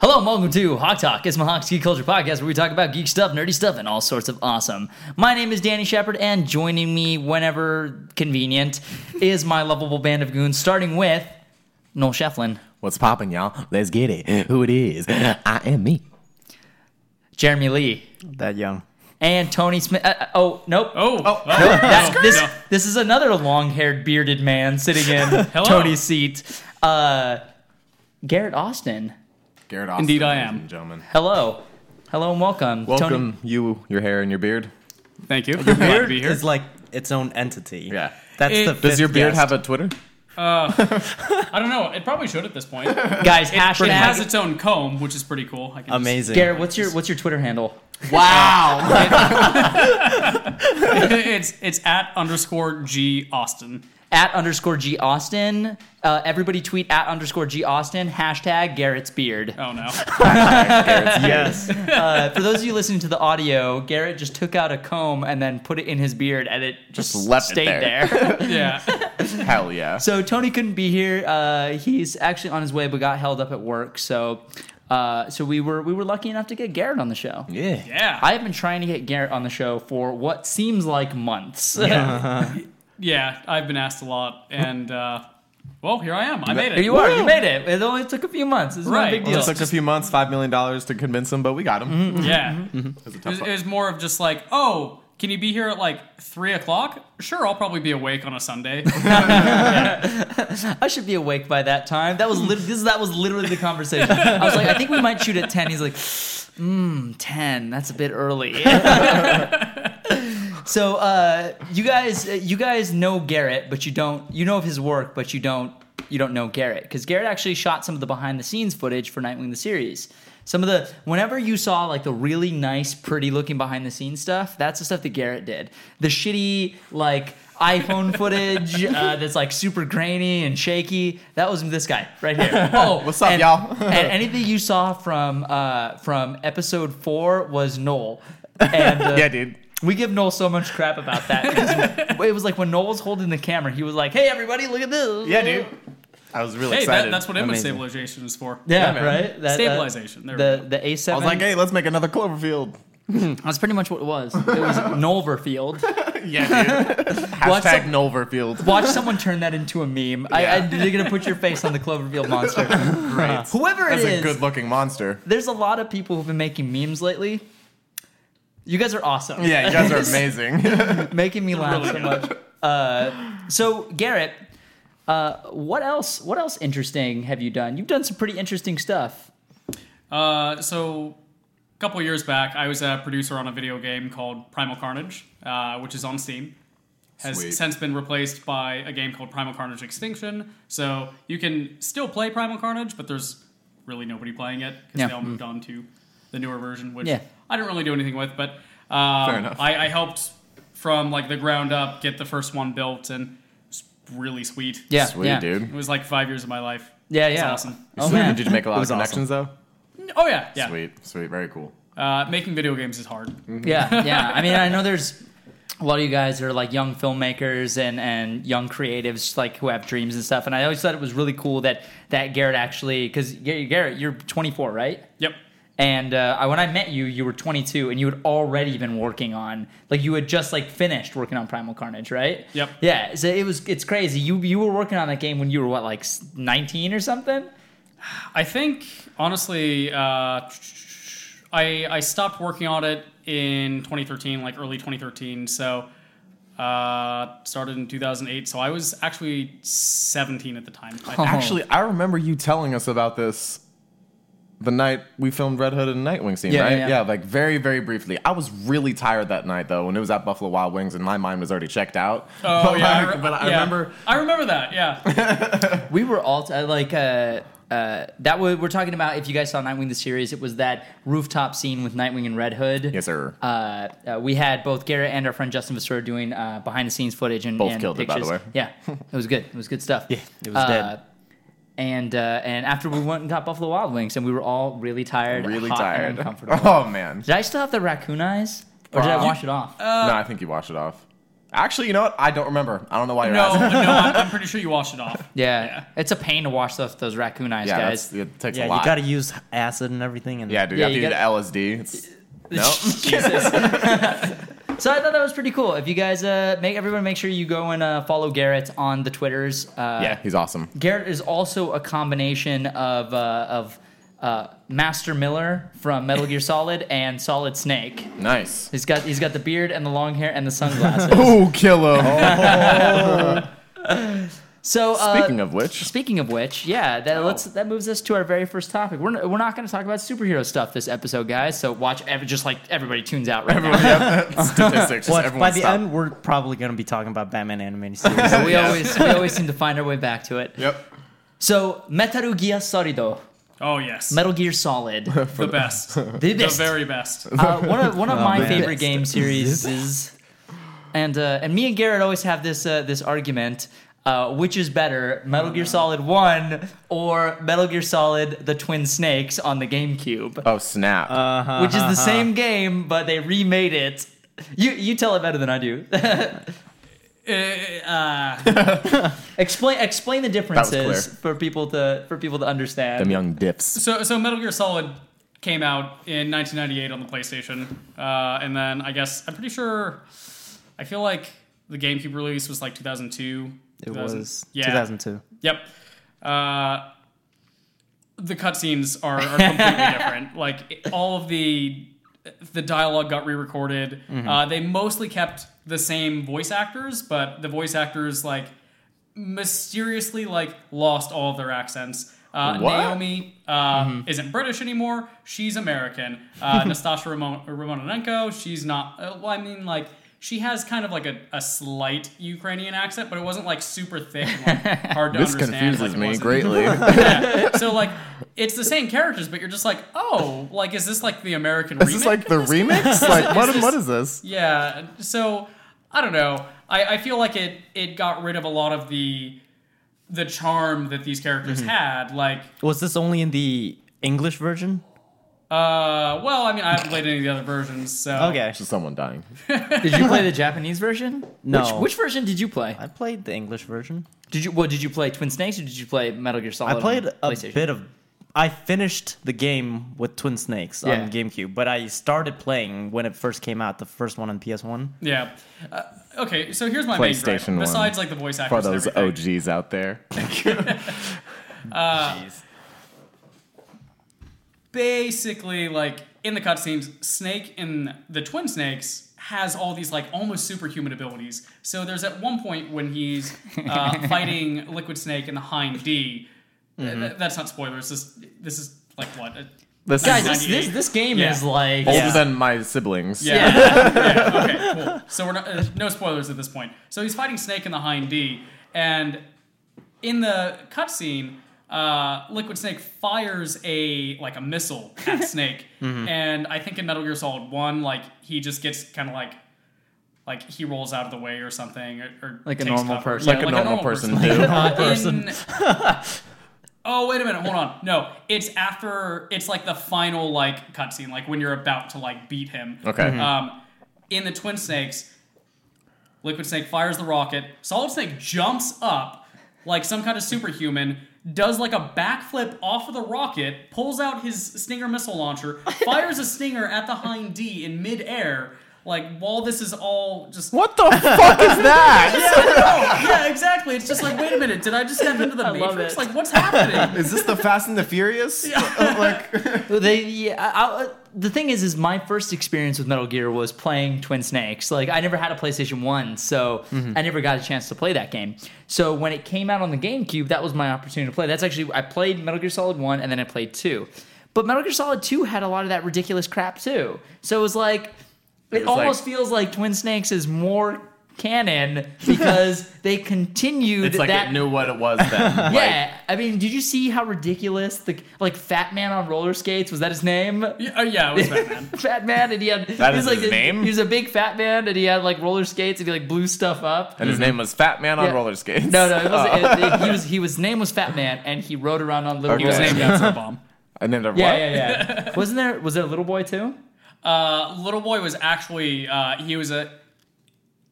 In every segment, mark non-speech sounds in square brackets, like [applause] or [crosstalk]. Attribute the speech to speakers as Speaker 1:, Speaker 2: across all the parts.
Speaker 1: Hello and welcome to Hawk Talk. It's my Hawks Geek Culture Podcast where we talk about geek stuff, nerdy stuff, and all sorts of awesome. My name is Danny Shepard, and joining me whenever convenient is my lovable band of goons, starting with Noel Shefflin,
Speaker 2: What's poppin', y'all? Let's get it. Who it is? I am me.
Speaker 1: Jeremy Lee,
Speaker 3: That young.
Speaker 1: and Tony Smith. Uh, uh, oh, nope.
Speaker 4: Oh, oh,
Speaker 1: That-
Speaker 4: no,
Speaker 1: this,
Speaker 4: no.
Speaker 1: this is another long haired, bearded man sitting in
Speaker 4: [laughs] Hello.
Speaker 1: Tony's seat. Uh, Garrett Austin.
Speaker 2: Garrett Austin.
Speaker 4: Indeed I
Speaker 2: ladies
Speaker 4: am.
Speaker 2: and gentlemen.
Speaker 1: Hello. Hello and welcome.
Speaker 2: Welcome, you, your hair, and your beard.
Speaker 4: Thank you. Glad to
Speaker 3: Beard
Speaker 4: be here.
Speaker 3: is like its own entity.
Speaker 2: Yeah.
Speaker 3: That's
Speaker 4: It-
Speaker 3: the
Speaker 4: Does
Speaker 2: Does
Speaker 3: fifth
Speaker 2: your beard
Speaker 3: guest.
Speaker 2: have a Twitter?
Speaker 4: I don't know. It probably should at this point. [laughs] It
Speaker 1: Tony, guys, hashtag.
Speaker 4: has its own comb, which is pretty cool. I can just-
Speaker 3: amazing? [laughs]
Speaker 1: Garrett, what's your what's your Twitter handle?
Speaker 2: Wow.
Speaker 4: [laughs] it's it's at underscore G Austin.
Speaker 1: at underscore G Austin. Uh, everybody tweet at underscore G Austin, hashtag Garrett's beard.
Speaker 2: [laughs]
Speaker 4: Oh [laughs] no.
Speaker 3: yes.
Speaker 1: Uh, for those of you listening to the audio, Garrett just took out a comb and then put it in his beard and it just,
Speaker 2: Just left it
Speaker 1: stayed there. [laughs]
Speaker 2: there. [laughs]
Speaker 4: Yeah.
Speaker 2: Hell yeah.
Speaker 1: so Tony couldn't be here. Uh, he's actually on his way but got held up at work. So uh, so we were we were lucky enough to get Garrett on the show.
Speaker 2: Yeah.
Speaker 4: Yeah.
Speaker 1: I have been trying to get Garrett on the show for what seems like months.
Speaker 4: [laughs]
Speaker 1: [laughs]
Speaker 4: yeah. I've been asked a lot, and uh, well, here I am. I made it.
Speaker 1: Here you are. You made it. It only took a few months. It's not a
Speaker 4: Right.
Speaker 1: big
Speaker 4: Well,
Speaker 1: deal.
Speaker 2: It took a few months, $5 million to convince him, but we got him.
Speaker 3: Mm-hmm.
Speaker 4: Yeah. It
Speaker 2: It was a
Speaker 4: was,
Speaker 2: tough
Speaker 4: it was more of just like, oh, can you be here at like three o'clock? Sure, I'll probably be awake on a Sunday.
Speaker 1: [laughs] I should be awake by that time. That was lit- this. That was literally the conversation. I was like, I think we might shoot at ten. He's like, mm, ten. That's a bit early. so uh, you guys, uh, you guys know Garrett, but you don't. You know of his work, but you don't. You don't know Garrett because Garrett actually shot some of the behind the scenes footage for Nightwing the series. Some of the whenever you saw like the really nice, pretty looking behind the scenes stuff, that's the stuff that Garrett did. The shitty like iPhone
Speaker 2: [laughs]
Speaker 1: footage uh, that's like super grainy and shaky. That was this guy right
Speaker 2: [laughs]
Speaker 1: here. Oh,
Speaker 2: What's up,
Speaker 1: and-
Speaker 2: y'all?
Speaker 1: [laughs] and anything you saw from uh, from episode four was Noel. And uh,
Speaker 2: yeah, dude.
Speaker 1: we give Noel so much crap about that. It
Speaker 4: [laughs]
Speaker 1: was- it was like when Noel was holding the camera, he was like, "Hey, everybody, look at this."
Speaker 2: Yeah, dude. I was really
Speaker 4: hey, that,
Speaker 2: excited.
Speaker 4: that's what image
Speaker 2: Amazing.
Speaker 4: stabilization is for.
Speaker 1: Yeah,
Speaker 2: Yeah, man.
Speaker 1: right. That, uh,
Speaker 4: Stabilization. There we
Speaker 1: the
Speaker 4: go.
Speaker 1: the A
Speaker 2: I
Speaker 1: seven.
Speaker 2: was like, hey, let's make another Cloverfield.
Speaker 1: that's pretty much what it was. It
Speaker 2: [laughs]
Speaker 1: was Nolverfield.
Speaker 2: Yeah, dude.
Speaker 1: Watch
Speaker 2: [laughs] Hashtag
Speaker 1: some-
Speaker 2: Noverfield.
Speaker 1: Watch someone turn that into a meme. I, I, you're gonna put your face on the Cloverfield monster.
Speaker 2: [laughs] Great.
Speaker 1: Whoever it
Speaker 2: That's
Speaker 1: is,
Speaker 2: a good looking monster.
Speaker 1: there's a lot of people who've been making memes lately. You guys are awesome.
Speaker 2: Yeah, you guys
Speaker 1: [laughs]
Speaker 2: are amazing.
Speaker 1: making me laugh
Speaker 4: Really
Speaker 1: so
Speaker 4: good.
Speaker 1: much. Uh, so Garrett, uh, what else? What else interesting have you done? You've done some pretty interesting stuff.
Speaker 4: Uh, so a couple years back, I was a producer on a video game called Primal Carnage, uh, which is on Steam. Has
Speaker 2: Sweet.
Speaker 4: since been replaced by a game called Primal Carnage Extinction. So you can still play Primal Carnage, but there's really nobody playing it because
Speaker 1: Yeah.
Speaker 4: they all moved on to the newer version, which
Speaker 1: Yeah.
Speaker 4: I didn't really do anything with. But um,
Speaker 2: Fair enough.
Speaker 4: I, I helped from like the ground up get the first one built, and it's really sweet.
Speaker 1: Yeah,
Speaker 2: [laughs] Sweet,
Speaker 1: yeah.
Speaker 4: it
Speaker 2: dude.
Speaker 4: was like five years of my life.
Speaker 1: Yeah,
Speaker 4: It's
Speaker 1: yeah.
Speaker 4: awesome.
Speaker 1: Oh man,
Speaker 2: Did you make a lot of
Speaker 3: was awesome.
Speaker 2: connections, though?
Speaker 4: Oh yeah, yeah.
Speaker 2: Sweet, Mm-hmm. sweet, very cool.
Speaker 4: Uh, making video games is hard.
Speaker 1: yeah, yeah. I mean, I know there's a lot of you guys are like young filmmakers and and young creatives like who have dreams and stuff. And I always thought it was really cool that that Garrett actually because Garrett, you're 24, right?
Speaker 4: Yep.
Speaker 1: And uh, I, when I met you, you were 22, and you had already been working on, like, you had just like finished working on Primal Carnage, right?
Speaker 4: Yep.
Speaker 1: Yeah. So it was, it's crazy. You you were working on that game when you were what, like, s- 19 or something?
Speaker 4: I think honestly, uh, I I stopped working on it in 2013, like early 2013. So uh, started in 2008. So I was actually 17 at the time.
Speaker 2: Oh
Speaker 4: I
Speaker 1: Uh-huh.
Speaker 4: think.
Speaker 2: Actually, I remember you telling us about this the night we filmed Red Hood and Nightwing scene,
Speaker 1: Yeah,
Speaker 2: right?
Speaker 1: yeah,
Speaker 2: Yeah,
Speaker 1: yeah.
Speaker 2: like very, very briefly. I was really tired that night though, when it was at Buffalo Wild Wings, and my mind was already checked out. [laughs]
Speaker 4: Oh,
Speaker 2: but,
Speaker 4: yeah,
Speaker 2: like,
Speaker 4: re-
Speaker 2: but I
Speaker 4: yeah.
Speaker 2: remember.
Speaker 4: I remember
Speaker 2: [laughs]
Speaker 4: that. Yeah.
Speaker 1: We were all, t- like, uh, uh, that was, we're talking about, if you guys saw Nightwing the series, it was that rooftop scene with Nightwing and Red Hood.
Speaker 2: Yes, sir.
Speaker 1: uh, uh, we had both Garrett and our friend Justin Vasseur doing uh, behind the scenes footage and
Speaker 2: Both
Speaker 1: and
Speaker 2: killed it, by the
Speaker 1: pictures.
Speaker 2: way.
Speaker 1: Yeah, it was good. It was good
Speaker 3: [laughs]
Speaker 1: stuff. Yeah,
Speaker 3: it was dead.
Speaker 1: And uh, and after we went and got Buffalo Wild Wings, and we were all really tired,
Speaker 2: really
Speaker 1: hot, and
Speaker 2: tired. [laughs]
Speaker 1: uncomfortable.
Speaker 2: Oh man.
Speaker 1: Did I still have the raccoon eyes, or did I
Speaker 2: Wow.
Speaker 3: Uh,
Speaker 1: wash it off?
Speaker 2: no, I think you washed it off. Actually, you know what? I don't remember. I don't know why you're
Speaker 4: No, no,
Speaker 2: asking. [laughs]
Speaker 4: I'm, I'm pretty sure you washed it off.
Speaker 1: Yeah. it's a pain to wash those, those raccoon eyes,
Speaker 2: Yeah,
Speaker 1: guys.
Speaker 2: that's, it takes a
Speaker 3: Yeah,
Speaker 2: lot.
Speaker 3: you gotta use acid and everything. And
Speaker 2: yeah, dude,
Speaker 1: Yeah,
Speaker 2: after
Speaker 1: you
Speaker 2: you get
Speaker 1: gotta-
Speaker 2: LSD, it's, no.
Speaker 1: [laughs] Jesus. [laughs] so I thought that was pretty cool. If you guys uh, make everyone make sure you go and uh, follow Garrett on the Twitters. Uh,
Speaker 2: yeah, he's awesome.
Speaker 1: Garrett is also a combination of uh, of uh, Master Miller from Metal Gear Solid and Solid Snake.
Speaker 2: Nice.
Speaker 1: He's got he's got the beard and the long hair and the
Speaker 2: [laughs]
Speaker 1: sunglasses.
Speaker 2: Oh, kill him.
Speaker 1: so uh,
Speaker 2: Speaking
Speaker 1: [laughs]
Speaker 2: of which,
Speaker 1: Speaking of which, yeah, that let's that moves us to our very first topic. We're, we're not going to talk about superhero stuff this episode, guys. So watch, ev- just like everybody tunes out right
Speaker 2: everyone, yeah, statistics. Just
Speaker 3: But by
Speaker 2: everyone
Speaker 3: the
Speaker 2: stop.
Speaker 3: end, we're probably gonna be talking about Batman animated series.
Speaker 1: now. we always we always seem to find our way back to it.
Speaker 2: Yep.
Speaker 1: So Metaru Gear Solido,
Speaker 4: Oh yes,
Speaker 1: Metal Gear Solid, the
Speaker 4: the best, [laughs] the
Speaker 1: best.
Speaker 4: very best.
Speaker 1: uh, one of
Speaker 3: [laughs]
Speaker 1: one of my
Speaker 3: Oh, man.
Speaker 1: favorite game series is, and uh, and me and Garrett always have this uh, this argument. Uh, which is better, Metal Gear Solid 1 or Metal Gear Solid The Twin Snakes on the GameCube?
Speaker 2: Oh snap!
Speaker 1: which
Speaker 3: Uh-huh.
Speaker 1: is the same game, but they remade it. You you tell it better than I do. [laughs]
Speaker 4: Uh,
Speaker 1: explain explain the differences
Speaker 2: clear.
Speaker 1: for people to for people to understand.
Speaker 2: Them young dips.
Speaker 4: so so Metal Gear Solid came out in 1998 on the PlayStation, uh, and then I guess I'm pretty sure. I feel like the GameCube release was like 2002.
Speaker 3: it
Speaker 4: 2000
Speaker 3: was
Speaker 4: yeah.
Speaker 3: 2002.
Speaker 4: Yep. Uh, the cutscenes are, are completely different. Like it- all of the the dialogue got re-recorded. Uh, they mostly kept the same voice actors, but the voice actors like mysteriously like lost all of their accents. Uh,
Speaker 2: What?
Speaker 4: Naomi uh, isn't British anymore. She's American. Uh, Nastasha Ramon- Romanenko, she's not. Uh, well, I mean, like, she has kind of like a, a slight Ukrainian accent, but it wasn't like super thick and like, hard to
Speaker 2: This
Speaker 4: understand.
Speaker 2: confuses
Speaker 4: like, it
Speaker 2: me
Speaker 4: wasn't-
Speaker 2: greatly.
Speaker 4: Yeah. So, like, it's the same characters, but you're just like, oh, like, is this like the American
Speaker 2: Is [laughs] this like the remix? Like what? What is this?
Speaker 4: yeah. So I don't know. I, I feel like it it got rid of a lot of the the charm that these characters
Speaker 2: Mm-hmm.
Speaker 4: had. Like,
Speaker 3: Was this only in the English version?
Speaker 4: uh, well, I mean, I haven't played any of the other versions, so
Speaker 3: Okay,
Speaker 2: Just someone dying.
Speaker 1: Did you
Speaker 3: [laughs]
Speaker 1: play the Japanese version?
Speaker 3: No.
Speaker 1: Which, which version did you play?
Speaker 3: I played the English version.
Speaker 1: Did you well? Did you play Twin Snakes or did you play Metal Gear Solid?
Speaker 3: I played
Speaker 1: on
Speaker 3: a
Speaker 1: PlayStation?
Speaker 3: bit of. I finished the game with Twin Snakes
Speaker 1: Yeah.
Speaker 3: on GameCube, but I started playing when it first came out, the first one on PS1.
Speaker 4: Yeah. Uh, okay. So here's my main gripe.
Speaker 2: PlayStation one.
Speaker 4: Besides, like the voice actors,
Speaker 2: For
Speaker 4: and
Speaker 2: those
Speaker 4: everything.
Speaker 2: OGs out there,
Speaker 4: basically like in the cutscenes, Snake in the Twin Snakes has all these like almost superhuman abilities. So there's at one point when he's uh, fighting Liquid Snake in the Hind D. Th- that's not spoilers. This this is like what. uh,
Speaker 2: this
Speaker 1: Guys,
Speaker 2: is
Speaker 1: this, this this game
Speaker 4: Yeah.
Speaker 1: is like
Speaker 2: older
Speaker 3: yeah.
Speaker 2: than my siblings.
Speaker 4: yeah. Yeah, Okay. Cool. So we're not, uh, no spoilers at this point. So he's fighting Snake in the Hind D, and in the cutscene, uh, Liquid Snake fires a like a missile at Snake, and I think in Metal Gear Solid One, like he just gets kind of like like he rolls out of the way or something, or, or
Speaker 1: Like a
Speaker 4: takes
Speaker 1: normal
Speaker 4: cover.
Speaker 1: person.
Speaker 4: Yeah,
Speaker 2: Like a normal person do.
Speaker 4: Like, Uh, in- Oh wait a minute, hold on. No, it's after. It's like the final like cutscene, like when you're about to like beat him.
Speaker 2: Okay.
Speaker 4: Um, in the Twin Snakes, Liquid Snake fires the rocket. Solid Snake jumps up like some kind of superhuman, does like a backflip off of the rocket, pulls out his Stinger
Speaker 2: [laughs]
Speaker 4: missile launcher, fires a Stinger at the hind D in midair. Like while this is all just
Speaker 2: What the fuck is that?
Speaker 4: [laughs] yeah, exactly. It's just like wait a minute, did I just step
Speaker 2: [laughs]
Speaker 4: into the
Speaker 1: love
Speaker 4: matrix?
Speaker 1: it.
Speaker 4: Like what's happening?
Speaker 2: Is this the Fast and the Furious? [laughs] like,
Speaker 1: They, yeah, I, I, the thing is, is my first experience with Metal Gear was playing Twin Snakes. Like, I never had a PlayStation One, so
Speaker 2: Mm-hmm.
Speaker 1: I never got a chance to play that game. So when it came out on the GameCube, that was my opportunity to play. That's actually I played Metal Gear Solid One, and then I played Two. But Metal Gear Solid Two had a lot of that ridiculous crap too. So it was like, it,
Speaker 2: was like-
Speaker 1: almost feels like Twin Snakes is more canon because
Speaker 2: [laughs]
Speaker 1: they continued
Speaker 2: it's like
Speaker 1: that
Speaker 2: it knew what it was
Speaker 1: [laughs]
Speaker 2: then.
Speaker 1: yeah, I mean, did you see how ridiculous the like Fat Man on roller skates was that his name? [laughs]
Speaker 4: Yeah, oh, yeah, it was Batman.
Speaker 1: Fat Man, and he had
Speaker 2: That
Speaker 1: he
Speaker 2: is
Speaker 1: was like
Speaker 2: his
Speaker 1: a-
Speaker 2: name?
Speaker 1: He was a big fat man, and he had like roller skates, and he like blew stuff
Speaker 2: [laughs]
Speaker 1: up.
Speaker 2: and his name was Fat Man on
Speaker 1: Yeah.
Speaker 2: Roller Skates.
Speaker 1: No, no, it
Speaker 2: Oh.
Speaker 1: wasn't. it- it- he was he was name was Fat Man, and he rode around on little.
Speaker 2: Okay.
Speaker 4: He was
Speaker 1: boy.
Speaker 4: named after a [laughs] bomb.
Speaker 2: [laughs] And then there
Speaker 1: Yeah,
Speaker 2: what?
Speaker 1: yeah, yeah. Wasn't there? Was there a little boy too?
Speaker 4: Uh, little boy was actually uh, he was a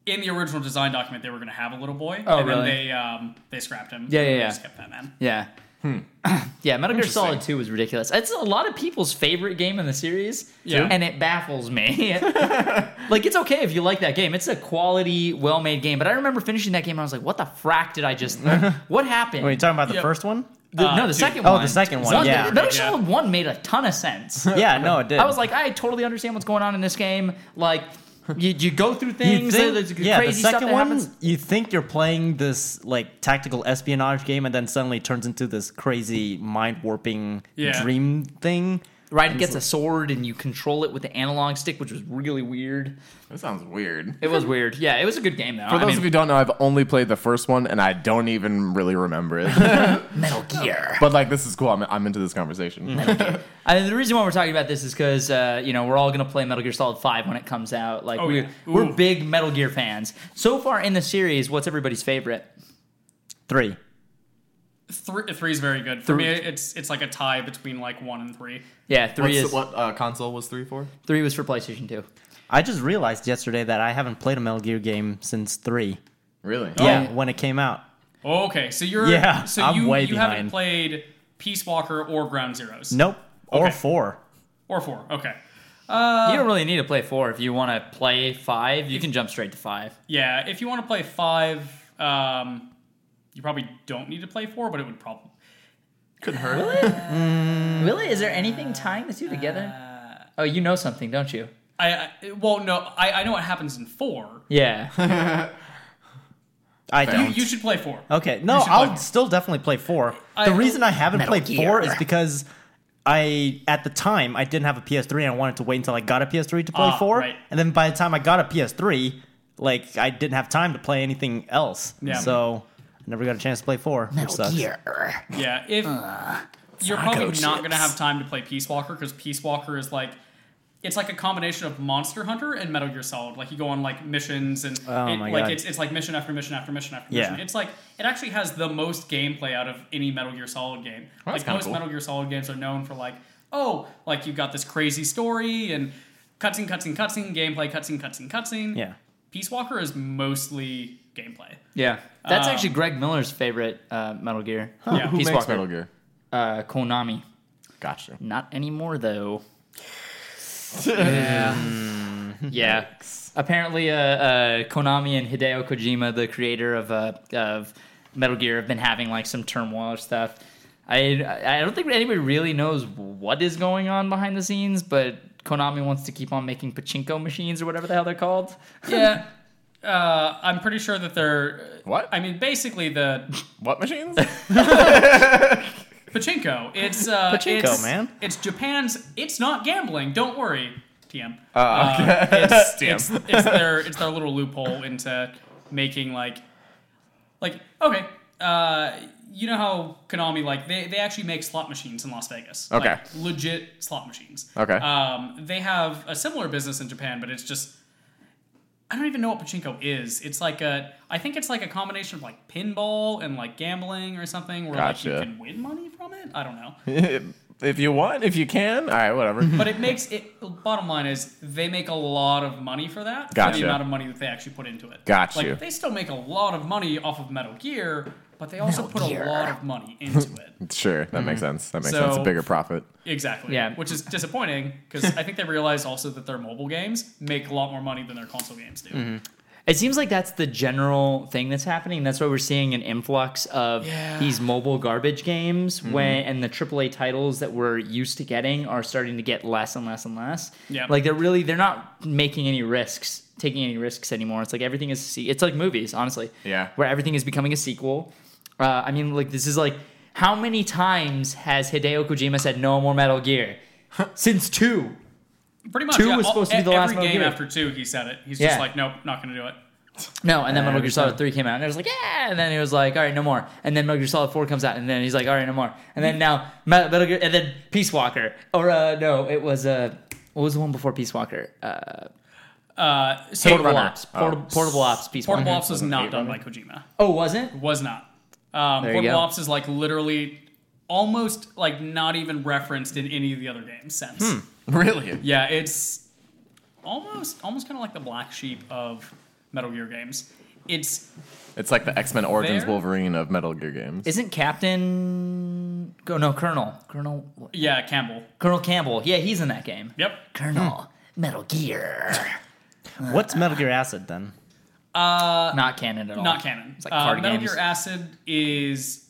Speaker 4: in the original design document they were going to have a little boy.
Speaker 1: Oh,
Speaker 4: and
Speaker 1: really?
Speaker 4: Then they um, they scrapped him.
Speaker 1: Yeah, yeah,
Speaker 4: They
Speaker 1: yeah.
Speaker 4: Just kept that man.
Speaker 1: Yeah.
Speaker 4: Hmm.
Speaker 1: [clears throat] yeah, Metal Gear
Speaker 2: Interesting.
Speaker 1: Solid 2 was ridiculous. It's a lot of people's favorite game in the series.
Speaker 4: Yeah.
Speaker 1: And it baffles me.
Speaker 4: [laughs]
Speaker 1: [laughs] like, it's okay if you like that game. It's a quality, well made game. But I remember finishing that game and I was like, what the frack did I just.
Speaker 4: [laughs]
Speaker 1: what happened?
Speaker 3: Wait, you talking about the
Speaker 4: Yep.
Speaker 3: first one?
Speaker 1: The-
Speaker 4: uh,
Speaker 1: no, the
Speaker 4: two.
Speaker 1: second
Speaker 3: Oh,
Speaker 1: one.
Speaker 3: the second one,
Speaker 1: Solid-
Speaker 3: yeah.
Speaker 1: Metal Gear
Speaker 4: Yeah.
Speaker 1: Solid 1 made a ton of sense.
Speaker 3: [laughs] Yeah, no, it did.
Speaker 1: I was like, I totally understand what's going on in this game.
Speaker 4: [laughs]
Speaker 1: Like, you, you go through
Speaker 3: You
Speaker 1: things,
Speaker 3: think-
Speaker 1: there's
Speaker 3: yeah,
Speaker 1: crazy
Speaker 3: the
Speaker 1: stuff
Speaker 3: second
Speaker 1: that
Speaker 3: one,
Speaker 1: happens.
Speaker 3: you think you're playing this like tactical espionage game, and then suddenly it turns into this crazy mind warping
Speaker 4: Yeah.
Speaker 3: dream thing.
Speaker 1: Right, it gets a sword and you control it with the analog stick, which was really weird.
Speaker 2: That sounds weird.
Speaker 1: It was weird. Yeah, it was a good game though.
Speaker 2: For
Speaker 1: I
Speaker 2: those
Speaker 1: mean,
Speaker 2: of you who don't know, I've only played the first one, and I don't even really remember
Speaker 1: [laughs]
Speaker 2: it.
Speaker 1: Metal Gear.
Speaker 2: but like, this is cool. I'm, I'm into this
Speaker 1: Mm-hmm.
Speaker 2: conversation.
Speaker 1: I mean, the reason why we're talking about this is because uh, you know we're all gonna play Metal Gear Solid Five when it comes out. Like
Speaker 4: Oh,
Speaker 1: we
Speaker 4: yeah.
Speaker 1: we're
Speaker 4: Ooh.
Speaker 1: big Metal Gear fans. So far in the series, what's everybody's favorite?
Speaker 3: Three.
Speaker 4: Three, three's very good. For
Speaker 1: Three.
Speaker 4: me, it's it's like a tie between like one and three.
Speaker 1: Yeah, three
Speaker 2: What's-
Speaker 1: is
Speaker 2: what uh, console was three for?
Speaker 1: three was for PlayStation Two.
Speaker 3: I just realized yesterday that I haven't played a Metal Gear game since three.
Speaker 2: Really?
Speaker 4: Oh,
Speaker 1: Yeah.
Speaker 3: when it came out.
Speaker 4: Okay, so you're
Speaker 3: Yeah,
Speaker 4: So
Speaker 3: I'm
Speaker 4: you
Speaker 3: way
Speaker 4: you haven't
Speaker 3: behind.
Speaker 4: played Peace Walker or Ground Zeroes.
Speaker 3: Nope, or
Speaker 4: Okay.
Speaker 3: four.
Speaker 4: Or four. Okay. Uh,
Speaker 1: you don't really need to play four if you want to play five. You can jump straight to five.
Speaker 4: Yeah. If you want to play five, um, you probably don't need to play four, but it would probably.
Speaker 2: Couldn't hurt.
Speaker 1: Really? Is there anything tying the two together? Oh, you know something, don't you?
Speaker 4: I, I well no I, I know what happens in four.
Speaker 1: Yeah.
Speaker 3: I
Speaker 4: You,
Speaker 3: don't.
Speaker 4: you should play four.
Speaker 3: Okay, no,
Speaker 4: You should
Speaker 3: I'll
Speaker 4: play-
Speaker 3: still definitely play four.
Speaker 4: I-
Speaker 3: the reason I haven't
Speaker 1: Metal
Speaker 3: played
Speaker 1: Gear.
Speaker 3: four is because I, at the time, I didn't have a PS3 and I wanted to wait until I got a PS3 to play
Speaker 4: Ah,
Speaker 3: four.
Speaker 4: right.
Speaker 3: And then by the time I got a PS3, like I didn't have time to play anything else.
Speaker 4: Yeah.
Speaker 3: So I never got a chance to play four, which sucks.
Speaker 4: Yeah, if you're probably
Speaker 2: Psycho
Speaker 4: not going to
Speaker 2: chips.
Speaker 4: have time to play Peace Walker because Peace Walker is like it's like a combination of Monster Hunter and Metal Gear Solid. Like you go on like missions and
Speaker 3: Oh
Speaker 4: it-
Speaker 3: my
Speaker 4: like
Speaker 3: God.
Speaker 4: it's it's like mission after mission after mission after
Speaker 3: Yeah.
Speaker 4: mission. It's like it actually has the most gameplay out of any Metal Gear Solid game.
Speaker 2: Well, that's
Speaker 4: like
Speaker 2: kinda
Speaker 4: most
Speaker 2: cool.
Speaker 4: Metal Gear Solid games are known for like oh like you've got this crazy story and cutscene cutscene cutscene gameplay cutscene cutscene cutscene.
Speaker 3: Yeah.
Speaker 4: Peace Walker is mostly
Speaker 3: [laughs]
Speaker 4: gameplay.
Speaker 1: Yeah, that's
Speaker 4: Um,
Speaker 1: actually Greg Miller's favorite uh, Metal Gear.
Speaker 4: Yeah.
Speaker 2: Who
Speaker 1: Peace
Speaker 2: makes
Speaker 1: Walker.
Speaker 2: Oh, Metal Gear?
Speaker 1: Uh, Konami.
Speaker 2: Gotcha.
Speaker 1: Not anymore though. Yeah. Apparently, uh, uh, Konami and Hideo Kojima, the creator of uh, of Metal Gear, have been having like some turmoil or stuff. I I don't think anybody really knows what is going on behind the scenes, but Konami wants to keep on making pachinko machines or whatever the hell they're called.
Speaker 4: Yeah. Uh, I'm pretty sure that they're.
Speaker 2: What?
Speaker 4: I mean, basically the
Speaker 1: [laughs]
Speaker 2: What machines?
Speaker 4: pachinko. It's uh,
Speaker 3: Pachinko,
Speaker 4: it's,
Speaker 3: man.
Speaker 4: It's Japan's. It's not gambling. Don't worry, TM.
Speaker 2: Uh,
Speaker 4: it's,
Speaker 2: [laughs]
Speaker 4: it's, it's their it's their little loophole into making like like okay. Uh, you know how Konami like they, they actually make slot machines in Las Vegas.
Speaker 2: Okay.
Speaker 4: Like, legit slot machines.
Speaker 2: Okay.
Speaker 4: Um, they have a similar business in Japan, but it's just I don't even know what pachinko is. It's like a I think it's like a combination of like pinball and like gambling or something where
Speaker 2: Gotcha.
Speaker 4: like you can win money from it. I don't know.
Speaker 2: if you want, if you can. All right, whatever.
Speaker 1: Mm-hmm.
Speaker 4: But it makes it. Bottom line is they make a lot of money for that. For
Speaker 2: Gotcha.
Speaker 4: the amount of money that they actually put into it.
Speaker 2: Got
Speaker 4: like,
Speaker 2: you.
Speaker 4: They still make a lot of money off of Metal Gear, but they also
Speaker 1: Metal
Speaker 4: put
Speaker 1: Gear.
Speaker 4: a lot of money into
Speaker 2: [laughs]
Speaker 4: it.
Speaker 2: Sure, that makes
Speaker 1: Mm-hmm.
Speaker 2: sense. That makes
Speaker 4: So-
Speaker 2: sense. A bigger profit.
Speaker 4: exactly.
Speaker 1: Yeah.
Speaker 4: Which is disappointing because I think they realize also that their mobile games make a lot more money than their console games do.
Speaker 2: Mm-hmm.
Speaker 1: It seems like that's the general thing that's happening. That's why we're seeing an influx of
Speaker 4: Yeah. Mm-hmm.
Speaker 1: these mobile garbage games when and the AAA titles that we're used to getting are starting to get less and less and less.
Speaker 4: Yeah.
Speaker 1: Like they're really they're not making any risks, taking any risks anymore. It's like everything is se- it's like movies, honestly.
Speaker 2: Yeah.
Speaker 1: Where everything is becoming a sequel. Uh, I mean, like this is like how many times has Hideo Kojima said no more Metal
Speaker 4: [laughs]
Speaker 1: Gear? Since 2.
Speaker 4: Pretty much.
Speaker 1: Two
Speaker 4: yeah,
Speaker 1: was
Speaker 4: all- e,
Speaker 1: supposed to be the
Speaker 4: every
Speaker 1: last Metal
Speaker 4: game
Speaker 1: Gear.
Speaker 4: after two. He said it. He's
Speaker 1: Yeah.
Speaker 4: just like, nope, not going to do it.
Speaker 1: No, and then Metal Gear
Speaker 3: every
Speaker 1: Solid
Speaker 3: time.
Speaker 1: 3 came out, and it was like, yeah, and then he was like, all right, no more. And then Metal Gear Solid 4 comes out, and then he's like, all right, no more. And then now, Metal, Metal Gear, and then Peace Walker. Or, uh, no, it was, uh, what was the one before Peace Walker? Uh,
Speaker 4: Uh, so
Speaker 1: Portable
Speaker 2: Runner.
Speaker 1: Ops. Portable, Portable Ops, Peace
Speaker 4: Portable
Speaker 1: Walker.
Speaker 4: Ops was not done by Kojima.
Speaker 1: Oh, wasn't?
Speaker 4: Was not. Um,
Speaker 1: There you
Speaker 4: Portable
Speaker 1: go.
Speaker 4: Ops is like literally almost like not even referenced in any of the other games since.
Speaker 1: Hmm.
Speaker 2: Really?
Speaker 4: Yeah, it's almost almost kind of like the black sheep of Metal Gear games. It's
Speaker 2: It's like the X Men Origins
Speaker 4: There?
Speaker 2: Wolverine of Metal Gear games.
Speaker 1: Isn't Captain? Go no, Colonel. Colonel.
Speaker 4: yeah, Campbell.
Speaker 1: Colonel Campbell. Yeah, Hmm. he's in that game.
Speaker 4: Yep.
Speaker 1: Colonel Metal Gear.
Speaker 3: What's Metal Gear Acid then?
Speaker 1: Not canon at all.
Speaker 4: Uh, Not canon.
Speaker 1: It's like card
Speaker 4: uh, Metal
Speaker 1: games.
Speaker 4: Gear Acid is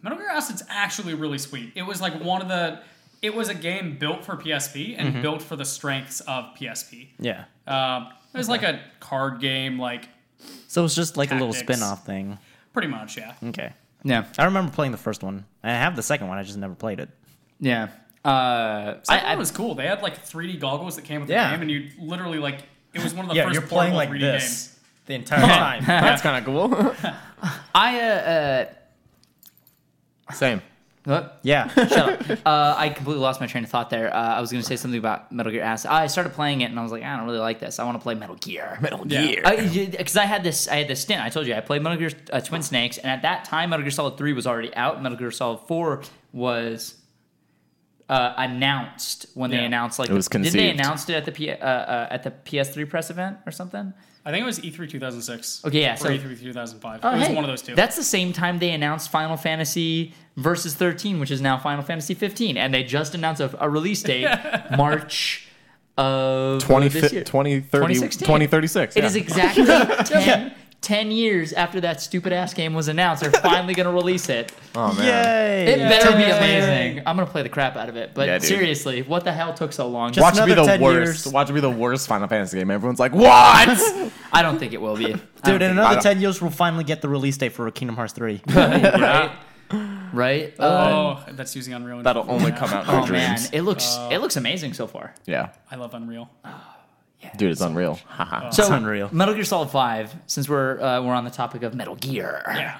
Speaker 4: Metal Gear Acid's actually really sweet. It was like one of the. It was a game built for PSP and
Speaker 1: Mm-hmm.
Speaker 4: built for the strengths of PSP.
Speaker 3: Yeah.
Speaker 4: Um, it was like a card game, like
Speaker 3: So it's just like a little
Speaker 4: Tactics.
Speaker 3: spin-off thing.
Speaker 4: pretty much, yeah.
Speaker 3: Okay.
Speaker 1: Yeah.
Speaker 3: I remember playing the first one. I have the second one. I just never played it.
Speaker 1: Yeah. Uh, I,
Speaker 4: That
Speaker 1: I
Speaker 4: one was cool. They had like 3D goggles that came with
Speaker 3: Yeah.
Speaker 4: the game, and you literally like it was one of the
Speaker 3: Yeah,
Speaker 4: first
Speaker 3: you're playing
Speaker 4: portable
Speaker 3: like
Speaker 4: 3D games.
Speaker 3: this the [laughs] entire time.
Speaker 2: That's kind of cool.
Speaker 1: I uh,
Speaker 2: Same.
Speaker 1: uh what?
Speaker 3: [laughs] yeah.
Speaker 1: Shut up. Uh, I completely lost my train of thought there. Uh, I was going to say something about Metal Gear Acid. I started playing it and I was like, I don't really like this. I want to play Metal Gear. Uh, Metal
Speaker 4: Yeah. Gear.
Speaker 1: Because I, had this, I had this stint. I told you I played Metal Gear uh, Twin Snakes, and at that time, Metal Gear Solid Three was already out. Metal Gear Solid Four was uh, announced when they
Speaker 4: Yeah.
Speaker 1: announced like
Speaker 2: It was
Speaker 1: did they
Speaker 2: conceived.
Speaker 1: announced it at the P, uh, uh, at the PS3 press event or something?
Speaker 4: I think it was E E3 2006.
Speaker 1: Okay, yeah,
Speaker 4: Or E
Speaker 1: so-
Speaker 4: E3 2005.
Speaker 1: Oh,
Speaker 4: it was
Speaker 1: hey,
Speaker 4: one of those two.
Speaker 1: That's the same time they announced Final Fantasy Versus 13, which is now Final Fantasy 15, and they just announced a, a release
Speaker 4: [laughs]
Speaker 1: date, March of
Speaker 2: 20,
Speaker 1: this year.
Speaker 2: 20,
Speaker 1: 2016.
Speaker 2: 2036.
Speaker 1: It
Speaker 2: yeah.
Speaker 1: is exactly 10, 10 years after that stupid ass game was announced. They're finally going to release it.
Speaker 2: oh, man.
Speaker 1: It
Speaker 3: Yay.
Speaker 1: better be
Speaker 3: Yay.
Speaker 1: amazing. I'm going to play the crap out of it. But
Speaker 2: Yeah, dude.
Speaker 1: seriously, what the hell took so long?
Speaker 3: Just-
Speaker 2: Watch it be
Speaker 3: another
Speaker 2: the
Speaker 3: 10
Speaker 2: worst.
Speaker 3: years.
Speaker 2: Watch it be the worst Final Fantasy game. Everyone's
Speaker 1: [laughs]
Speaker 2: like, what?
Speaker 1: I don't think it will be.
Speaker 3: Dude, in
Speaker 2: I
Speaker 3: another
Speaker 2: don't-
Speaker 3: 10 years, we'll finally get the release date for Kingdom Hearts
Speaker 1: [laughs]
Speaker 3: 3.
Speaker 1: right? Right? Uh,
Speaker 4: oh, that's using Unreal. Engine.
Speaker 2: That'll only
Speaker 4: Yeah.
Speaker 2: come out in our
Speaker 1: oh, man.
Speaker 2: dreams.
Speaker 1: It looks, it looks amazing so far.
Speaker 2: Yeah.
Speaker 4: I love Unreal.
Speaker 1: Ah.
Speaker 2: Dude, it's unreal.
Speaker 1: So
Speaker 3: It's unreal.
Speaker 1: Metal Gear Solid Five. Since we're uh, we're on the topic of Metal Gear,
Speaker 4: Yeah.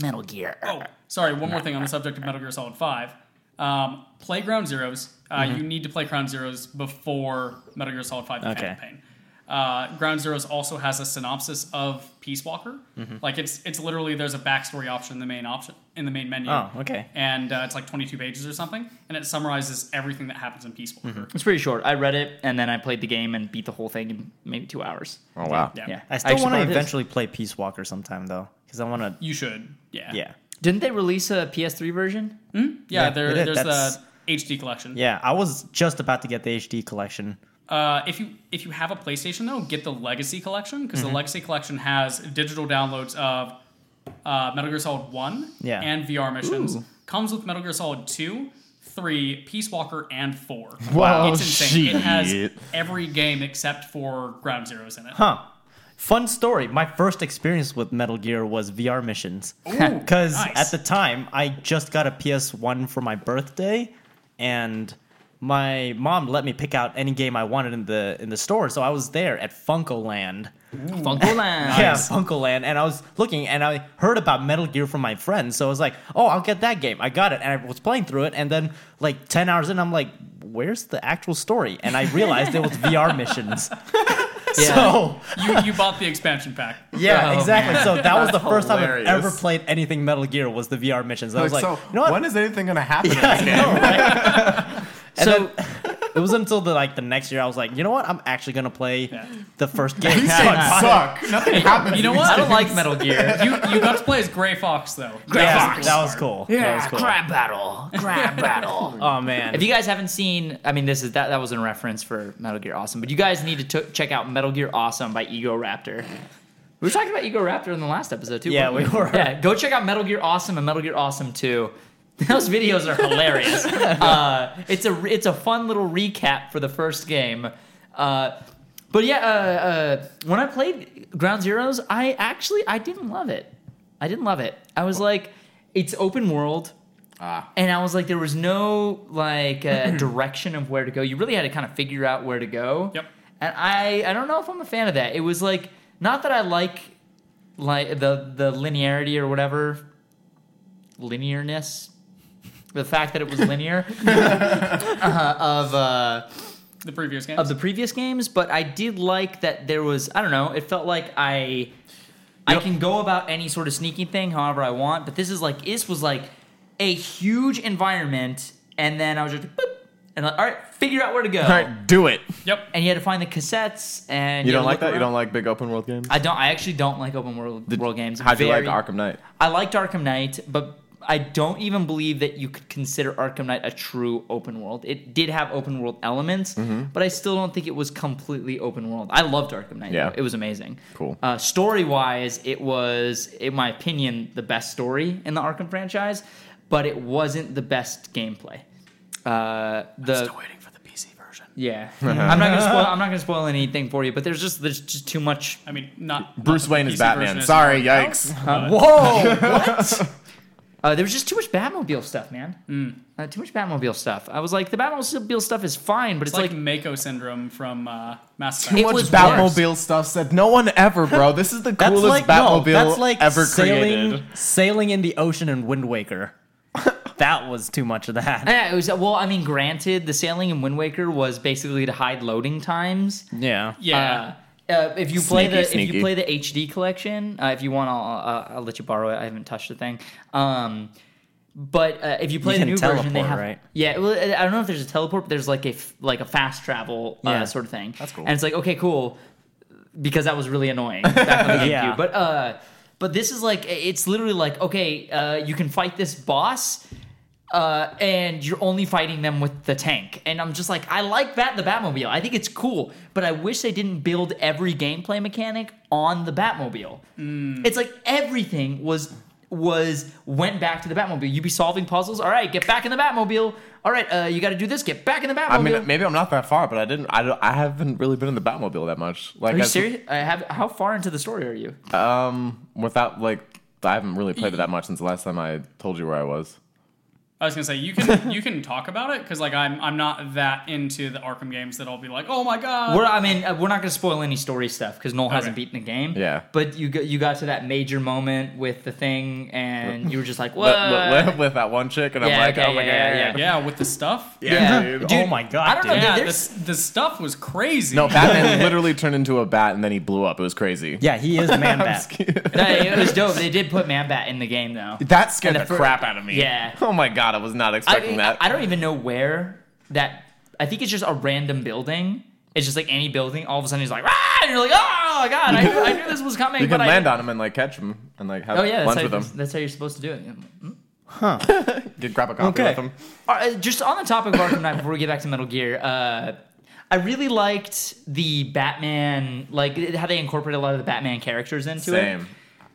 Speaker 1: Metal Gear.
Speaker 4: Oh, sorry. One more thing on the subject of Metal Gear Solid Five. Um, play Ground Zeroes. Uh,
Speaker 3: Mm-hmm.
Speaker 4: You need to play Ground Zeroes before Metal Gear Solid Five: The
Speaker 3: Okay.
Speaker 4: Campaign. Uh, Ground Zeroes also has a synopsis of Peace Walker.
Speaker 3: Mm-hmm.
Speaker 4: Like it's it's literally there's a backstory option in the main option in the main menu.
Speaker 3: Oh, okay.
Speaker 4: And uh, it's like 22 pages or something, and it summarizes everything that happens in Peace Walker.
Speaker 3: Mm-hmm.
Speaker 1: It's pretty short. I read it and then I played the game and beat the whole thing in maybe two hours.
Speaker 2: Oh, wow.
Speaker 4: Yeah.
Speaker 1: Yeah,
Speaker 3: I still
Speaker 1: actually
Speaker 3: want to
Speaker 1: bought it.
Speaker 3: eventually play Peace Walker sometime, though, because I want to.
Speaker 4: You should. Yeah.
Speaker 3: Yeah.
Speaker 1: Didn't they release a PS3 version?
Speaker 4: Yeah,
Speaker 3: Yeah,
Speaker 4: there,
Speaker 3: it is.
Speaker 4: there's
Speaker 3: That's-
Speaker 4: the HD collection.
Speaker 3: Yeah, I was just about to get the HD collection.
Speaker 4: Uh, if you if you have a PlayStation though, get the Legacy Collection because
Speaker 2: Mm-hmm.
Speaker 4: the Legacy Collection has digital downloads of uh, Metal Gear Solid One
Speaker 3: Yeah.
Speaker 4: and VR missions.
Speaker 1: Ooh.
Speaker 4: Comes with Metal Gear Solid Two, Three, Peace Walker, and Four.
Speaker 2: Wow,
Speaker 4: it's insane. It has
Speaker 2: shit.
Speaker 4: every game except for Ground
Speaker 2: [laughs]
Speaker 4: Zeroes in it.
Speaker 3: Huh. Fun story. My first experience with Metal Gear was VR missions.
Speaker 4: Ooh,
Speaker 3: [laughs] Because
Speaker 4: nice.
Speaker 3: at the time, I just got a PS1 for my birthday, and my mom let me pick out any game I wanted in the in the store. So I was there at Funko Land.
Speaker 1: Funko Land.
Speaker 3: Yeah, Funko Land. And I was looking, and I heard about Metal Gear from my friends. So I was like, oh, I'll get that game. I got it. And I was playing through it. And then, like, 10 hours in, I'm like, where's the actual story? And I realized it was VR missions.
Speaker 1: Yeah.
Speaker 3: So.
Speaker 4: you, you bought the
Speaker 2: [laughs]
Speaker 4: expansion pack.
Speaker 3: Yeah,
Speaker 1: Oh,
Speaker 3: exactly. So that was the
Speaker 2: That's
Speaker 3: first
Speaker 2: hilarious.
Speaker 3: time I've ever played anything Metal Gear was the VR missions. I was like,
Speaker 2: so,
Speaker 3: you know what? [laughs]
Speaker 2: when is anything going to [laughs] happen?
Speaker 3: Yeah, I know, right? And
Speaker 1: So-
Speaker 3: then- it was until the like the next year I was like, you know what? I'm actually gonna play
Speaker 4: Yeah.
Speaker 3: the first game.
Speaker 2: These
Speaker 3: [laughs] So I
Speaker 2: things
Speaker 3: bought it.
Speaker 2: suck. [laughs] Nothing happens.
Speaker 4: You know what?
Speaker 1: I don't like Metal Gear.
Speaker 4: You you got to play as Gray Fox though.
Speaker 3: Yeah, that was cool. [laughs] that was
Speaker 1: Yeah,
Speaker 3: cool.
Speaker 1: crab battle. Crab battle.
Speaker 3: Oh man.
Speaker 1: If you guys haven't seen, I mean, this is that that was in reference for Metal Gear Awesome, but you guys need to t- check out Metal Gear Awesome by Ego Raptor. We were talking about Ego Raptor in the last episode too.
Speaker 3: Yeah,
Speaker 1: weren't
Speaker 3: we were.
Speaker 1: Yeah, go check out Metal Gear Awesome and Metal Gear Awesome Two. [laughs] Those videos are
Speaker 3: [laughs]
Speaker 1: hilarious. uh, it's a it's a fun little recap for the first game. Uh, but yeah, uh, uh, when I played Ground Zeroes, I actually I didn't love it. I didn't love it. I was like, it's open world and I was like, there was no like uh, direction of where to go. You really had to kind of figure out where to go.
Speaker 4: Yep.
Speaker 1: And I, I don't know if I'm a fan of that. It was like not that I like like the the linearity or whatever linearness, the fact that it was linear uh, of. Uh,
Speaker 4: The previous game.
Speaker 1: of the previous games, but I did like that there was I don't know, it felt like I I can go about any sort of sneaky thing however I want, but this is like this was like a huge environment and then I was just boop, and like, all right, figure out where to go.
Speaker 2: All right, do it.
Speaker 4: Yep.
Speaker 1: And you had to find the cassettes, and
Speaker 2: You
Speaker 1: had to
Speaker 2: don't like
Speaker 1: look
Speaker 2: that? You
Speaker 1: around.
Speaker 2: don't like big open world games?
Speaker 1: I don't. I actually don't like open world
Speaker 2: Did-
Speaker 1: world games.
Speaker 2: How'd you like
Speaker 1: Very-
Speaker 2: Arkham Knight?
Speaker 1: I liked Arkham Knight, but I don't even believe that you could consider Arkham Knight a true open world. It did have open world elements,
Speaker 4: Mm-hmm.
Speaker 1: but I still don't think it was completely open world. I loved Arkham Knight.
Speaker 2: Yeah.
Speaker 1: though. it was amazing.
Speaker 2: Cool.
Speaker 1: Uh, story wise, it was, in my opinion, the best story in the Arkham franchise, but it wasn't the best gameplay. Uh, the
Speaker 4: Still waiting for the PC version.
Speaker 1: yeah,
Speaker 4: [laughs]
Speaker 1: I'm not gonna spoil. I'm not gonna spoil anything for you, but there's just there's just too much
Speaker 4: I mean, not not
Speaker 2: Bruce
Speaker 4: the
Speaker 2: Wayne is
Speaker 4: PC
Speaker 2: Batman.
Speaker 4: version, it's
Speaker 2: Sorry,
Speaker 4: not-
Speaker 2: yikes.
Speaker 4: but-
Speaker 3: [laughs] Whoa!
Speaker 1: Uh, there was just too much Batmobile stuff, man. Uh, too much Batmobile stuff. I was like, the Batmobile stuff is fine, but it's,
Speaker 4: It's like,
Speaker 1: like,
Speaker 4: Mako syndrome from uh, Mass
Speaker 2: Too
Speaker 4: Effect.
Speaker 1: It
Speaker 2: much
Speaker 1: was
Speaker 2: Batmobile stuff said no one ever, bro. This is the
Speaker 3: That's
Speaker 2: coolest
Speaker 3: like
Speaker 2: Batmobile
Speaker 3: no, that's like
Speaker 2: ever
Speaker 3: sailing,
Speaker 2: created.
Speaker 3: sailing in the ocean in Wind
Speaker 1: [laughs]
Speaker 3: Waker. that was too much of that.
Speaker 1: Eh, it was well. I mean, granted, the sailing in Wind Waker was basically to hide loading times.
Speaker 3: Yeah.
Speaker 4: Yeah.
Speaker 1: Uh, uh, if you play
Speaker 2: Sneaky,
Speaker 1: the if
Speaker 2: sneaky.
Speaker 1: you play the HD collection, uh, if you want, I'll, uh, I'll let you borrow it. I haven't touched the thing. Um, but uh, if you play
Speaker 3: You
Speaker 1: the
Speaker 3: can
Speaker 1: new version, they
Speaker 3: teleport,
Speaker 1: have
Speaker 3: right?
Speaker 1: yeah. Well, I don't know if there's a teleport, but there's like a f- like a fast travel uh,
Speaker 3: Yeah.
Speaker 1: sort of thing.
Speaker 2: That's cool.
Speaker 1: And it's like okay, cool, because that was really annoying back on the GameCube.
Speaker 3: Yeah.
Speaker 1: But uh, but this is like it's literally like okay, uh, you can fight this boss. Uh, and you're only fighting them with the tank, and I'm just like, I like that the Batmobile. I think it's cool, but I wish they didn't build every gameplay mechanic on the Batmobile.
Speaker 2: Mm.
Speaker 1: It's like everything was was went back to the Batmobile. You'd be solving puzzles. All right, get back in the Batmobile. All right, uh, you got to do this. Get back in the Batmobile.
Speaker 2: I mean, maybe I'm not that far, but I didn't. I, don't, I haven't really been in the Batmobile that much. Like,
Speaker 1: are you
Speaker 2: I've-
Speaker 1: serious? I have. How far into the story are you?
Speaker 2: Um, without like, I haven't really played it that much since the last time I told you where I was.
Speaker 4: I was gonna say you
Speaker 1: [laughs]
Speaker 4: can you can talk about it because like I'm I'm not that into the Arkham games that I'll be like oh my god
Speaker 1: We're, I mean, uh, we're not going to spoil any story stuff because Noel hasn't
Speaker 4: Okay.
Speaker 1: beaten the game.
Speaker 2: Yeah.
Speaker 1: But you got, you got to that major moment with the thing, and you were just like,
Speaker 2: But,
Speaker 1: "What?"
Speaker 2: but with- with that one chick, and I'm
Speaker 1: Yeah,
Speaker 2: like,
Speaker 1: okay,
Speaker 2: oh my
Speaker 1: yeah,
Speaker 2: god,
Speaker 1: yeah,
Speaker 4: yeah with the stuff yeah,
Speaker 2: dude.
Speaker 3: Oh my god.
Speaker 1: I don't know,
Speaker 3: dude.
Speaker 1: dude. [laughs]
Speaker 4: this the stuff was
Speaker 2: [laughs]
Speaker 4: crazy
Speaker 2: No, Batman literally turned into a bat and then he blew up. It was [laughs] crazy.
Speaker 3: Yeah, he is man bat.
Speaker 1: No, it
Speaker 2: [laughs]
Speaker 1: was dope. They did put Man Bat in the game though.
Speaker 2: That scared
Speaker 1: And
Speaker 2: the,
Speaker 1: the fir-
Speaker 2: crap out of me. [laughs]
Speaker 1: Yeah.
Speaker 2: Oh my god, I was not expecting
Speaker 1: I,
Speaker 2: that.
Speaker 1: I don't even know where that. I think it's just a random building. It's just like any building. All of a sudden, he's like, ah! and you're like, oh god, I, knew- I knew this was coming.
Speaker 2: you can
Speaker 1: but I
Speaker 2: land
Speaker 1: didn't."
Speaker 2: on him and like catch him and like have
Speaker 1: Oh yeah, that's
Speaker 2: lunch
Speaker 1: how,
Speaker 2: with him.
Speaker 1: that's how you're supposed to do it. Mm.
Speaker 2: Get, grab a coffee
Speaker 3: Okay.
Speaker 2: with him.
Speaker 1: All right, just on the topic of Arkham Knight, before we get back to Metal Gear, uh, I really liked the Batman, like how they incorporate a lot of the Batman characters into it.
Speaker 2: Same.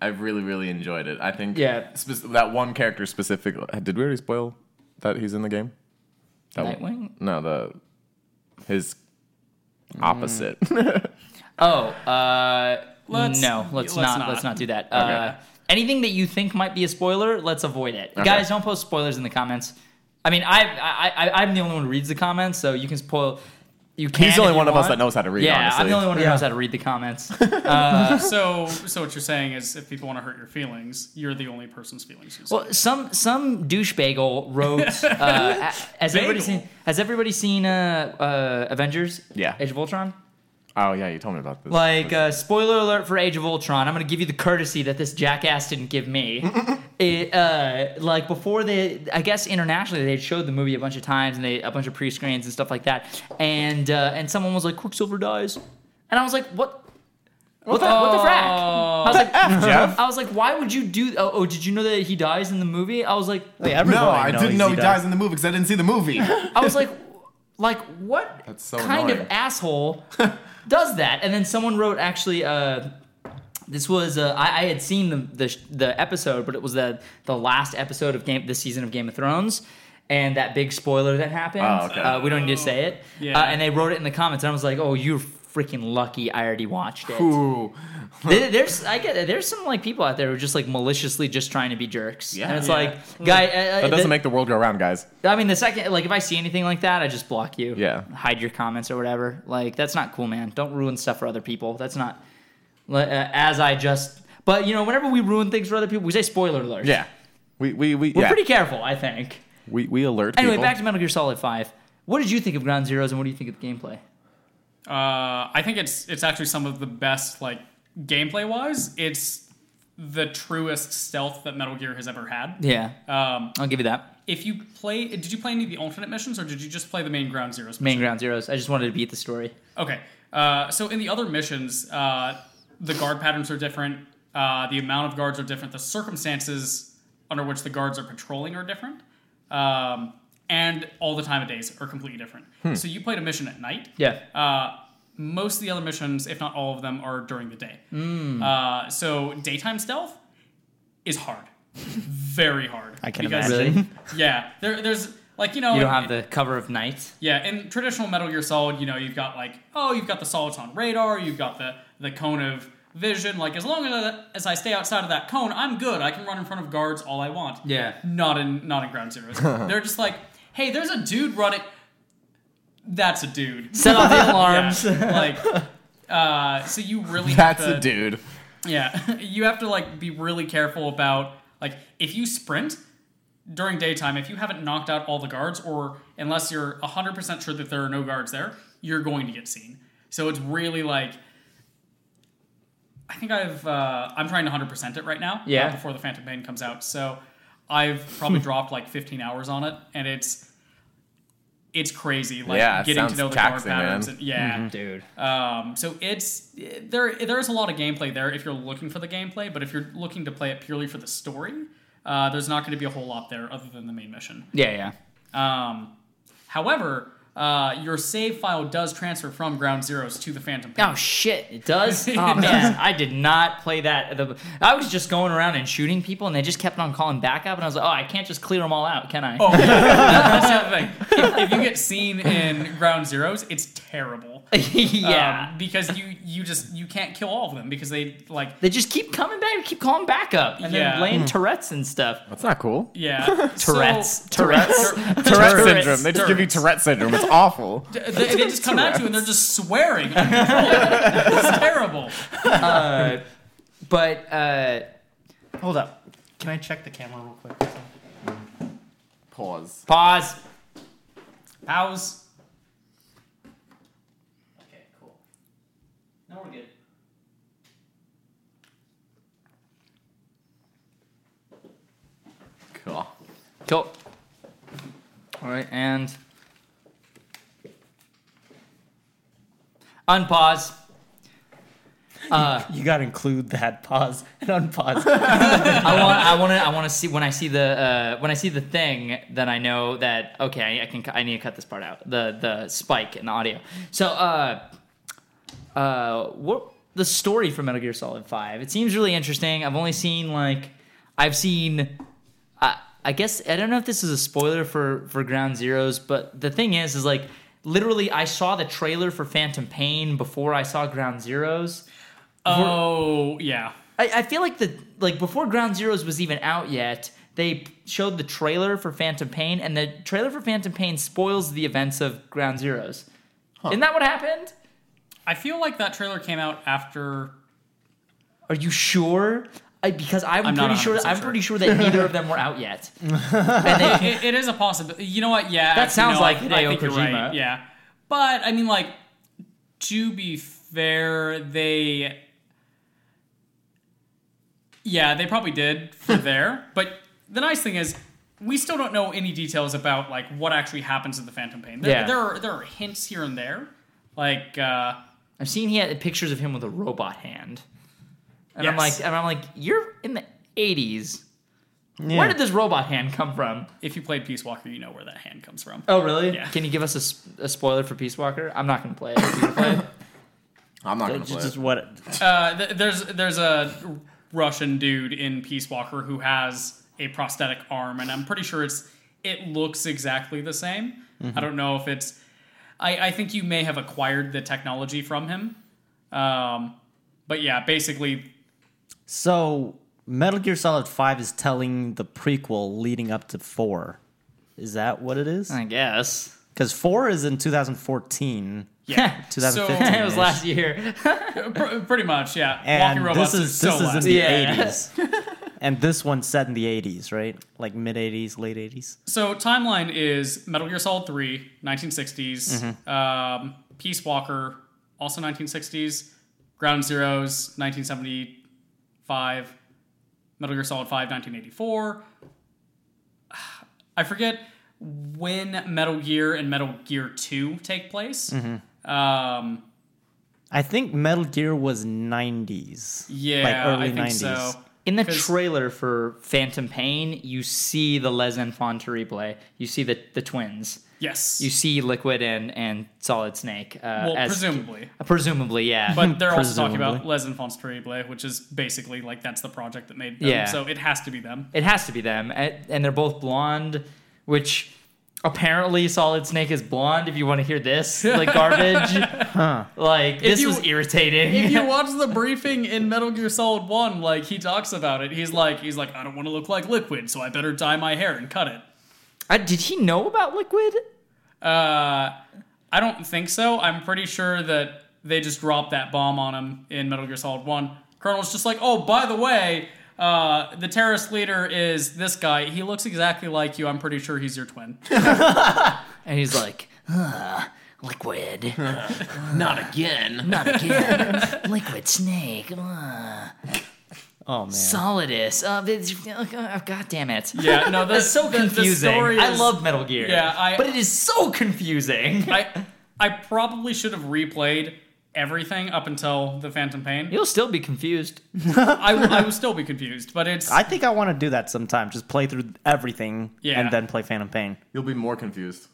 Speaker 2: I really, really enjoyed it. I think
Speaker 1: Yeah.
Speaker 2: spec- that one character specifically. Did we already spoil that he's in the game? That one-
Speaker 1: Nightwing?
Speaker 2: No, the his opposite. [laughs]
Speaker 1: Oh, uh,
Speaker 4: Let's-
Speaker 1: no, let's,
Speaker 4: let's
Speaker 1: not,
Speaker 4: not.
Speaker 1: Let's
Speaker 4: [laughs]
Speaker 1: not do that. Uh, anything that you think might be a spoiler, let's avoid it.
Speaker 2: Okay.
Speaker 1: Guys, don't post spoilers in the comments. I mean, I, I, I, I'm the only one who reads the comments, so you can spoil. You can.
Speaker 2: he's the only
Speaker 1: if you
Speaker 2: one of us
Speaker 1: want.
Speaker 2: that knows how to read.
Speaker 1: Yeah,
Speaker 2: honestly.
Speaker 1: I'm the only one who
Speaker 3: Yeah.
Speaker 1: knows how to read the
Speaker 2: [laughs]
Speaker 1: comments.
Speaker 4: so so what you're saying is if people want to hurt your feelings you're the only person's feelings you see.
Speaker 1: Well, some some douche bagel
Speaker 2: [laughs]
Speaker 1: wrote. Uh, a- has everybody
Speaker 4: Bagel.
Speaker 1: seen? Has everybody seen uh, uh, Avengers?
Speaker 2: Yeah.
Speaker 1: Age of Ultron.
Speaker 2: Oh yeah, you told me about this.
Speaker 1: Like uh, spoiler alert for Age of Ultron. I'm gonna give you the courtesy that this jackass didn't give
Speaker 2: [laughs]
Speaker 1: me. it, uh, like before they, I guess internationally they showed the movie a bunch of times and they a bunch of pre screens and stuff like that. And uh, and someone was like, Quicksilver dies, and I was like, what? What the, what
Speaker 2: Oh.
Speaker 1: the frack?
Speaker 3: [laughs]
Speaker 1: I was like,
Speaker 2: Jeff?
Speaker 1: I was like, why would you do? Oh, oh, did you know that he dies in the movie? I was like,
Speaker 2: no, I didn't know he dies in the movie because I didn't see the movie.
Speaker 1: I was like, like what
Speaker 2: [laughs] That's so
Speaker 1: kind
Speaker 2: annoying.
Speaker 1: of
Speaker 2: [laughs]
Speaker 1: asshole does that? And then someone wrote actually. Uh, this was uh, I, I had seen the, the sh- the episode, but it was the the last episode of game this season of Game of Thrones, and that big spoiler that happened.
Speaker 2: Oh, okay.
Speaker 1: uh, we don't need to say it.
Speaker 4: Yeah.
Speaker 1: Uh, and they wrote it in the comments, and I was like, "Oh, you're freaking lucky! I already watched it."
Speaker 2: Ooh.
Speaker 1: There- there's I get it. There's some like people out there who are just like maliciously just trying to be jerks.
Speaker 2: Yeah.
Speaker 1: and it's
Speaker 2: Yeah.
Speaker 1: like guy. Uh,
Speaker 2: That
Speaker 1: uh,
Speaker 2: doesn't make the world go round, guys.
Speaker 1: I mean, the second, like, if I see anything like that, I just block you.
Speaker 2: Yeah.
Speaker 1: Hide your comments or whatever. Like, that's not cool, man. Don't ruin stuff for other people. That's not, li- uh, as I just, but, you know, whenever we ruin things for other people, we say spoiler alert.
Speaker 2: Yeah. We we we
Speaker 1: We're
Speaker 2: yeah.
Speaker 1: pretty careful, I think.
Speaker 2: we we alert
Speaker 1: Anyway,
Speaker 2: people.
Speaker 1: back to Metal Gear Solid 5. What did you think of Ground Zeroes and what do you think of the gameplay?
Speaker 4: Uh, I think it's it's actually some of the best like gameplay wise. It's the truest stealth that Metal Gear has ever had.
Speaker 1: Yeah.
Speaker 4: Um,
Speaker 1: I'll give you that.
Speaker 4: if you play, did you play any of the alternate missions, or did you just play the main Ground Zeroes?
Speaker 1: Main ground zeros. I just wanted to beat the story.
Speaker 4: Okay. Uh, so in the other missions, uh, the guard patterns are different. Uh, the amount of guards are different. The circumstances under which the guards are patrolling are different. Um, and all the time of days are completely different. So you played a mission at night.
Speaker 1: Hmm. Yeah.
Speaker 4: Uh, most of the other missions, if not all of them, are during the day.
Speaker 1: Hmm.
Speaker 4: Uh, so daytime stealth
Speaker 1: [laughs]
Speaker 4: is hard, very hard.
Speaker 3: I can
Speaker 4: Because-
Speaker 3: imagine.
Speaker 1: Really?
Speaker 4: Yeah, there, there's like you know
Speaker 1: You don't have the cover of night.
Speaker 4: yeah, in traditional Metal Gear Solid, you know, you've got like, oh, you've got the soliton radar, you've got the the cone of vision. Like, as long as I, as I stay outside of that cone, I'm good. I can run in front of guards all I want.
Speaker 1: Yeah.
Speaker 4: Not in not in Ground
Speaker 2: [laughs]
Speaker 4: Zeroes. They're just like, hey, there's a dude running. That's a dude.
Speaker 1: Set off [laughs] the
Speaker 4: Yeah,
Speaker 1: alarms.
Speaker 4: like, uh, so you
Speaker 2: [laughs]
Speaker 4: really
Speaker 2: That's
Speaker 4: have to,
Speaker 2: a dude.
Speaker 4: yeah, [laughs] you have to like be really careful about like if you sprint during daytime, if you haven't knocked out all the guards, or unless you're 100% sure that there are no guards there, you're going to get seen. So it's really like I think I've uh, I'm trying to 100% it right now. uh,
Speaker 1: Yeah.
Speaker 4: before the Phantom Pain comes out, so I've
Speaker 2: [laughs]
Speaker 4: probably dropped like 15 hours on it, and it's it's crazy. Like
Speaker 2: Yeah, it
Speaker 4: getting to
Speaker 2: sounds
Speaker 4: know the
Speaker 2: taxing,
Speaker 4: guard
Speaker 2: man. Mm-hmm.
Speaker 4: patterns. And, yeah,
Speaker 1: Dude.
Speaker 4: um, so it's there. There's a lot of gameplay there if you're looking for the gameplay, but if you're looking to play it purely for the story, uh, there's not going to be a whole lot there other than the main mission.
Speaker 1: Yeah, yeah.
Speaker 4: Um, however, uh, your save file does transfer from Ground Zeroes to the Phantom. Pain.
Speaker 1: Oh shit! It does. Oh
Speaker 4: [laughs] It
Speaker 1: man,
Speaker 4: does.
Speaker 1: I did not play that. The, I was just going around and shooting people, and they just kept on calling back up, and I was like, "Oh, I can't just clear them all out, can I?"
Speaker 4: Oh, yeah. that's the other thing. If, if you get seen in Ground Zeroes, it's
Speaker 1: [laughs]
Speaker 4: terrible.
Speaker 1: Uh, yeah.
Speaker 4: Um, because you you just you can't kill all of them because they like
Speaker 1: they just keep coming back, keep calling back up, and
Speaker 4: Yeah.
Speaker 1: then laying Tourette's and stuff.
Speaker 2: That's not cool.
Speaker 4: yeah
Speaker 1: [laughs]
Speaker 4: So-
Speaker 1: Tourette's, Tourette's.
Speaker 2: Tourette
Speaker 1: Turrets.
Speaker 2: syndrome. They just give you Tourette syndrome. It's awful.
Speaker 4: They, they just come at you and they're just swearing. uncontrollably. [laughs] it's terrible.
Speaker 1: uh, [laughs] but uh,
Speaker 3: Hold up. Can I check the camera real quick?
Speaker 2: [laughs] Pause.
Speaker 1: pause.
Speaker 4: How's
Speaker 1: Okay, cool. No, we're good.
Speaker 2: Cool.
Speaker 1: Cool. All right, and unpause. Uh,
Speaker 3: You gotta include that pause [laughs] and unpause.
Speaker 1: I want, I want to, I want to see when I see the, uh, when I see the thing, then I know that okay, I can, I need to cut this part out. The, the spike in the audio. So, uh, uh, what the story for Metal Gear Solid Five? It seems really interesting. I've only seen like, I've seen, I, I guess I don't know if this is a spoiler for for Ground Zeroes, but the thing is, is like. Literally, I saw the trailer for Phantom Pain before I saw Ground Zeroes.
Speaker 4: oh yeah.
Speaker 1: I, I feel like the like before Ground Zeroes was even out yet, they showed the trailer for Phantom Pain, and the trailer for Phantom Pain spoils the events of Ground Zeroes. Isn't that what happened?
Speaker 4: I feel like that trailer came out after.
Speaker 1: Are you sure? I, because I'm,
Speaker 4: I'm not
Speaker 1: pretty sure
Speaker 4: 100%
Speaker 1: I'm
Speaker 4: sure.
Speaker 1: pretty sure that neither of them were out [laughs] yet. And they-
Speaker 4: It, it is a possibility. You know what? Yeah,
Speaker 1: That
Speaker 4: actually,
Speaker 1: sounds
Speaker 4: no,
Speaker 1: like
Speaker 4: I,
Speaker 1: Hideo
Speaker 4: I think you're
Speaker 1: Kojima.
Speaker 4: right. Yeah, but I mean, like, to be fair, they. Yeah, they probably did
Speaker 1: [laughs]
Speaker 4: for there. But the nice thing is, we still don't know any details about like what actually happens in the Phantom Pain. There,
Speaker 1: Yeah.
Speaker 4: there are there are hints here and there, like. uh
Speaker 1: I've seen he had pictures of him with a robot hand, and I'm
Speaker 4: Yes.
Speaker 1: like, and I'm like, you're in the '80s.
Speaker 3: Yeah.
Speaker 1: Where did this robot hand come from?
Speaker 4: If you played Peace Walker, you know where that hand comes from.
Speaker 1: Oh, really?
Speaker 4: Yeah.
Speaker 1: Can you give us a, s- a spoiler for Peace Walker? I'm not gonna play it. [laughs] You gonna play it?
Speaker 2: I'm not gonna
Speaker 3: Just,
Speaker 2: play.
Speaker 3: just
Speaker 2: it.
Speaker 3: what?
Speaker 4: Uh, th- there's there's a Russian dude in Peace Walker who has a prosthetic arm, and I'm pretty sure it's it looks exactly the same.
Speaker 3: Mm-hmm.
Speaker 4: I don't know if it's. I, I think you may have acquired the technology from him, um, but yeah, basically,
Speaker 3: So, Metal Gear Solid 5 is telling the prequel leading up to 4. Is that what it is?
Speaker 1: I guess.
Speaker 3: Because 4 is in 2014.
Speaker 1: [laughs]
Speaker 4: yeah,
Speaker 1: it
Speaker 4: [laughs]
Speaker 3: 2015.
Speaker 1: was last year.
Speaker 4: so pr- pretty much, yeah.
Speaker 3: And
Speaker 4: Walking robots
Speaker 3: this is
Speaker 4: so
Speaker 3: this is in
Speaker 4: last.
Speaker 3: the
Speaker 1: Yeah.
Speaker 4: [laughs]
Speaker 3: 80s. and this one's set in the 80s, right? Like mid 80s, late 80s.
Speaker 4: So timeline is Metal Gear Solid 3, 1960s. Um, Peace Walker, also 1960s. Ground Zeroes, 1975. Metal Gear Solid 5, 1984. [sighs] I forget when Metal Gear and Metal Gear Two take place. Um,
Speaker 3: I think Metal Gear was 90s.
Speaker 4: yeah,
Speaker 3: Like early
Speaker 4: I think
Speaker 3: 90s.
Speaker 4: so.
Speaker 1: In the
Speaker 4: 'Cause-
Speaker 1: trailer for Phantom Pain, you see the Les Enfants to replay. You see the, the twins.
Speaker 4: Yes,
Speaker 1: You see Liquid and, and Solid Snake. Uh,
Speaker 4: well,
Speaker 1: as- uh,
Speaker 4: presumably,
Speaker 1: presumably, yeah.
Speaker 4: but they're also talking about
Speaker 3: Presumably.
Speaker 4: Les Enfants Terribles, which is basically like that's the project that made them.
Speaker 1: Yeah.
Speaker 4: So it has to be them.
Speaker 1: [laughs] It has to be them, and and they're both blonde, which apparently Solid Snake is blonde. If you want to hear
Speaker 4: [laughs]
Speaker 1: this, like garbage, like this
Speaker 4: you-
Speaker 1: was irritating. [laughs]
Speaker 4: if [laughs] you watch the briefing in Metal Gear Solid One, like he talks about it, he's like, he's like, I don't want to look like Liquid, so I better dye my hair and cut it.
Speaker 1: Uh, did he know about Liquid?
Speaker 4: Uh, I don't think so. I'm pretty sure that they just dropped that bomb on him in Metal Gear Solid One. Colonel's just like, oh, by the way, uh, the terrorist leader is this guy. He looks exactly like you. I'm pretty sure he's your twin.
Speaker 1: And he's like, "Ugh,
Speaker 4: [laughs]
Speaker 1: Liquid,
Speaker 2: Not again.
Speaker 1: not again. Liquid Snake, ugh.
Speaker 3: Oh, man.
Speaker 1: Solidus. Uh, it's- uh, God damn it. [laughs]
Speaker 4: Yeah, no, that's
Speaker 1: It's so confusing. I love Metal Gear.
Speaker 4: Yeah, I-
Speaker 1: but it is so
Speaker 4: [laughs]
Speaker 1: confusing.
Speaker 4: I I probably should have replayed everything up until the Phantom Pain.
Speaker 1: You'll still be confused.
Speaker 4: I, I would still be confused, but it's
Speaker 3: I think I want to do that sometime. Just play through everything
Speaker 4: Yeah.
Speaker 3: and then play
Speaker 2: [laughs]
Speaker 3: Phantom Pain.
Speaker 2: You'll be more confused.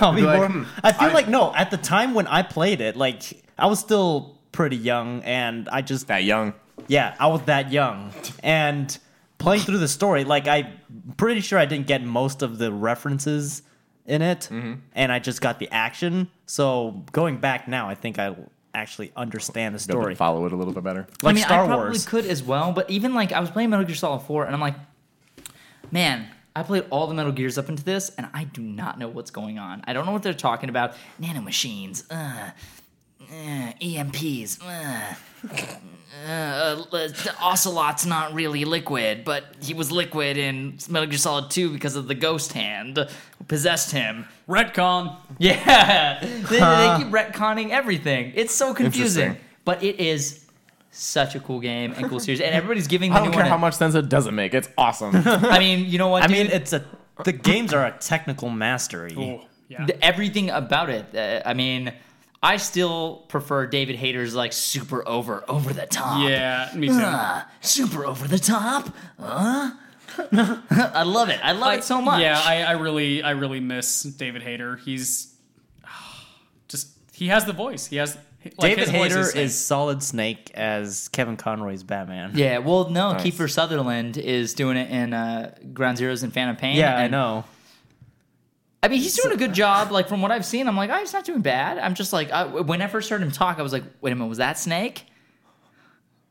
Speaker 3: I'll be
Speaker 2: You'd be like,
Speaker 3: more-
Speaker 2: "Hmm,
Speaker 3: I feel
Speaker 2: I-
Speaker 3: like no. At the time when I played it, like I was still pretty young, and I just
Speaker 2: That young.
Speaker 3: yeah, I was that young, and playing through the story, like I'm pretty sure I didn't get most of the references in it,
Speaker 1: Mm-hmm.
Speaker 3: and I just got the action. So going back now, I think I actually understand the
Speaker 2: Be able to
Speaker 3: story,
Speaker 2: follow it a little bit better.
Speaker 3: like
Speaker 1: I mean,
Speaker 3: Star
Speaker 1: I probably
Speaker 3: Wars.
Speaker 1: could as well, but even like I was playing Metal Gear Solid 4 and I'm like, man, I played all the Metal Gears up into this and I do not know what's going on. I don't know what they're talking about. Nanomachines, uh, uh, EMPs, uh, uh, uh, Ocelot's not really liquid, but he was liquid in Metal Gear Solid 2 because of the ghost hand possessed him.
Speaker 4: retcon.
Speaker 1: Yeah, [laughs] they, they keep retconning everything. It's so confusing,
Speaker 2: Interesting.
Speaker 1: but it is such a cool game and cool series, and everybody's
Speaker 2: [laughs]
Speaker 1: giving the
Speaker 2: I don't
Speaker 1: new
Speaker 2: care
Speaker 1: one.
Speaker 2: how
Speaker 1: a-
Speaker 2: much sense it doesn't make. It's [laughs] awesome.
Speaker 1: I mean, you know what?
Speaker 3: I mean,
Speaker 1: dude? uh,
Speaker 3: it's a the games are a technical mastery.
Speaker 4: Oh, yeah.
Speaker 1: The- everything about it. uh, I mean, I still prefer David Hayter's like super over over the top.
Speaker 4: Yeah, me too.
Speaker 1: Ah, super over the top. Huh? [laughs] I love it. I love it so much.
Speaker 4: Yeah, I, I really I really miss David Hayter. He's [sighs] just he has the voice. He has like,
Speaker 3: David
Speaker 4: his voice
Speaker 3: Hayter is,
Speaker 4: safe.
Speaker 3: Solid Snake as Kevin Conroy's Batman.
Speaker 1: Yeah, well, no,
Speaker 2: Nice.
Speaker 1: Kiefer Sutherland is doing it in uh, Ground Zeroes and Phantom Pain.
Speaker 3: Yeah, I
Speaker 1: and-
Speaker 3: know.
Speaker 1: I mean, he's doing a good job. Like from what I've seen, I'm like, oh, he's not doing bad. I'm just like, I, when I first heard him talk, I was like, wait a minute, was that Snake?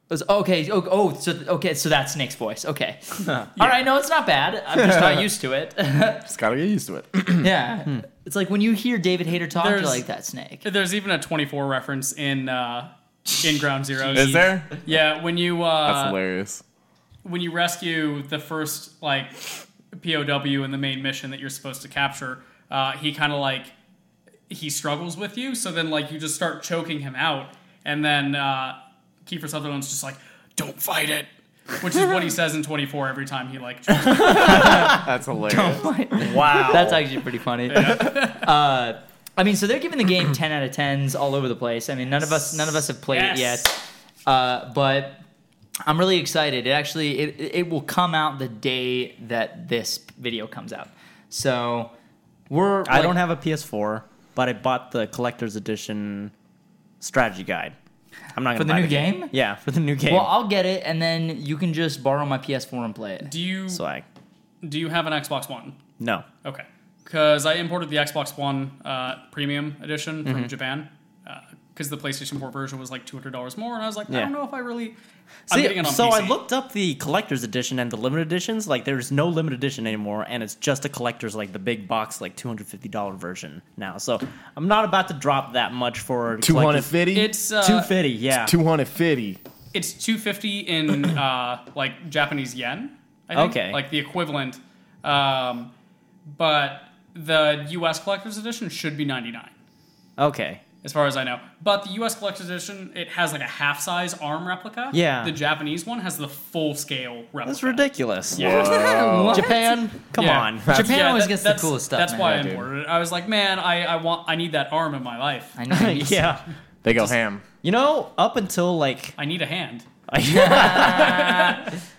Speaker 1: It was okay. Oh, oh, so okay, so that's Snake's voice.
Speaker 4: [laughs]
Speaker 1: Okay, all right. No, it's not bad. I'm just not used to it. [laughs]
Speaker 2: Just gotta get used to it.
Speaker 1: yeah, it's like when you hear David Hayter talk,
Speaker 4: There's-
Speaker 1: you're like, that Snake.
Speaker 4: There's even a 24 reference in uh, in Ground Zeroes.
Speaker 2: Is there?
Speaker 4: Yeah, when you
Speaker 2: That's
Speaker 4: uh,
Speaker 2: hilarious.
Speaker 4: when you rescue the first like POW in the main mission that you're supposed to capture, uh, he kind of like he struggles with you. So then like you just start choking him out, and then uh, Kiefer Sutherland's just like, "Don't fight it," which is what he says in 24 every time
Speaker 1: [laughs]
Speaker 4: he like. chokes.
Speaker 2: That's hilarious.
Speaker 3: Wow.
Speaker 1: That's actually pretty funny. [laughs] Uh, I mean, so they're giving the game ten out of tens all over the place. I mean, none of us none of us have played
Speaker 4: Yes.
Speaker 1: it yet, uh, but I'm really excited. It actually it it will come out the day that this video comes out. So we're
Speaker 3: I
Speaker 1: like-
Speaker 3: don't have a PS4, but I bought the collector's edition strategy guide. I'm not gonna
Speaker 1: For the
Speaker 3: buy
Speaker 1: new game?
Speaker 3: Yeah, for the new game.
Speaker 1: Well, I'll get it, and then you can just borrow my PS4 and play
Speaker 3: [laughs]
Speaker 1: it.
Speaker 4: Do you
Speaker 3: so I
Speaker 4: do you have an Xbox One?
Speaker 3: no.
Speaker 4: Okay. Because I imported the Xbox One uh, Premium Edition from
Speaker 3: Mm-hmm.
Speaker 4: Japan. Because the PlayStation 4 version was like $200 more, and I was like, I
Speaker 3: Yeah.
Speaker 4: don't know if I really. I'm
Speaker 3: See,
Speaker 4: getting it on
Speaker 3: so I
Speaker 4: PC.
Speaker 3: looked up the collector's edition and the limited editions. Like, there's no limited edition anymore, and it's just a collector's, like the big box, like $250 version now. So I'm not about to drop that much for
Speaker 2: Two hundred
Speaker 3: collector's-
Speaker 2: fifty.
Speaker 4: It's uh,
Speaker 3: 250.
Speaker 2: [laughs]
Speaker 3: Yeah.
Speaker 2: two hundred fifty.
Speaker 4: It's 250 in uh, like Japanese yen. I think.
Speaker 3: Okay.
Speaker 4: Like the equivalent, um, but the U.S. collector's edition should be 99.
Speaker 3: okay.
Speaker 4: as far as I know. But the U.S. collector's edition, it has like a half size arm replica.
Speaker 3: Yeah.
Speaker 4: The Japanese one has the full scale replica.
Speaker 3: That's ridiculous.
Speaker 1: What?
Speaker 3: Japan, come
Speaker 4: Yeah.
Speaker 3: on.
Speaker 4: That's-
Speaker 1: Japan always
Speaker 4: that-
Speaker 1: gets the
Speaker 4: that's-
Speaker 1: coolest stuff,
Speaker 4: That's
Speaker 1: man.
Speaker 4: why
Speaker 1: Yeah,
Speaker 4: I
Speaker 2: dude.
Speaker 4: imported it. I was like, man, I, I want I need that arm in my life.
Speaker 1: I know.
Speaker 3: [laughs] [laughs] yeah.
Speaker 2: They go ham.
Speaker 3: You know, up until like
Speaker 4: I need a hand.
Speaker 3: [laughs]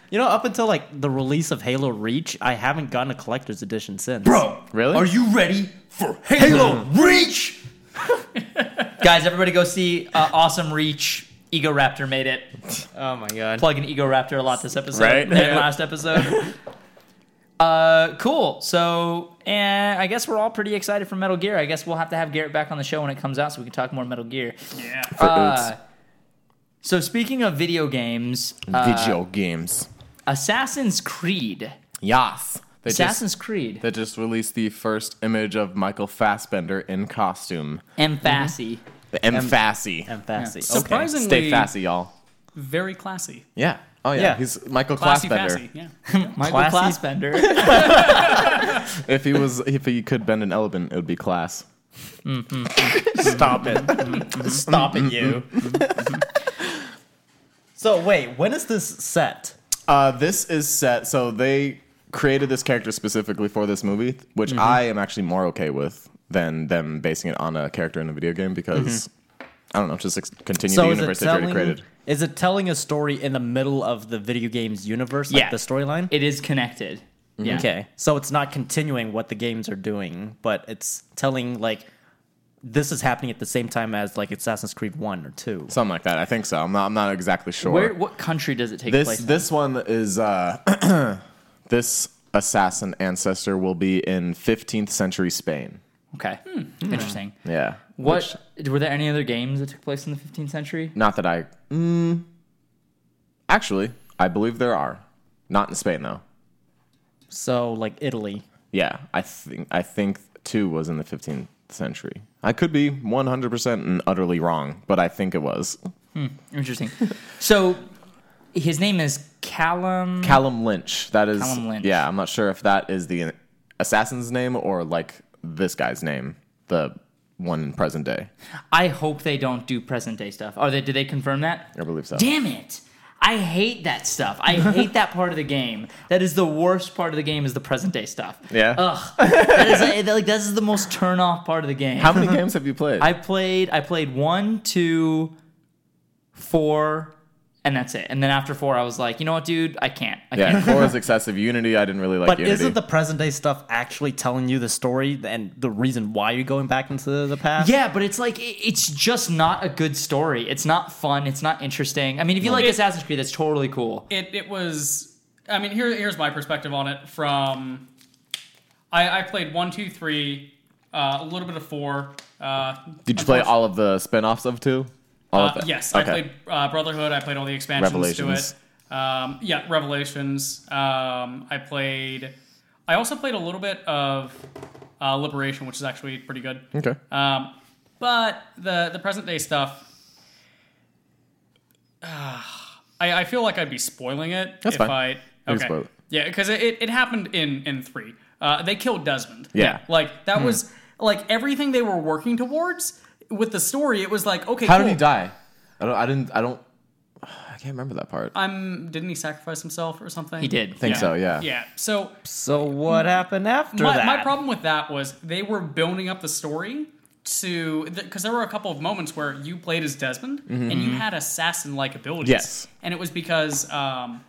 Speaker 3: You know, up until like the release of Halo Reach, I haven't gotten a collector's edition since.
Speaker 1: Bro,
Speaker 2: Really?
Speaker 1: Are you ready for Halo Reach? Guys, everybody go see uh, Awesome Reach. Ego Raptor made it.
Speaker 3: Oh my god.
Speaker 1: Plug in Ego Raptor a lot this episode
Speaker 2: Right?
Speaker 1: and
Speaker 3: [laughs]
Speaker 1: last episode. Uh, cool. So, and I guess we're all pretty excited for Metal Gear. I guess we'll have to have Garrett back on the show when it comes out so we can talk more Metal Gear.
Speaker 4: Yeah.
Speaker 1: Uh, so, speaking of video games, uh,
Speaker 2: Video games.
Speaker 1: Assassin's Creed.
Speaker 2: Yas. They just,
Speaker 1: Assassin's Creed.
Speaker 2: they just released the first image of Michael Fassbender in costume.
Speaker 1: M. Fassi.
Speaker 2: The M. Fassy.
Speaker 3: And Fassy. Okay.
Speaker 4: Surprisingly,
Speaker 2: Stay Fassy, y'all.
Speaker 4: very classy.
Speaker 2: Yeah. Oh, yeah.
Speaker 3: Yeah.
Speaker 2: He's Michael
Speaker 4: Classy
Speaker 2: Fassbender.
Speaker 4: Fassy,
Speaker 1: [laughs]
Speaker 4: yeah.
Speaker 1: Michael
Speaker 3: Classy.
Speaker 1: Fassbender.
Speaker 2: [laughs] If he was, if he could bend an elephant, it would be class.
Speaker 3: Stop it. [laughs] Stop it, you. so wait, when is this set?
Speaker 2: Uh, this is set. So they created this character specifically for this movie, th- which
Speaker 3: Mm-hmm.
Speaker 2: I am actually more okay with than them basing it on a character in a video game because I don't know, just ex- continue
Speaker 3: Mm-hmm. so
Speaker 2: the
Speaker 3: is it
Speaker 2: universe they've already
Speaker 3: telling?
Speaker 2: created.
Speaker 3: Is it telling a story in the middle of the video game's universe, like
Speaker 1: Yeah.
Speaker 3: the storyline?
Speaker 1: [laughs] it is connected.
Speaker 2: Mm-hmm.
Speaker 1: Yeah.
Speaker 3: Okay. So it's not continuing what the games are doing, but it's telling like this is happening at the same time as like Assassin's Creed 1 or 2.
Speaker 2: Something like that. I think so. I'm not. I'm not exactly sure.
Speaker 1: Where? What country does it take
Speaker 2: this
Speaker 1: place? in?
Speaker 2: this one is uh, [clears throat] this assassin ancestor will be in 15th century Spain.
Speaker 1: okay. Interesting.
Speaker 2: Yeah.
Speaker 1: What were there any other games that took place in the 15th century?
Speaker 2: Not that I. Mm, actually, I believe there are. Not in Spain though.
Speaker 3: So like Italy.
Speaker 2: Yeah, I think I think two was in the 15th century. I could be 100% and utterly wrong, but I think it was
Speaker 1: Mm.
Speaker 2: [laughs]
Speaker 1: Interesting. so his name is Callum.
Speaker 2: Callum Lynch. That is
Speaker 1: Callum Lynch.
Speaker 2: Yeah, I'm not sure if that is the assassin's name or like this guy's name, the one in present day.
Speaker 1: I hope they don't do present day stuff. Are they? Did they confirm that?
Speaker 2: I believe so.
Speaker 1: Damn it! I hate that stuff.
Speaker 2: [laughs]
Speaker 1: I hate that part of the game. That is the worst part of the game. Is the present day stuff.
Speaker 2: Yeah.
Speaker 1: Ugh. That is like, like this is the most turn off part of the game.
Speaker 2: How many games have you played?
Speaker 1: I played I played one, two, four, and that's it. And then after four, I was like, you know what, dude, I can't. I
Speaker 2: yeah,
Speaker 1: [laughs] can't.
Speaker 2: four is excessive. Unity, I didn't really like
Speaker 3: But
Speaker 2: Unity.
Speaker 3: isn't the present day stuff actually telling you the story and the reason why you're going back into the past?
Speaker 1: Yeah, but it's like it- it's just not a good story. It's not fun. It's not interesting. I mean, if you like
Speaker 4: It-
Speaker 1: Assassin's Creed, that's totally cool.
Speaker 4: It it was. I mean, here here's my perspective on it. From I, I played one, two, three, uh, a little bit of four. Uh,
Speaker 2: Did you play all of the spin-offs of two? All
Speaker 4: Uh,
Speaker 2: of the-
Speaker 4: yes, I
Speaker 2: Okay.
Speaker 4: played uh, Brotherhood. I played all the expansions
Speaker 2: Revelations.
Speaker 4: to it. Um, yeah, Revelations. Um, I played. I also played a little bit of uh, Liberation, which is actually pretty good.
Speaker 2: Okay.
Speaker 4: Um, but the the present day stuff, [sighs] ah, I, I feel like I'd be spoiling it
Speaker 2: That's
Speaker 4: if
Speaker 2: fine.
Speaker 4: I
Speaker 2: can
Speaker 4: okay.
Speaker 2: spoil it.
Speaker 4: Yeah, because it, it, it happened in in three. Uh, they killed Desmond.
Speaker 2: Yeah. Hmm.
Speaker 4: like that was like everything they were working towards with the story. It was like okay,
Speaker 2: How
Speaker 4: cool.
Speaker 2: did he die? I don't. I didn't. I don't. [sighs] I can't remember that part. I
Speaker 4: I'm didn't he sacrifice himself or something?
Speaker 1: He did.
Speaker 2: think so. Yeah.
Speaker 4: Yeah. So
Speaker 3: So what happened after
Speaker 4: my,
Speaker 3: that?
Speaker 4: my problem with that was they were building up the story to because there were a couple of moments where you played as Desmond and you had assassin like abilities.
Speaker 2: Mm-hmm. Yes.
Speaker 4: and it was because um,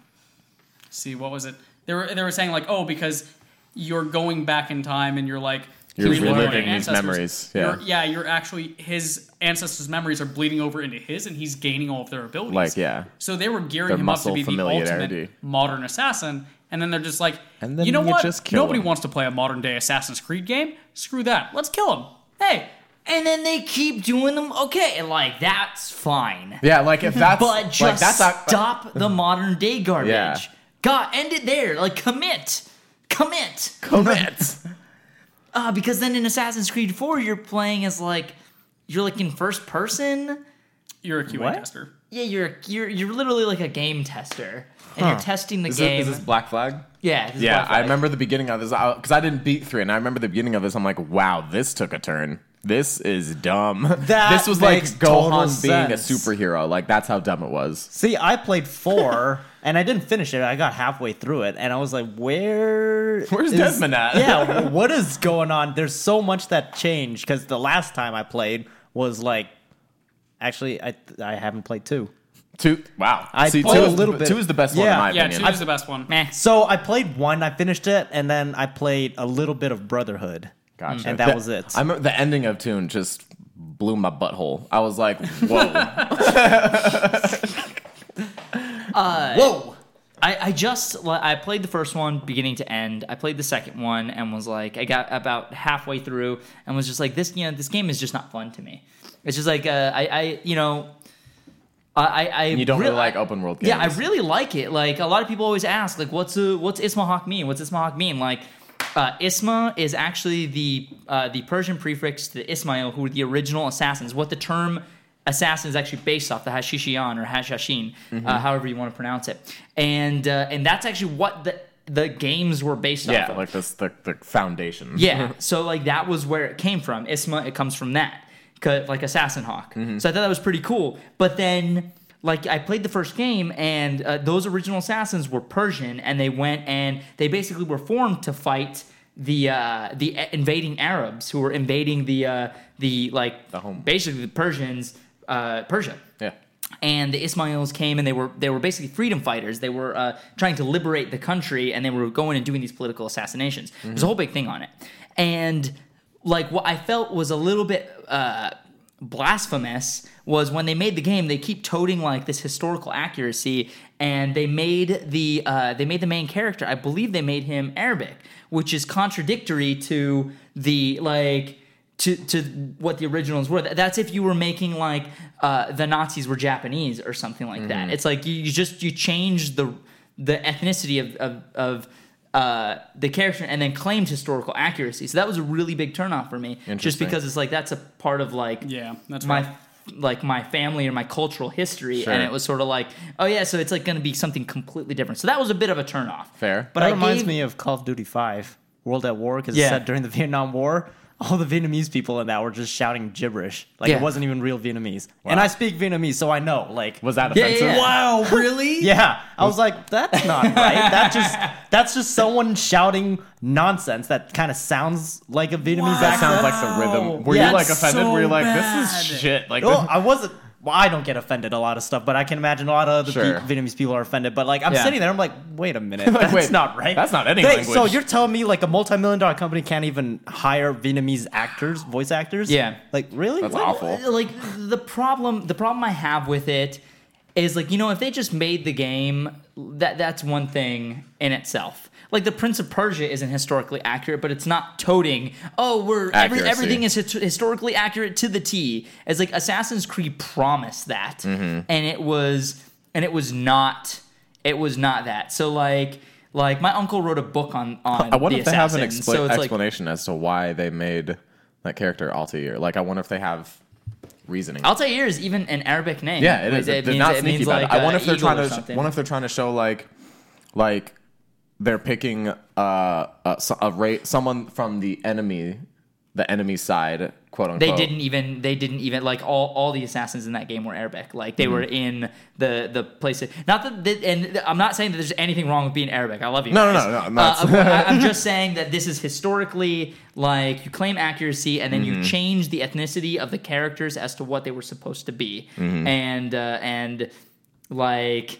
Speaker 4: see what was it? They were they were saying like oh because you're going back in time and you're like
Speaker 2: You're
Speaker 4: reliving your
Speaker 2: reliving these
Speaker 4: ancestors.
Speaker 2: memories, yeah.
Speaker 4: You're- yeah, you're actually his ancestors' memories are bleeding over into his and he's gaining all of their abilities.
Speaker 2: Like yeah.
Speaker 4: So they were gearing
Speaker 2: Their
Speaker 4: him up to
Speaker 2: muscle
Speaker 4: be the ultimate
Speaker 2: familiarity.
Speaker 4: modern assassin, and then they're just like,
Speaker 2: And then
Speaker 4: you know
Speaker 2: you
Speaker 4: what?
Speaker 2: just kill
Speaker 4: Nobody
Speaker 2: him."
Speaker 4: wants to play a modern day Assassin's Creed game. Screw that. Let's kill him. Hey,
Speaker 1: And then they keep doing them. Okay, and like that's fine.
Speaker 2: Yeah, like if that's
Speaker 1: But just
Speaker 2: like that's not- [laughs]
Speaker 1: stop the modern day garbage.
Speaker 2: Yeah.
Speaker 1: God, end it there. Like commit, commit.
Speaker 2: commit.
Speaker 1: Uh, because then in Assassin's Creed 4, you're playing as like you're like in first person.
Speaker 4: you're a QA
Speaker 3: What?
Speaker 4: tester.
Speaker 1: Yeah, you're you're you're literally like a game tester, and you're testing the
Speaker 2: Is,
Speaker 1: game.
Speaker 2: this Black Flag?
Speaker 1: yeah, this is
Speaker 2: Yeah,
Speaker 1: Black
Speaker 2: I
Speaker 1: Flag.
Speaker 2: remember the beginning of this because I didn't beat three, and I remember the beginning of this. I'm like, wow, this took a turn. this is dumb.
Speaker 3: That
Speaker 2: this was like
Speaker 3: makes total
Speaker 2: Gohan being a
Speaker 3: sense.
Speaker 2: superhero. Like that's how dumb it was.
Speaker 3: See, I played
Speaker 2: [laughs]
Speaker 3: four and I didn't finish it. I got halfway through it and I was like, where?
Speaker 2: Where's
Speaker 3: is-
Speaker 2: Desmond at? [laughs]
Speaker 3: yeah, what is going on? There's so much that changed because the last time I played was like, actually, I I haven't played two.
Speaker 2: Two. Wow.
Speaker 3: I
Speaker 2: See, two
Speaker 3: played a
Speaker 2: is,
Speaker 3: little bit.
Speaker 2: Two is the best one in
Speaker 3: Yeah.
Speaker 2: my
Speaker 4: Yeah,
Speaker 2: opinion.
Speaker 4: two is the best one.
Speaker 1: Meh.
Speaker 3: So I played one, I finished it, and then I played a little bit of Brotherhood.
Speaker 2: Gotcha.
Speaker 3: And that
Speaker 2: The-
Speaker 3: was it.
Speaker 2: I remember the ending of Tune just blew my butthole. I was like,
Speaker 3: [laughs]
Speaker 2: whoa.
Speaker 3: Whoa!
Speaker 1: I, I just li- I played the first one beginning to end. I played the second one and was like I got about halfway through and was just like this you know this game is just not fun to me. It's just like uh, I I you know I I
Speaker 2: you don't really
Speaker 1: real-
Speaker 2: like open world games.
Speaker 1: Yeah, I really like it. Like a lot of people always ask, like, what's uh what's Isma Hawk mean? What's Isma Hawk mean? Like, uh, Isma is actually the uh, the Persian prefix to Ismail, who were the original assassins. What the term assassin is actually based off the Hashishian or Hashashin,
Speaker 2: Mm-hmm.
Speaker 1: uh, however you want to pronounce it. And uh, and that's actually what the the games were based off
Speaker 2: Yeah,
Speaker 1: of.
Speaker 2: [laughs] like this the, the foundation.
Speaker 1: [laughs] Yeah. so like that was where it came from. Isma, it comes from that. 'Cause, Like Assassin Hawk.
Speaker 2: Mm-hmm.
Speaker 1: So I thought that was pretty cool. But then like I played the first game and uh, those original assassins were Persian and they went and they basically were formed to fight the uh, the invading Arabs who were invading the uh, the like
Speaker 2: The home.
Speaker 1: basically the Persians uh, Persia
Speaker 2: Yeah.
Speaker 1: and the Ismails came and they were they were basically freedom fighters. They were uh, trying to liberate the country and they were going and doing these political assassinations. There's a whole big thing on it, and like what I felt was a little bit uh, blasphemous was when they made the game. They keep toting like this historical accuracy, and they made the uh, they made the main character. I believe they made him Arabic, which is contradictory to the like to to what the originals were. Th- That's if you were making like uh, the Nazis were Japanese or something like
Speaker 2: Mm-hmm.
Speaker 1: that. It's like you, you just you change the the ethnicity of of, of uh, the character and then claimed historical accuracy. So that was a really big turnoff for me, just
Speaker 2: Interesting.
Speaker 1: because it's like that's a part of like
Speaker 4: Yeah, that's
Speaker 1: my.
Speaker 4: right.
Speaker 1: Like my family or my cultural history,
Speaker 2: Sure.
Speaker 1: and it was sort of like, oh yeah, so it's like going to be something completely different. So that was a bit of a turnoff.
Speaker 2: Fair.
Speaker 1: but
Speaker 3: that
Speaker 1: I
Speaker 3: reminds
Speaker 1: gave-
Speaker 3: me of Call of Duty 5, World at War, because
Speaker 1: Yeah.
Speaker 3: it's set during the [laughs] Vietnam War. All the Vietnamese people in that were just shouting gibberish. Like,
Speaker 1: Yeah.
Speaker 3: it wasn't even real Vietnamese. And I speak Vietnamese, so I know. Like,
Speaker 2: Was that
Speaker 1: Yeah, yeah,
Speaker 2: offensive?
Speaker 1: yeah.
Speaker 4: Wow, really?
Speaker 3: Yeah, I was like, that's not right. That just that's just someone shouting nonsense that kind of sounds like a Vietnamese
Speaker 2: That
Speaker 3: accent.
Speaker 2: sounds like the rhythm. Were
Speaker 3: Yeah,
Speaker 2: you like
Speaker 3: it's
Speaker 2: offended?
Speaker 4: so
Speaker 2: Were you like,
Speaker 4: bad.
Speaker 2: this is shit? [laughs] Like,
Speaker 3: Oh, I wasn't. Well, I don't get offended a lot of stuff, but I can imagine a lot of other
Speaker 2: Sure.
Speaker 3: pe- Vietnamese people are offended. But like, I'm
Speaker 1: Yeah.
Speaker 3: sitting there, I'm like, wait
Speaker 2: [laughs]
Speaker 3: a minute, that's
Speaker 2: wait,
Speaker 3: not right.
Speaker 2: that's not any
Speaker 3: They-
Speaker 2: language.
Speaker 3: So you're telling me like a multi-million dollar company can't even hire Vietnamese actors, voice actors?
Speaker 1: Yeah.
Speaker 3: Like really?
Speaker 2: that's
Speaker 3: What?
Speaker 2: awful.
Speaker 1: Like the problem, the problem I have with it is like you know if they just made the game, that that's one thing in itself. Like the Prince of Persia isn't historically accurate, but it's not toting. Oh, we're every,
Speaker 2: Accuracy.
Speaker 1: everything is his- historically accurate to the T. It's like Assassin's Creed promised that,
Speaker 2: Mm-hmm.
Speaker 1: and it was and it was not. It was not that. So like. Like my uncle wrote a book on on
Speaker 2: I wonder
Speaker 1: the
Speaker 2: if they have an
Speaker 1: assassins,
Speaker 2: expla-
Speaker 1: so it's like
Speaker 2: explanation as to why they made that character Altair. Like, I wonder if they have reasoning.
Speaker 1: Altair is even an Arabic name.
Speaker 2: yeah, it is.
Speaker 1: It
Speaker 2: they're
Speaker 1: means,
Speaker 2: not
Speaker 1: it
Speaker 2: sneaky
Speaker 1: means
Speaker 2: about
Speaker 1: like
Speaker 2: it. I wonder
Speaker 1: uh,
Speaker 2: if they're
Speaker 1: eagle or
Speaker 2: trying to.
Speaker 1: something.
Speaker 2: wonder if they're trying to show like, like they're picking uh, uh so- a ra- someone from the enemy, the enemy side, quote
Speaker 1: they
Speaker 2: unquote.
Speaker 1: didn't even they didn't even like all, all the assassins in that game were arabic like
Speaker 2: Hmm.
Speaker 1: they were in the the place not that that- and i'm not saying that there's anything wrong with being arabic i love you
Speaker 2: No, no,
Speaker 1: guys.
Speaker 2: no, no, I'm
Speaker 1: Uh,
Speaker 2: not-
Speaker 1: I'm- I- i'm
Speaker 2: [laughs]
Speaker 1: just saying that this is historically like you claim accuracy and then
Speaker 2: Mm-hmm.
Speaker 1: you change the ethnicity of the characters as to what they were supposed to be
Speaker 2: Mm-hmm.
Speaker 1: and uh, and like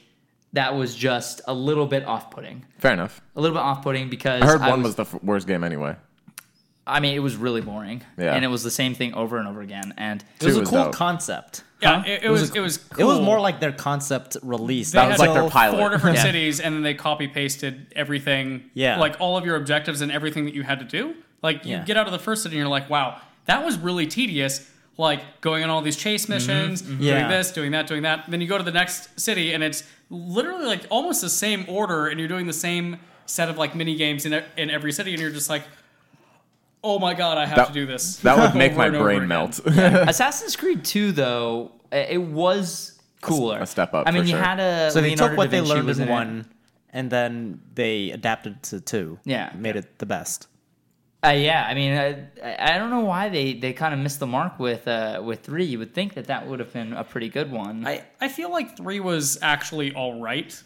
Speaker 1: that was just a little bit off-putting
Speaker 2: Fair enough.
Speaker 1: a little bit off-putting because
Speaker 2: I heard
Speaker 1: I
Speaker 2: one was, the f- worst game anyway.
Speaker 1: i mean it was really boring
Speaker 2: Yeah.
Speaker 1: and it was the same thing over and over again and [laughs]
Speaker 3: It was
Speaker 2: Two
Speaker 3: a
Speaker 2: is
Speaker 3: cool
Speaker 2: dope.
Speaker 3: concept.
Speaker 4: Yeah, it, it was. It was. Cool.
Speaker 3: It was more like their concept release.
Speaker 4: They
Speaker 2: That was
Speaker 4: had
Speaker 2: like their
Speaker 3: So-
Speaker 2: pilot.
Speaker 4: four different
Speaker 1: Yeah.
Speaker 4: cities, and then they copy pasted everything.
Speaker 3: Yeah.
Speaker 4: like all of your objectives and everything that you had to do. Like you
Speaker 3: Yeah.
Speaker 4: get out of the first city, and you're like, wow, that was really tedious. Like going on all these
Speaker 2: Mm-hmm.
Speaker 4: chase missions, doing
Speaker 3: Yeah.
Speaker 4: this, doing that, doing that. Then you go to the next city, and it's literally like almost the same order, and you're doing the same set of like mini games in e- in every city, and you're just like, oh my god, I have
Speaker 2: That-
Speaker 4: to do this.
Speaker 2: That
Speaker 1: [laughs]
Speaker 4: [laughs]
Speaker 2: would make
Speaker 4: Over
Speaker 2: my
Speaker 4: and over
Speaker 2: brain
Speaker 4: again.
Speaker 2: melt. [laughs]
Speaker 1: Assassin's Creed 2, though, uh, it was cooler.
Speaker 2: A step up,
Speaker 1: I mean,
Speaker 2: for
Speaker 1: you
Speaker 2: sure.
Speaker 1: had a.
Speaker 3: So they
Speaker 1: Leonardo
Speaker 3: took what
Speaker 1: da
Speaker 3: they
Speaker 1: Vinci
Speaker 3: learned
Speaker 1: was
Speaker 3: in
Speaker 1: it.
Speaker 3: one, and then they adapted to two.
Speaker 1: Yeah.
Speaker 3: made it the best.
Speaker 1: Uh, yeah, I mean, I, I don't know why they, they kind of missed the mark with uh, with three. You would think that that would have been a pretty good one.
Speaker 4: I, I feel like three was actually all right.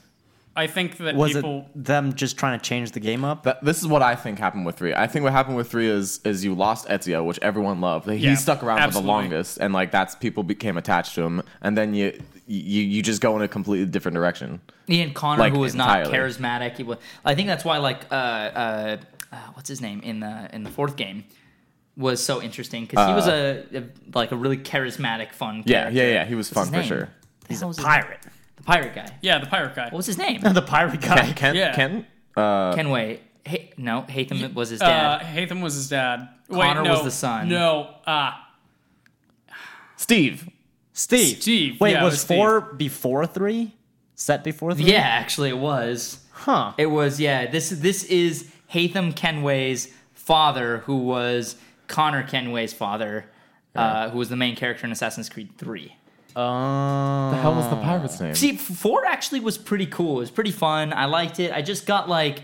Speaker 4: I think that
Speaker 3: Was
Speaker 4: people.
Speaker 3: it them just trying to change the game up?
Speaker 2: That, this is what I think happened with three. I think what happened with three is is you lost Ezio, which everyone loved. He
Speaker 4: Yeah,
Speaker 2: stuck around
Speaker 4: absolutely.
Speaker 2: for the longest, and like that's people became attached to him. And then you you you just go in a completely different direction.
Speaker 1: Ian Connor,
Speaker 2: Like,
Speaker 1: who was not
Speaker 2: entirely.
Speaker 1: charismatic, he was. I think that's why, like, uh, uh, uh, what's his name in the in the fourth game was so interesting because he was a, a- like a really charismatic, fun.
Speaker 2: Uh, Yeah,
Speaker 1: character.
Speaker 2: yeah, yeah. He was
Speaker 1: What's
Speaker 2: fun for
Speaker 1: his name?
Speaker 2: sure.
Speaker 1: The hell was his-
Speaker 3: Pirate.
Speaker 1: the pirate guy.
Speaker 4: Yeah, the pirate guy.
Speaker 1: What was his name?
Speaker 3: [laughs] the pirate guy.
Speaker 2: Ken,
Speaker 4: Yeah.
Speaker 2: Ken,
Speaker 1: Kenway. Uh, Hey, no, Hatham was his
Speaker 4: Uh,
Speaker 1: dad.
Speaker 4: Hatham was his dad.
Speaker 1: Connor
Speaker 4: Wait, no,
Speaker 1: was the son.
Speaker 4: No, uh,
Speaker 2: Steve.
Speaker 3: Steve.
Speaker 4: Steve.
Speaker 3: Wait,
Speaker 4: Yeah, it
Speaker 3: was,
Speaker 4: was Steve.
Speaker 3: four before three? Set before three?
Speaker 1: yeah, actually, it was.
Speaker 3: Huh.
Speaker 1: It was yeah. This this is Hatham Kenway's father, who was Connor Kenway's father, uh, who was the main character in Assassin's Creed Three.
Speaker 3: Um,
Speaker 2: The hell was the pirate's name?
Speaker 1: See, four actually was pretty cool. It was pretty fun. I liked it. I just got like,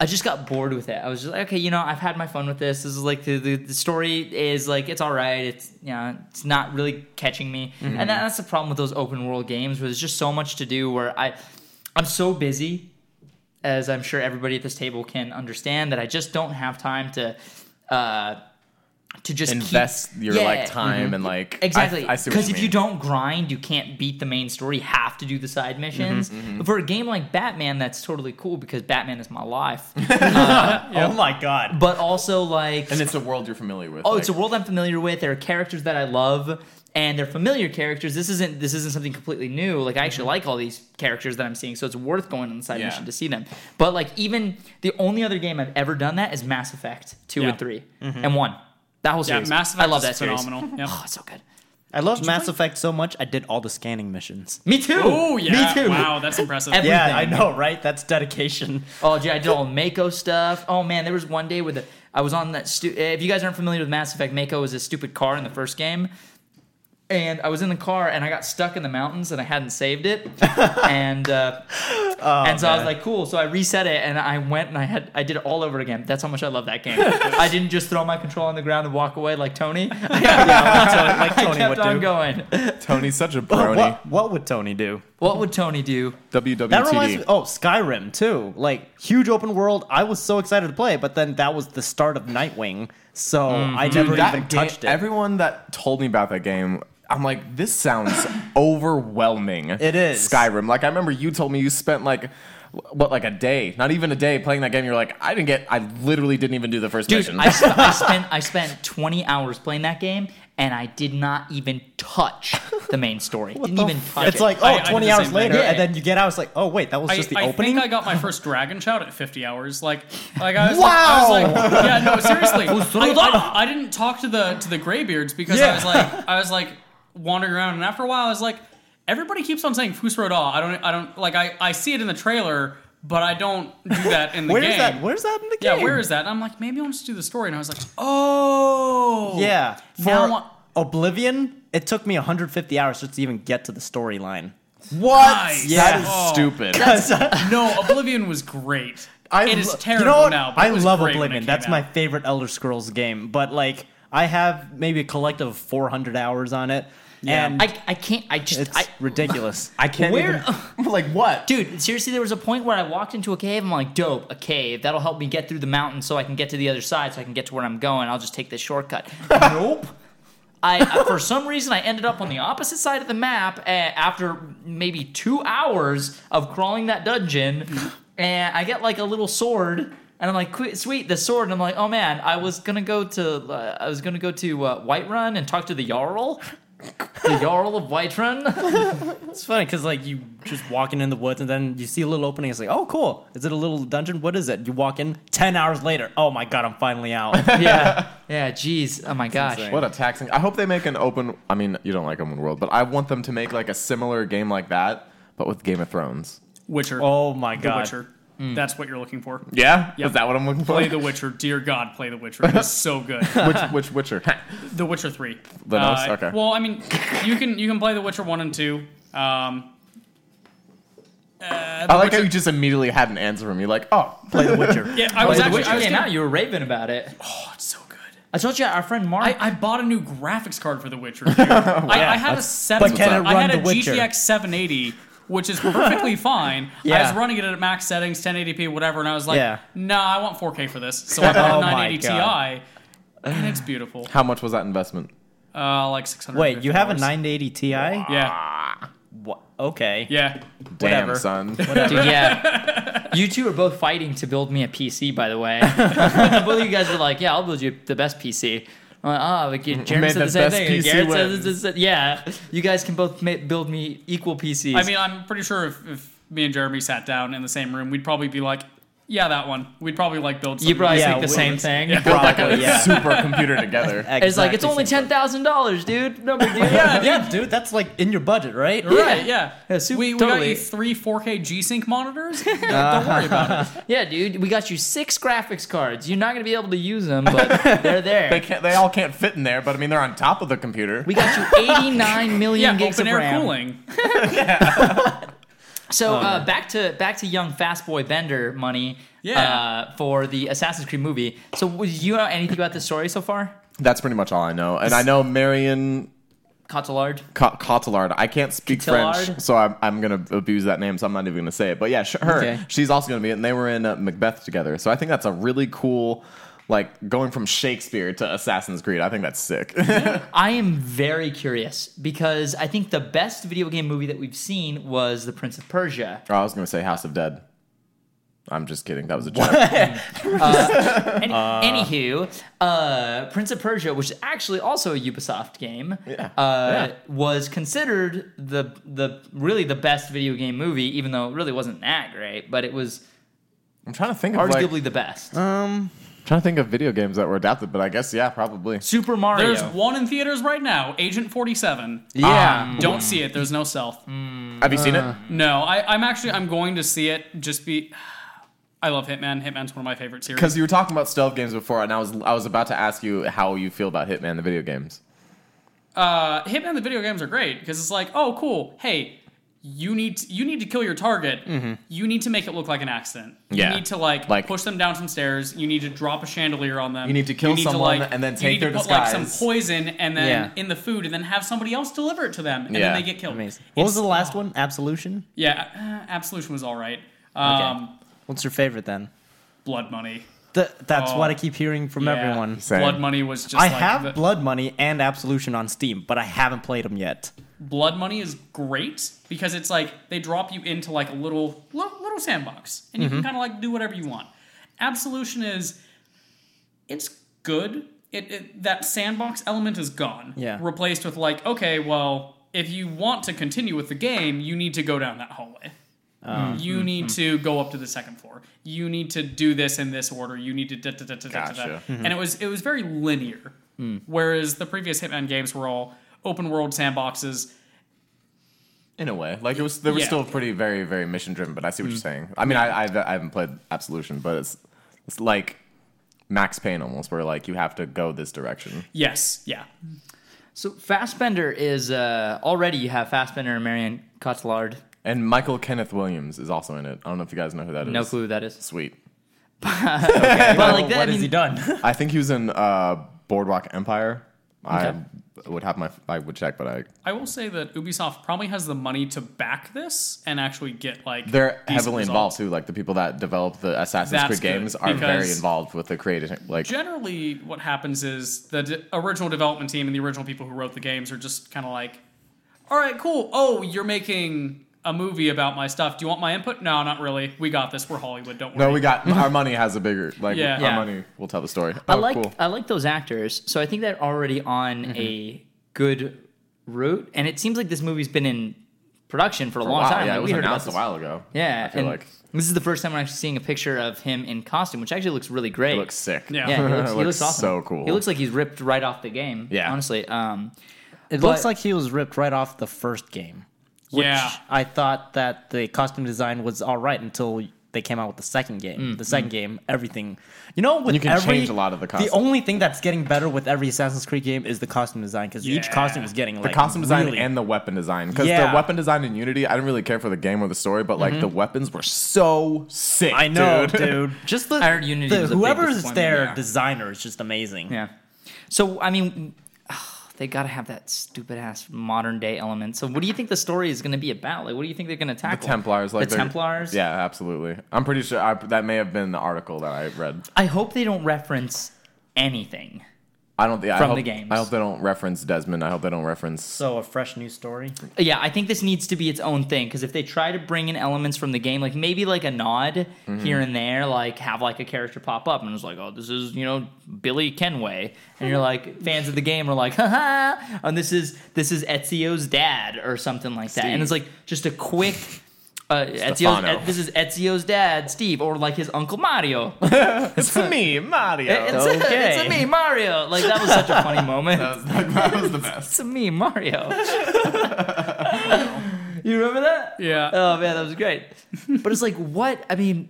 Speaker 1: I just got bored with it. I was just like, okay, you know, I've had my fun with this. This is like the the, the story is like it's all right. It's you know, it's not really catching me.
Speaker 2: Mm-hmm.
Speaker 1: And that, that's the problem with those open world games where there's just so much to do. Where I, I'm so busy, as I'm sure everybody at this table can understand, that I just don't have time to. Uh, to just keep-
Speaker 2: Invest your
Speaker 1: Yeah.
Speaker 2: like time and like
Speaker 1: Exactly.
Speaker 2: I, I see what
Speaker 1: Because if
Speaker 2: mean.
Speaker 1: you don't grind, you can't beat the main story. You have to do the side missions. But For a game like Batman, that's totally cool because Batman is my life. [laughs]
Speaker 3: Oh my god.
Speaker 1: but also, like,
Speaker 2: and it's a world you're familiar with.
Speaker 1: oh, it's a world I'm familiar with. There are characters that I love, and they're familiar characters. This isn't this isn't something completely new. Like I actually like all these characters that I'm seeing, so it's worth going on the side
Speaker 2: Yeah.
Speaker 1: mission to see them. But like, even the only other game I've ever done that is Mass Effect two
Speaker 4: Yeah.
Speaker 1: and 3 and one. That whole
Speaker 4: Yeah,
Speaker 1: series.
Speaker 4: Mass Effect
Speaker 1: I love
Speaker 4: is
Speaker 1: that series.
Speaker 4: phenomenal.
Speaker 1: [laughs]
Speaker 4: Yep.
Speaker 1: Oh, it's so good.
Speaker 3: I love Mass Effect so much, I did all the scanning missions.
Speaker 1: Me too.
Speaker 4: Oh yeah!
Speaker 1: Me too.
Speaker 4: Wow, that's impressive.
Speaker 1: Every-
Speaker 3: Yeah, I
Speaker 1: Everything.
Speaker 3: know, right? That's [laughs] dedication.
Speaker 1: Oh, gee, I did all Mako stuff. Oh man, there was one day with the, I was on that. Stu- if you guys aren't familiar with Mass Effect, Mako is a stupid car in the first game, and I was in the car and I got stuck in the mountains and I hadn't saved
Speaker 3: [laughs]
Speaker 1: it, and uh,
Speaker 3: Oh,
Speaker 1: and so I was like, cool. So I reset it and I went and I had I did it all over again. That's how much I love that
Speaker 3: [laughs]
Speaker 1: game. I didn't just throw my control on the ground and walk away like Tony.
Speaker 3: like
Speaker 1: [laughs] I
Speaker 3: Tony
Speaker 1: kept
Speaker 3: would
Speaker 1: on
Speaker 3: do.
Speaker 1: going.
Speaker 2: Tony's such a
Speaker 3: What-
Speaker 2: brony.
Speaker 3: What, what would Tony do?
Speaker 1: What would Tony do?
Speaker 2: WWTD.
Speaker 3: That reminds me. Oh, Skyrim too. Like huge open world. I was so excited to play, it, but then that was the start of Nightwing, so
Speaker 4: Mm.
Speaker 3: I never
Speaker 2: that
Speaker 3: even
Speaker 2: game-
Speaker 3: touched it.
Speaker 2: Everyone that told me about that game, I'm like, this [laughs] sounds overwhelming.
Speaker 3: It is.
Speaker 2: Skyrim. Like I remember you told me you spent like what like a day, not even a day playing that game. You're like, I didn't get. I literally didn't even do the first
Speaker 1: Dude,
Speaker 2: mission.
Speaker 1: I, sp- I spent I spent 20 hours playing that game, and I did not even touch the main
Speaker 3: [laughs]
Speaker 1: story. Didn't
Speaker 3: The
Speaker 1: even
Speaker 3: f-
Speaker 1: touch
Speaker 3: it's
Speaker 1: it.
Speaker 3: like oh,
Speaker 4: I- I did
Speaker 3: 20
Speaker 4: the
Speaker 3: hours
Speaker 4: same
Speaker 3: later,
Speaker 1: thing.
Speaker 3: and then you get out. It's like oh wait, that was
Speaker 4: I,
Speaker 3: just the
Speaker 4: I
Speaker 3: opening.
Speaker 4: think I got my first Dragon Shout at 50 hours. Like, like I was,
Speaker 3: Wow.
Speaker 4: like, I was like, yeah,
Speaker 1: [laughs]
Speaker 4: no, seriously. I,
Speaker 1: through that.
Speaker 4: I, I didn't talk to the to the graybeards because
Speaker 3: Yeah.
Speaker 4: I was
Speaker 1: [laughs]
Speaker 4: like, I was like wandering around, and after a while, I was like, everybody keeps on saying Fusro Da. I don't, I don't like, I, I see it in the trailer, but I don't do that in the
Speaker 3: Where's
Speaker 4: game.
Speaker 3: that? Where's that in the
Speaker 4: yeah,
Speaker 3: game?
Speaker 4: where is that? And I'm like, maybe I'll just do the story, and I was like, oh,
Speaker 3: Yeah, for
Speaker 4: Now I-
Speaker 3: Oblivion, it took me 150 hours just to even get to the storyline.
Speaker 2: what?
Speaker 4: Nice.
Speaker 2: That
Speaker 4: Yeah.
Speaker 2: is
Speaker 4: Oh.
Speaker 2: stupid.
Speaker 3: [laughs]
Speaker 4: no, Oblivion was great.
Speaker 3: I
Speaker 4: it is
Speaker 3: lo-
Speaker 4: terrible
Speaker 3: you know what?
Speaker 4: now. But
Speaker 3: I
Speaker 4: it was
Speaker 3: love
Speaker 4: great when it
Speaker 3: Oblivion.
Speaker 4: came
Speaker 3: That's my
Speaker 4: out.
Speaker 3: favorite Elder Scrolls game. But like, I have maybe a collective of 400 hours on it, and
Speaker 1: I, I can't. I just.
Speaker 3: it's
Speaker 1: I,
Speaker 3: ridiculous.
Speaker 2: I can't.
Speaker 1: Where-
Speaker 3: [laughs]
Speaker 2: even- like what?
Speaker 1: dude, seriously, there was a point where I walked into a cave. I'm like, dope, a cave. That'll help me get through the mountain, so I can get to the other side, so I can get to where I'm going. I'll just take this shortcut. nope. I, I- for some reason I ended up on the opposite side of the map uh, after maybe two hours of crawling that dungeon, and I get like a little sword, and I'm like, "Qu- sweet, the sword, and I'm like, oh man, I was gonna go to uh, I was gonna go to uh, Whiterun and talk to the Jarl, the Jarl of Whiterun.
Speaker 3: It's funny because like you just walking in the woods and then you see a little opening. It's like, oh, cool. Is it a little dungeon? What is it? You walk in. Ten hours later. Oh my god, I'm finally out.
Speaker 1: yeah. Yeah, jeez. Oh my gosh.
Speaker 3: insane.
Speaker 2: What a taxing. I hope they make an open. I mean, you don't like open world, but I want them to make like a similar game like that, but with Game of Thrones.
Speaker 4: Witcher.
Speaker 3: oh my
Speaker 4: The
Speaker 3: god. Hmm.
Speaker 4: Witcher. That's what you're looking for.
Speaker 2: Yeah,
Speaker 4: Yep.
Speaker 2: is that what I'm looking for?
Speaker 4: Play The Witcher. Dear God, play The Witcher. It's so
Speaker 2: [laughs]
Speaker 4: good.
Speaker 3: [laughs]
Speaker 2: which, which Witcher?
Speaker 4: The Witcher Three. Uh,
Speaker 2: The nose? Okay.
Speaker 4: Well, I mean, you can you can play The Witcher One and Two. Um,
Speaker 2: I like how you just immediately had an answer from you, like, oh,
Speaker 3: Play The Witcher.
Speaker 4: [laughs] Yeah, I
Speaker 1: When
Speaker 4: was
Speaker 1: The
Speaker 4: actually.
Speaker 1: Witcher
Speaker 4: I was
Speaker 1: came
Speaker 4: gonna-
Speaker 1: out, you were raving about it.
Speaker 4: Oh, it's so good.
Speaker 1: I told you our friend Mark.
Speaker 3: [laughs]
Speaker 4: I, I bought a new graphics card for The Witcher. dude. I, I had a seven.
Speaker 3: But can it
Speaker 4: I had
Speaker 3: run
Speaker 4: a
Speaker 3: The Witcher?
Speaker 4: GTX 780, which is
Speaker 3: [laughs]
Speaker 4: perfectly fine. I
Speaker 3: Yeah.
Speaker 4: was running it at max settings, 1080p, whatever, and I was like,
Speaker 3: Yeah.
Speaker 4: "Nah, I want 4K for this." So
Speaker 3: [laughs]
Speaker 4: I bought
Speaker 3: Oh
Speaker 4: a
Speaker 3: my
Speaker 4: 980
Speaker 3: God.
Speaker 4: Ti, and it's beautiful.
Speaker 2: how much was that investment?
Speaker 4: Uh, like 600.
Speaker 3: Wait, you have a 980 Ti?
Speaker 4: Yeah,
Speaker 2: Ah,
Speaker 3: Wha- Okay.
Speaker 4: yeah.
Speaker 2: Damn,
Speaker 3: Whatever.
Speaker 2: [laughs] son.
Speaker 1: Dude, yeah. You two are both fighting to build me a PC, by the
Speaker 4: [laughs]
Speaker 1: way. both of you guys are like, yeah, I'll build you the best PC. I'm like, oh, like, Jeremy
Speaker 2: made
Speaker 1: said the
Speaker 2: the
Speaker 1: same
Speaker 2: best
Speaker 1: thing.
Speaker 2: PC
Speaker 1: Garrett said
Speaker 2: wins.
Speaker 1: this- this- yeah, you guys can both ma- build me equal PCs.
Speaker 4: I mean, I'm pretty sure if, if me and Jeremy sat down in the same room, we'd probably be like, "Yeah, that one." We'd probably like build.
Speaker 1: you probably
Speaker 3: Yeah,
Speaker 1: think the
Speaker 3: we-
Speaker 1: same thing.
Speaker 3: Probably, yeah.
Speaker 2: Super computer together.
Speaker 1: It's like it's
Speaker 3: Exactly
Speaker 1: only
Speaker 3: same
Speaker 1: ten thousand dollars, dude. No big deal. [laughs]
Speaker 3: thing. Yeah, dude, that's like in your budget, right?
Speaker 4: something.
Speaker 3: [laughs]
Speaker 4: Right, yeah.
Speaker 1: Yeah, super-
Speaker 4: we, we got
Speaker 1: totally.
Speaker 4: you three 4K G Sync
Speaker 3: [laughs]
Speaker 4: monitors.
Speaker 1: yeah, dude. We got you six graphics cards. You're not gonna be able to use them, but they're there.
Speaker 2: [laughs] They can't. They all can't fit in there, but I mean, they're on top of the computer.
Speaker 1: We got you 89 million
Speaker 4: yeah,
Speaker 1: gigs
Speaker 4: open
Speaker 1: of
Speaker 4: air
Speaker 1: RAM.
Speaker 4: cooling.
Speaker 1: So uh, back to back to young fast boy Bender money.
Speaker 4: Yeah.
Speaker 1: Uh, for the Assassin's Creed movie. So was you know anything about this story so far?
Speaker 2: That's pretty much all I know. And I know Marion
Speaker 1: Cotillard.
Speaker 2: Co- Cotillard. I can't speak
Speaker 1: Cotillard?
Speaker 2: French, so I'm, I'm gonna abuse that name. So I'm not even gonna say it. But yeah, sh- her.
Speaker 1: Okay.
Speaker 2: She's also gonna be. it, And they were in uh, Macbeth together. So I think that's a really cool, like going from Shakespeare to Assassin's Creed. I think that's sick. [laughs]
Speaker 1: I am very curious because I think the best video game movie that we've seen was The Prince of [laughs] Persia.
Speaker 2: I was gonna say House of Dead. I'm just kidding. That was a joke.
Speaker 1: Any, anywho, uh, Prince of Persia, which is actually also a Ubisoft game,
Speaker 2: Yeah.
Speaker 1: Uh,
Speaker 2: Yeah.
Speaker 1: was considered the the really the best video game movie, even though it really wasn't that great, but it was
Speaker 2: I'm trying to think of like,
Speaker 1: arguably the best.
Speaker 2: trying to think of video games that were adapted, but I guess yeah, probably.
Speaker 1: Super Mario.
Speaker 4: There's one in theaters right now, Agent 47.
Speaker 2: Yeah.
Speaker 4: Don't see it. There's no self.
Speaker 1: Mm.
Speaker 2: Have you seen it?
Speaker 4: No, I, I'm actually I'm going to see it. Just be. [sighs] I love Hitman. Hitman's one of my favorite series.
Speaker 2: Because you were talking about stealth games before, and I was I was about to ask you how you feel about Hitman the video games.
Speaker 4: Uh, Hitman the video games are great because it's like, oh, cool. Hey, you need you need to kill your target. You need to make it look like an accident.
Speaker 2: Mm-hmm. Yeah.
Speaker 4: You need to like,
Speaker 2: Like-
Speaker 4: push them down some stairs. You need to drop a chandelier on them.
Speaker 2: You need to kill someone and then
Speaker 4: you
Speaker 2: take
Speaker 4: need
Speaker 2: their
Speaker 4: to put, like
Speaker 2: disguise.
Speaker 4: some poison and then
Speaker 3: Yeah.
Speaker 4: in the food and then have somebody else deliver it to them and
Speaker 2: Yeah.
Speaker 4: then they get killed.
Speaker 3: Amazing. What was the last one? Absolution?
Speaker 4: Yeah, uh, Absolution was all right. Um,
Speaker 3: What's your favorite then?
Speaker 4: Blood Money.
Speaker 3: Th- that's
Speaker 4: Oh.
Speaker 3: what I keep hearing from
Speaker 4: Yeah.
Speaker 3: everyone.
Speaker 2: Same.
Speaker 4: Blood Money was just.
Speaker 3: I
Speaker 4: like
Speaker 3: have
Speaker 4: the-
Speaker 3: Blood Money and Absolution on Steam, but I haven't played them yet.
Speaker 4: Blood Money is great because it's like they drop you into like a little little, little sandbox and you can kind of like do whatever you want. Absolution is it's good. It, it that sandbox element is gone.
Speaker 3: Yeah.
Speaker 4: Replaced with like okay, well, if you want to continue with the game, you need to go down that hallway. you need to go up to the second floor. You need to do this in this order. You need to da da da da da da. da.
Speaker 2: Gotcha.
Speaker 4: And it was it was very linear. Whereas the previous Hitman games were all open world sandboxes.
Speaker 2: In a way, like it was, they were
Speaker 4: Yeah. Mm.
Speaker 2: still pretty, very, very mission driven. But I see what you're saying. I mean, I, I've, I haven't played Absolution, but it's it's like Max Payne almost, where like you have to go this direction.
Speaker 4: Yes, yeah.
Speaker 1: So Fassbender is uh, already you have Fassbender and Marion Cotillard.
Speaker 2: And Michael Kenneth Williams is also in it. I don't know if you guys know who that is.
Speaker 1: No clue who that is.
Speaker 2: Sweet.
Speaker 1: But like
Speaker 3: What
Speaker 1: that,
Speaker 3: has
Speaker 1: I mean,
Speaker 3: he done?
Speaker 2: I think he was in uh, Boardwalk Empire. I would have my, I would check, but I
Speaker 4: I will say that Ubisoft probably has the money to back this and actually get like
Speaker 2: they're
Speaker 4: decent
Speaker 2: heavily
Speaker 4: results.
Speaker 2: involved too. Like the people that develop the Assassin's
Speaker 4: That's
Speaker 2: Creed
Speaker 4: good,
Speaker 2: games are very
Speaker 4: because-
Speaker 2: involved with the creative. Like
Speaker 4: Generally, what happens is the d- original development team and the original people who wrote the games are just kind of like, "All right, cool. Oh, you're making a movie about my stuff. Do you want my input? No, not really. We got this. We're Hollywood. Don't worry."
Speaker 2: no, we got our money has a bigger like
Speaker 4: Yeah.
Speaker 2: our
Speaker 4: Yeah.
Speaker 2: money will tell the story.
Speaker 1: I
Speaker 2: Oh,
Speaker 1: like
Speaker 2: cool. Mm-hmm.
Speaker 1: I like those actors. So I think they're already on a good route, and it seems like this movie's been in production for a long
Speaker 2: Wow,
Speaker 1: time.
Speaker 2: Yeah,
Speaker 1: Like,
Speaker 2: it was
Speaker 1: we heard about
Speaker 2: announced a
Speaker 1: this.
Speaker 2: while ago.
Speaker 1: Yeah,
Speaker 2: I feel
Speaker 1: and
Speaker 2: like
Speaker 1: this is the first time we're actually seeing a picture of him in costume, which actually looks really great.
Speaker 2: it looks [laughs] sick.
Speaker 4: Yeah.
Speaker 1: yeah, he looks, he
Speaker 2: Looks
Speaker 1: looks awesome.
Speaker 2: so cool.
Speaker 1: He looks like he's ripped right off the game.
Speaker 2: Yeah.
Speaker 1: honestly. Um,
Speaker 3: It
Speaker 1: But-
Speaker 3: looks like he was ripped right off the first game. Which
Speaker 4: Yeah.
Speaker 3: I thought that the costume design was all right until they they came out with the second game.
Speaker 1: Mm,
Speaker 3: The second game, everything. You know, with
Speaker 2: You can
Speaker 3: every,
Speaker 2: change a lot of the
Speaker 3: The
Speaker 2: costumes.
Speaker 3: only thing that's getting better with every Assassin's Creed game is the costume design because each
Speaker 4: Yeah.
Speaker 3: costume is getting like
Speaker 2: the costume design
Speaker 3: really-
Speaker 2: and the weapon design because
Speaker 3: Yeah.
Speaker 2: the weapon design in Unity, I didn't really care for the game or the story, but like
Speaker 1: Mm-hmm.
Speaker 2: the weapons were so sick.
Speaker 3: [laughs] I know,
Speaker 2: dude.
Speaker 3: dude.
Speaker 2: [laughs]
Speaker 1: [laughs]
Speaker 3: Just the,
Speaker 1: I heard Unity
Speaker 3: the
Speaker 1: was a big
Speaker 3: whoever is
Speaker 1: disappointment,
Speaker 3: their
Speaker 1: yeah.
Speaker 3: designer is just amazing.
Speaker 1: Yeah. So I mean, [sighs] they got to have that stupid ass modern day element. So what do you think the story is going to be about? Like, what do you think they're going to
Speaker 2: the
Speaker 1: tackle?
Speaker 2: Templars, like
Speaker 1: the
Speaker 2: they're-
Speaker 1: Templars.
Speaker 2: Yeah, absolutely. I'm pretty sure I, that may have been the article that I read.
Speaker 1: I hope they don't reference anything.
Speaker 2: I don't think I
Speaker 1: From
Speaker 2: hope-
Speaker 1: the games.
Speaker 2: I hope they don't reference Desmond. I hope they don't reference.
Speaker 3: So a fresh new story.
Speaker 1: Yeah, I think this needs to be its own thing because if they try to bring in elements from the game, like maybe like a nod here and there, like have like a character pop up and it's like, oh, this is you know Billy Kenway, and you're like fans of the game are like, haha, and this is this is Ezio's dad or something like that, and it's like just a quick. Uh, Ezio's,
Speaker 2: Stefano.
Speaker 1: E- this is Ezio's dad, Steve, or like his uncle Mario. It-
Speaker 2: It's
Speaker 3: [laughs]
Speaker 2: me, Mario.
Speaker 1: It's, it's a me, Mario. Like that was such a funny moment.
Speaker 2: that was the best.
Speaker 1: It's a me, Mario. [laughs] you remember that?
Speaker 4: Yeah.
Speaker 1: Oh man, that was great. but it's like, what? I mean,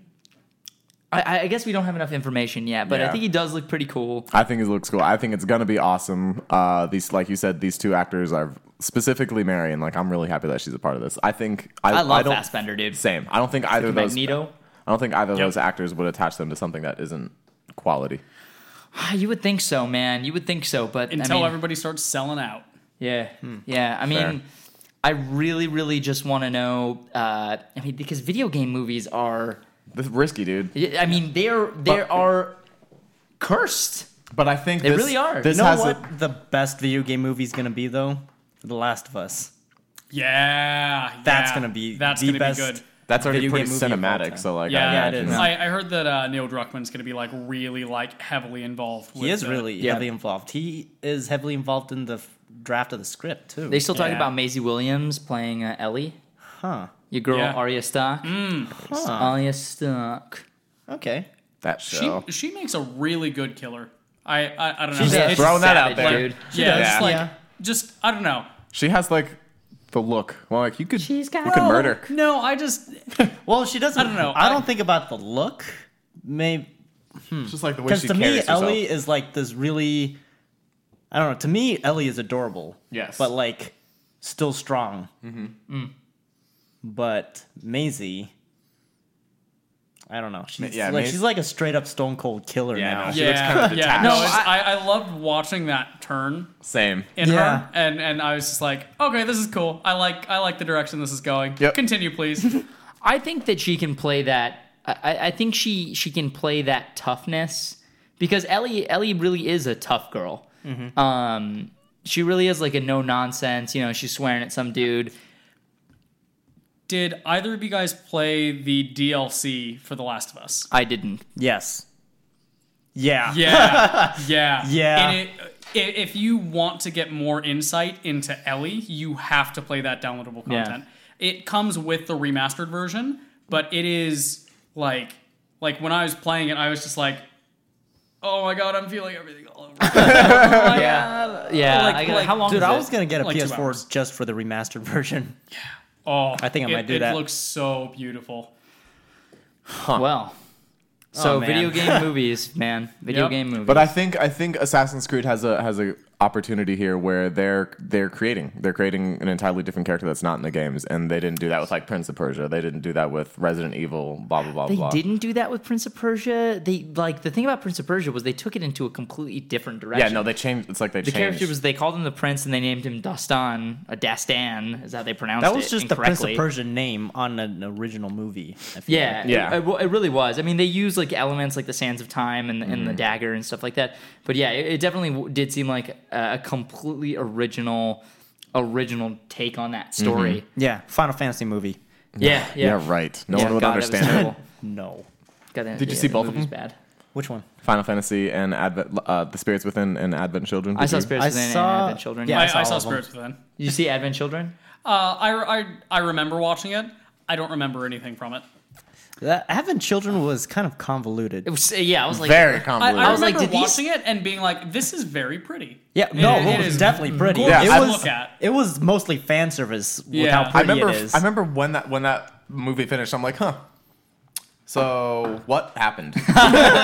Speaker 1: I- I, I guess we don't have enough information yet, but I
Speaker 2: Yeah.
Speaker 1: think he does look pretty cool.
Speaker 2: I think it looks cool. I think it's gonna be awesome. Uh, these, like you said, these two actors are specifically Marion. Like, I'm really happy that she's a part of this. I think I,
Speaker 1: I love
Speaker 2: don't,
Speaker 1: Fassbender, dude.
Speaker 2: Same. I don't think either of those.
Speaker 1: Magneto.
Speaker 2: I don't think either of
Speaker 3: Yep.
Speaker 2: those actors would attach them to something that isn't quality.
Speaker 1: Ah, You would think so, man. You would think so, but I
Speaker 4: Until
Speaker 1: mean,
Speaker 4: everybody starts selling out.
Speaker 1: yeah, yeah. I mean,
Speaker 2: Fair.
Speaker 1: I really, really just want to know. Uh, I mean, because video game movies are,
Speaker 2: This is risky, dude.
Speaker 1: I mean, they are they
Speaker 2: But-
Speaker 1: are cursed.
Speaker 2: But I think
Speaker 1: They
Speaker 2: this,
Speaker 1: really are.
Speaker 2: This
Speaker 1: You
Speaker 3: You know
Speaker 2: has
Speaker 3: what
Speaker 2: A,
Speaker 3: the best video game movie is gonna be though? The Last of Us.
Speaker 4: Yeah.
Speaker 3: That's
Speaker 4: yeah.
Speaker 3: gonna be
Speaker 4: that's
Speaker 3: the
Speaker 4: gonna
Speaker 3: best
Speaker 4: be good.
Speaker 2: that's already
Speaker 3: video
Speaker 2: pretty
Speaker 3: game movie of all time.
Speaker 2: cinematic. So like,
Speaker 4: Yeah,
Speaker 3: yeah, it
Speaker 2: imagine
Speaker 3: is.
Speaker 2: that.
Speaker 4: I, I heard that uh, Neil Druckmann's going to be like really like heavily involved. With uh,
Speaker 3: He is
Speaker 4: the-
Speaker 3: really
Speaker 1: yeah.
Speaker 3: heavily involved. He is heavily involved in the f- draft of the script too.
Speaker 1: They still talking
Speaker 4: Yeah.
Speaker 1: about Maisie Williams playing uh, Ellie,
Speaker 3: huh?
Speaker 1: your girl
Speaker 4: Yeah.
Speaker 1: Arya Stark.
Speaker 3: Huh.
Speaker 1: Arya Stark.
Speaker 3: Okay.
Speaker 2: that show.
Speaker 4: She she makes a really good killer. I I, I don't know.
Speaker 3: She's
Speaker 4: It's-
Speaker 3: a-
Speaker 2: throwing that out
Speaker 1: savage,
Speaker 2: there.
Speaker 1: dude.
Speaker 4: yeah,
Speaker 2: does.
Speaker 4: just like
Speaker 3: Yeah.
Speaker 4: just I don't know.
Speaker 2: She has like the look. Well, like you could,
Speaker 1: She's got-
Speaker 2: you could
Speaker 1: No.
Speaker 2: murder.
Speaker 4: No, I just
Speaker 3: Well, she doesn't.
Speaker 4: I don't know.
Speaker 3: I
Speaker 4: I-
Speaker 3: don't think about the look, maybe
Speaker 2: Just like the way
Speaker 3: because
Speaker 2: she
Speaker 3: to
Speaker 2: carries
Speaker 3: me,
Speaker 2: herself.
Speaker 3: Ellie is like this really. I don't know. To me, Ellie is adorable.
Speaker 2: Yes.
Speaker 3: but like still strong. Mm-hmm. But Maisie, I don't know. She's
Speaker 2: yeah,
Speaker 3: like
Speaker 2: Maise-
Speaker 3: she's like a straight up stone cold killer
Speaker 2: Yeah,
Speaker 3: now.
Speaker 2: no, she-
Speaker 4: yeah
Speaker 2: looks kind of
Speaker 4: yeah.
Speaker 2: detached.
Speaker 4: No, it's- I, I loved watching that turn
Speaker 2: Same.
Speaker 4: in
Speaker 3: Yeah.
Speaker 4: her, and and I was just like, okay, this is cool. I like I like the direction this is going.
Speaker 2: Yep.
Speaker 4: Continue,
Speaker 2: [laughs]
Speaker 4: please.
Speaker 1: I think that she can play that. I- I, I think she she can play that toughness because Ellie Ellie really is a tough girl. Um, she really is like a no nonsense. You know, she's swearing at some dude.
Speaker 4: Did either of you guys play the DLC for The Last of Us?
Speaker 1: I didn't.
Speaker 3: Yes. Yeah. [laughs]
Speaker 4: Yeah, yeah,
Speaker 3: Yeah.
Speaker 4: And it, i- if you want to get more insight into Ellie, you have to play that downloadable
Speaker 1: Yeah.
Speaker 4: content. It comes with the remastered version, but it is like, like when I was playing it, I was just like, "Oh my god, I'm feeling everything all over."
Speaker 3: [laughs]
Speaker 1: Yeah, uh, yeah.
Speaker 4: Like-
Speaker 1: I got-
Speaker 4: like-
Speaker 1: how long?
Speaker 3: Dude,
Speaker 1: is
Speaker 3: I
Speaker 1: it?
Speaker 3: was gonna get a
Speaker 4: Like two hours.
Speaker 3: PS4 just for the remastered [laughs] version.
Speaker 4: Oh,
Speaker 3: I think I
Speaker 4: it-
Speaker 3: might do that.
Speaker 4: It looks so beautiful.
Speaker 1: well. So
Speaker 3: man.
Speaker 1: video game movies, man. Video
Speaker 4: Yep.
Speaker 1: game movies.
Speaker 2: But I think I think Assassin's Creed has a has a opportunity here where they're they're creating they're creating an entirely different character that's not in the games, and they didn't do that with like Prince of Persia. They didn't do that with Resident Evil. Blah blah blah
Speaker 1: they
Speaker 2: blah.
Speaker 1: didn't do that with Prince of Persia. They like the thing about Prince of Persia was they took it into a completely different direction.
Speaker 2: Yeah, no, they changed. It's like they
Speaker 1: The
Speaker 2: changed.
Speaker 1: character was they called him the prince and they named him Dastan, a Dastan is how they pronounced it.
Speaker 3: That was just the Prince
Speaker 1: incorrectly.
Speaker 3: of Persia name on an original movie. I feel
Speaker 1: Yeah,
Speaker 3: like.
Speaker 2: Yeah.
Speaker 1: It, it- it really was. I mean, they used like elements like the Sands of Time and, and the dagger and stuff like that. But yeah, it, it definitely w- did seem like a, a completely original, original take on that story.
Speaker 3: Yeah. Final Fantasy movie.
Speaker 1: Yeah, yeah,
Speaker 2: yeah, right. No
Speaker 1: Yeah,
Speaker 2: one would
Speaker 1: God, that was
Speaker 2: understand it.
Speaker 1: terrible.
Speaker 3: No.
Speaker 1: God, that-
Speaker 2: Did you
Speaker 1: yeah,
Speaker 2: see
Speaker 1: the
Speaker 2: both of
Speaker 1: movie's
Speaker 2: them?
Speaker 1: Bad.
Speaker 3: Which one?
Speaker 2: Final Fantasy and Advent, uh, the Spirits Within and Advent Children.
Speaker 1: I
Speaker 2: did
Speaker 1: saw
Speaker 2: you?
Speaker 1: Spirits
Speaker 3: I
Speaker 1: Within and
Speaker 3: saw-
Speaker 1: Advent Children.
Speaker 3: yeah,
Speaker 1: Yeah,
Speaker 4: I,
Speaker 3: I
Speaker 4: I saw,
Speaker 3: saw all of them.
Speaker 4: Spirits Within.
Speaker 1: Did you see Advent Children?
Speaker 4: Uh, I, I I remember watching it. I don't remember anything from it.
Speaker 3: That, having children was kind of convoluted.
Speaker 1: It was, yeah, I was like, [laughs]
Speaker 2: Very
Speaker 4: I,
Speaker 2: convoluted.
Speaker 4: I,
Speaker 1: was like,
Speaker 4: remember
Speaker 1: did these-
Speaker 4: watching it and being like, "This is very pretty."
Speaker 3: Yeah, no,
Speaker 4: it-
Speaker 3: it,
Speaker 4: it
Speaker 3: was
Speaker 4: is
Speaker 3: definitely pretty.
Speaker 4: gorgeous
Speaker 2: Yeah,
Speaker 3: it
Speaker 2: to
Speaker 3: was.
Speaker 4: look at.
Speaker 3: It was mostly fan service with
Speaker 4: Yeah.
Speaker 3: how
Speaker 4: I
Speaker 2: I
Speaker 3: pretty
Speaker 2: remember.
Speaker 3: it is.
Speaker 2: I remember when that when that movie finished. I'm like, huh.
Speaker 5: So what happened?
Speaker 2: [laughs]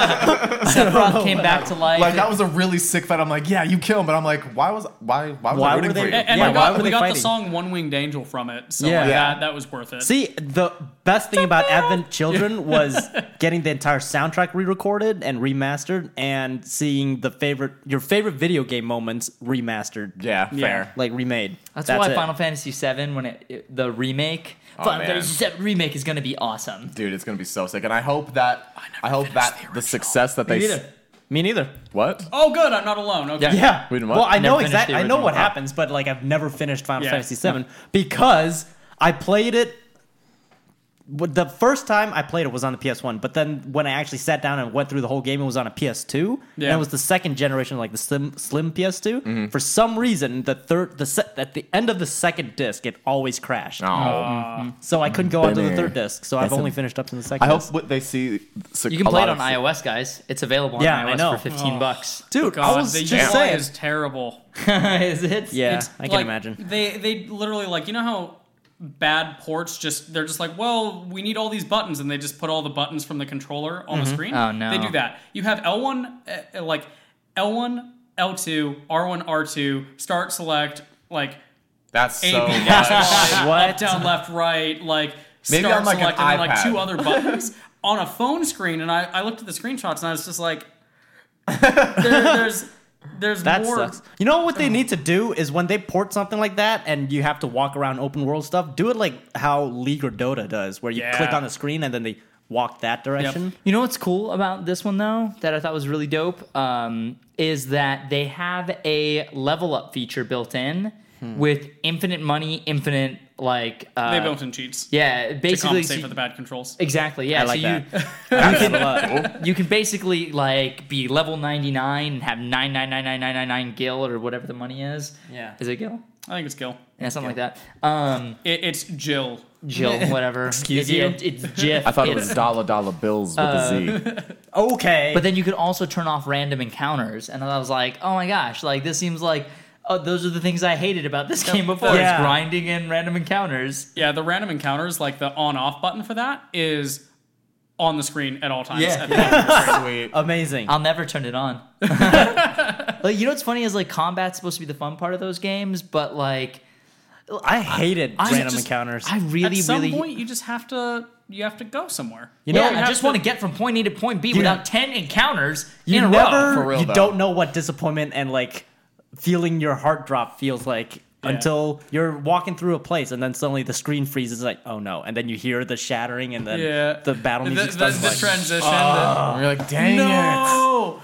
Speaker 1: Sephiroth came back to life.
Speaker 5: like that was a really sick fight. I'm like, yeah, you kill him, but I'm like, why was why why was
Speaker 3: Why
Speaker 5: I
Speaker 3: were
Speaker 5: rooting
Speaker 3: they-
Speaker 5: for you?
Speaker 4: And, and
Speaker 3: Yeah,
Speaker 4: we
Speaker 3: why
Speaker 4: got,
Speaker 3: were
Speaker 4: we
Speaker 3: they
Speaker 4: got the
Speaker 3: fighting?
Speaker 4: song One Winged Angel from it. So
Speaker 3: Yeah.
Speaker 4: like,
Speaker 3: Yeah.
Speaker 4: That, that was worth it.
Speaker 3: See, the best thing about
Speaker 1: [laughs]
Speaker 3: Advent Children was getting the entire soundtrack re-recorded and remastered, and seeing the favorite your favorite video game moments remastered,
Speaker 5: Yeah, fair.
Speaker 4: Yeah.
Speaker 3: like remade.
Speaker 1: That's, why
Speaker 3: it. Oh,
Speaker 1: Final Fantasy VII, when it, it- the remake, Final
Speaker 5: man.
Speaker 1: Fantasy VII remake is going to be awesome.
Speaker 5: Dude, it's gonna be so sick, and I hope that I, hope that the, success that they
Speaker 3: Me
Speaker 5: s-
Speaker 3: neither. Me neither.
Speaker 5: what
Speaker 4: Oh, good. I'm not alone. Okay.
Speaker 3: Yeah.
Speaker 5: We didn't what?
Speaker 3: well, I know
Speaker 1: Never finished
Speaker 3: exactly.
Speaker 1: the
Speaker 3: I know
Speaker 1: original.
Speaker 3: what happens, but like I've never finished Final
Speaker 4: Yeah.
Speaker 3: Fantasy VII because I played it. w- The first time I played it was on the PS1, but then when I actually sat down and went through the whole game, it was on a PS2, and
Speaker 4: Yeah.
Speaker 3: it was the second generation, like the slim, slim PS2. For some reason, the third, the se- at the end of the second disc, it always crashed,
Speaker 2: Oh.
Speaker 5: Mm-hmm.
Speaker 3: so I couldn't go on to the
Speaker 2: Bummer.
Speaker 3: third disc. So I've
Speaker 2: That's a-
Speaker 3: only finished up to the second.
Speaker 5: I hope
Speaker 3: disc.
Speaker 5: what they see su-
Speaker 1: You can
Speaker 5: a
Speaker 1: play it
Speaker 5: lot
Speaker 1: on
Speaker 5: of-
Speaker 1: iOS, guys. It's available on
Speaker 3: Yeah, I
Speaker 1: iOS
Speaker 3: know.
Speaker 1: for 15
Speaker 4: Oh.
Speaker 1: bucks.
Speaker 4: [laughs]
Speaker 3: dude,
Speaker 4: God,
Speaker 3: I was
Speaker 4: the
Speaker 3: just
Speaker 4: UI
Speaker 3: saying.
Speaker 4: is terrible.
Speaker 1: is it?
Speaker 3: yeah,
Speaker 4: It's
Speaker 3: I can
Speaker 4: like,
Speaker 3: imagine.
Speaker 4: They they literally like you know how bad ports just they're just like well we need all these buttons and they just put all the buttons from the controller
Speaker 3: Mm-hmm.
Speaker 4: on the screen.
Speaker 1: Oh, no.
Speaker 4: They do that. You have L1 uh, uh, like L1 L2 R1 R2 start select like
Speaker 5: That's
Speaker 4: [laughs] A B
Speaker 5: so
Speaker 4: dash
Speaker 5: much.
Speaker 3: [laughs]
Speaker 4: Y,
Speaker 3: What?
Speaker 4: up down left right like
Speaker 5: Maybe
Speaker 4: start
Speaker 5: on, like, an
Speaker 4: select and then, like
Speaker 5: iPad.
Speaker 4: two other buttons [laughs] on a phone screen and I I looked at the screenshots and I was
Speaker 5: [laughs]
Speaker 4: just like there, there's there's
Speaker 3: That
Speaker 4: more
Speaker 3: sucks. You know what they need to do is when they port something like that and you have to walk around open world stuff, do it like how League or Dota does, where you
Speaker 4: Yeah.
Speaker 3: click on the screen and then they walk that direction.
Speaker 1: You know what's cool about this one though that I thought was really dope um, is that they have a level up feature built in
Speaker 3: Hmm.
Speaker 1: with infinite money, infinite like uh,
Speaker 4: they built in cheats.
Speaker 1: yeah,
Speaker 4: to
Speaker 1: basically
Speaker 4: compensate
Speaker 1: so-
Speaker 4: for the bad controls.
Speaker 1: exactly yeah.
Speaker 3: I like
Speaker 1: so you
Speaker 3: that.
Speaker 1: [laughs] you can basically like be level ninety nine and have nine nine nine nine nine nine nine gil or whatever the money is.
Speaker 3: Yeah.
Speaker 1: is it gil?
Speaker 4: I think it's Gil.
Speaker 1: Yeah, something like that. Um,
Speaker 4: It, it's Jill.
Speaker 1: Jill, whatever. Excuse
Speaker 3: you?
Speaker 1: It's Jiff.
Speaker 2: I thought it was dollar dollar bills with a Z.
Speaker 3: Okay.
Speaker 1: But then you could also turn off random encounters, and I was like, oh my gosh, like this seems like oh, those are the things I hated about this game before.
Speaker 3: Yeah.
Speaker 1: It's grinding and random encounters.
Speaker 4: Yeah, the random encounters, like the on-off button for that, is on the screen at all times.
Speaker 1: Yeah.
Speaker 4: At the bottom of
Speaker 5: [laughs]
Speaker 4: the screen.
Speaker 5: Sweet.
Speaker 1: [laughs]
Speaker 3: Amazing.
Speaker 1: I'll never turn it on. like you know what's funny is like combat's supposed to be the fun part of those games, but like
Speaker 3: I hated
Speaker 1: I
Speaker 3: random
Speaker 1: just-
Speaker 3: encounters.
Speaker 1: I really,
Speaker 4: at some
Speaker 1: really.
Speaker 4: point, you just have to you have to go somewhere.
Speaker 3: you know,
Speaker 1: yeah,
Speaker 4: you
Speaker 1: I
Speaker 4: have
Speaker 1: just
Speaker 4: to-
Speaker 1: want to get from point A to point B without ten encounters
Speaker 3: you
Speaker 1: in a row.
Speaker 3: never,
Speaker 5: for real,
Speaker 3: you
Speaker 5: though.
Speaker 3: don't know what disappointment and like feeling your heart drop feels like. Until you're walking through a place and then suddenly the screen freezes, like, oh no. And then you hear the shattering and then
Speaker 4: Yeah,
Speaker 3: the battle music
Speaker 4: the, the,
Speaker 3: starts.
Speaker 4: the
Speaker 3: like-
Speaker 4: transition.
Speaker 5: And you're like, dang
Speaker 4: the,
Speaker 5: it.
Speaker 4: no,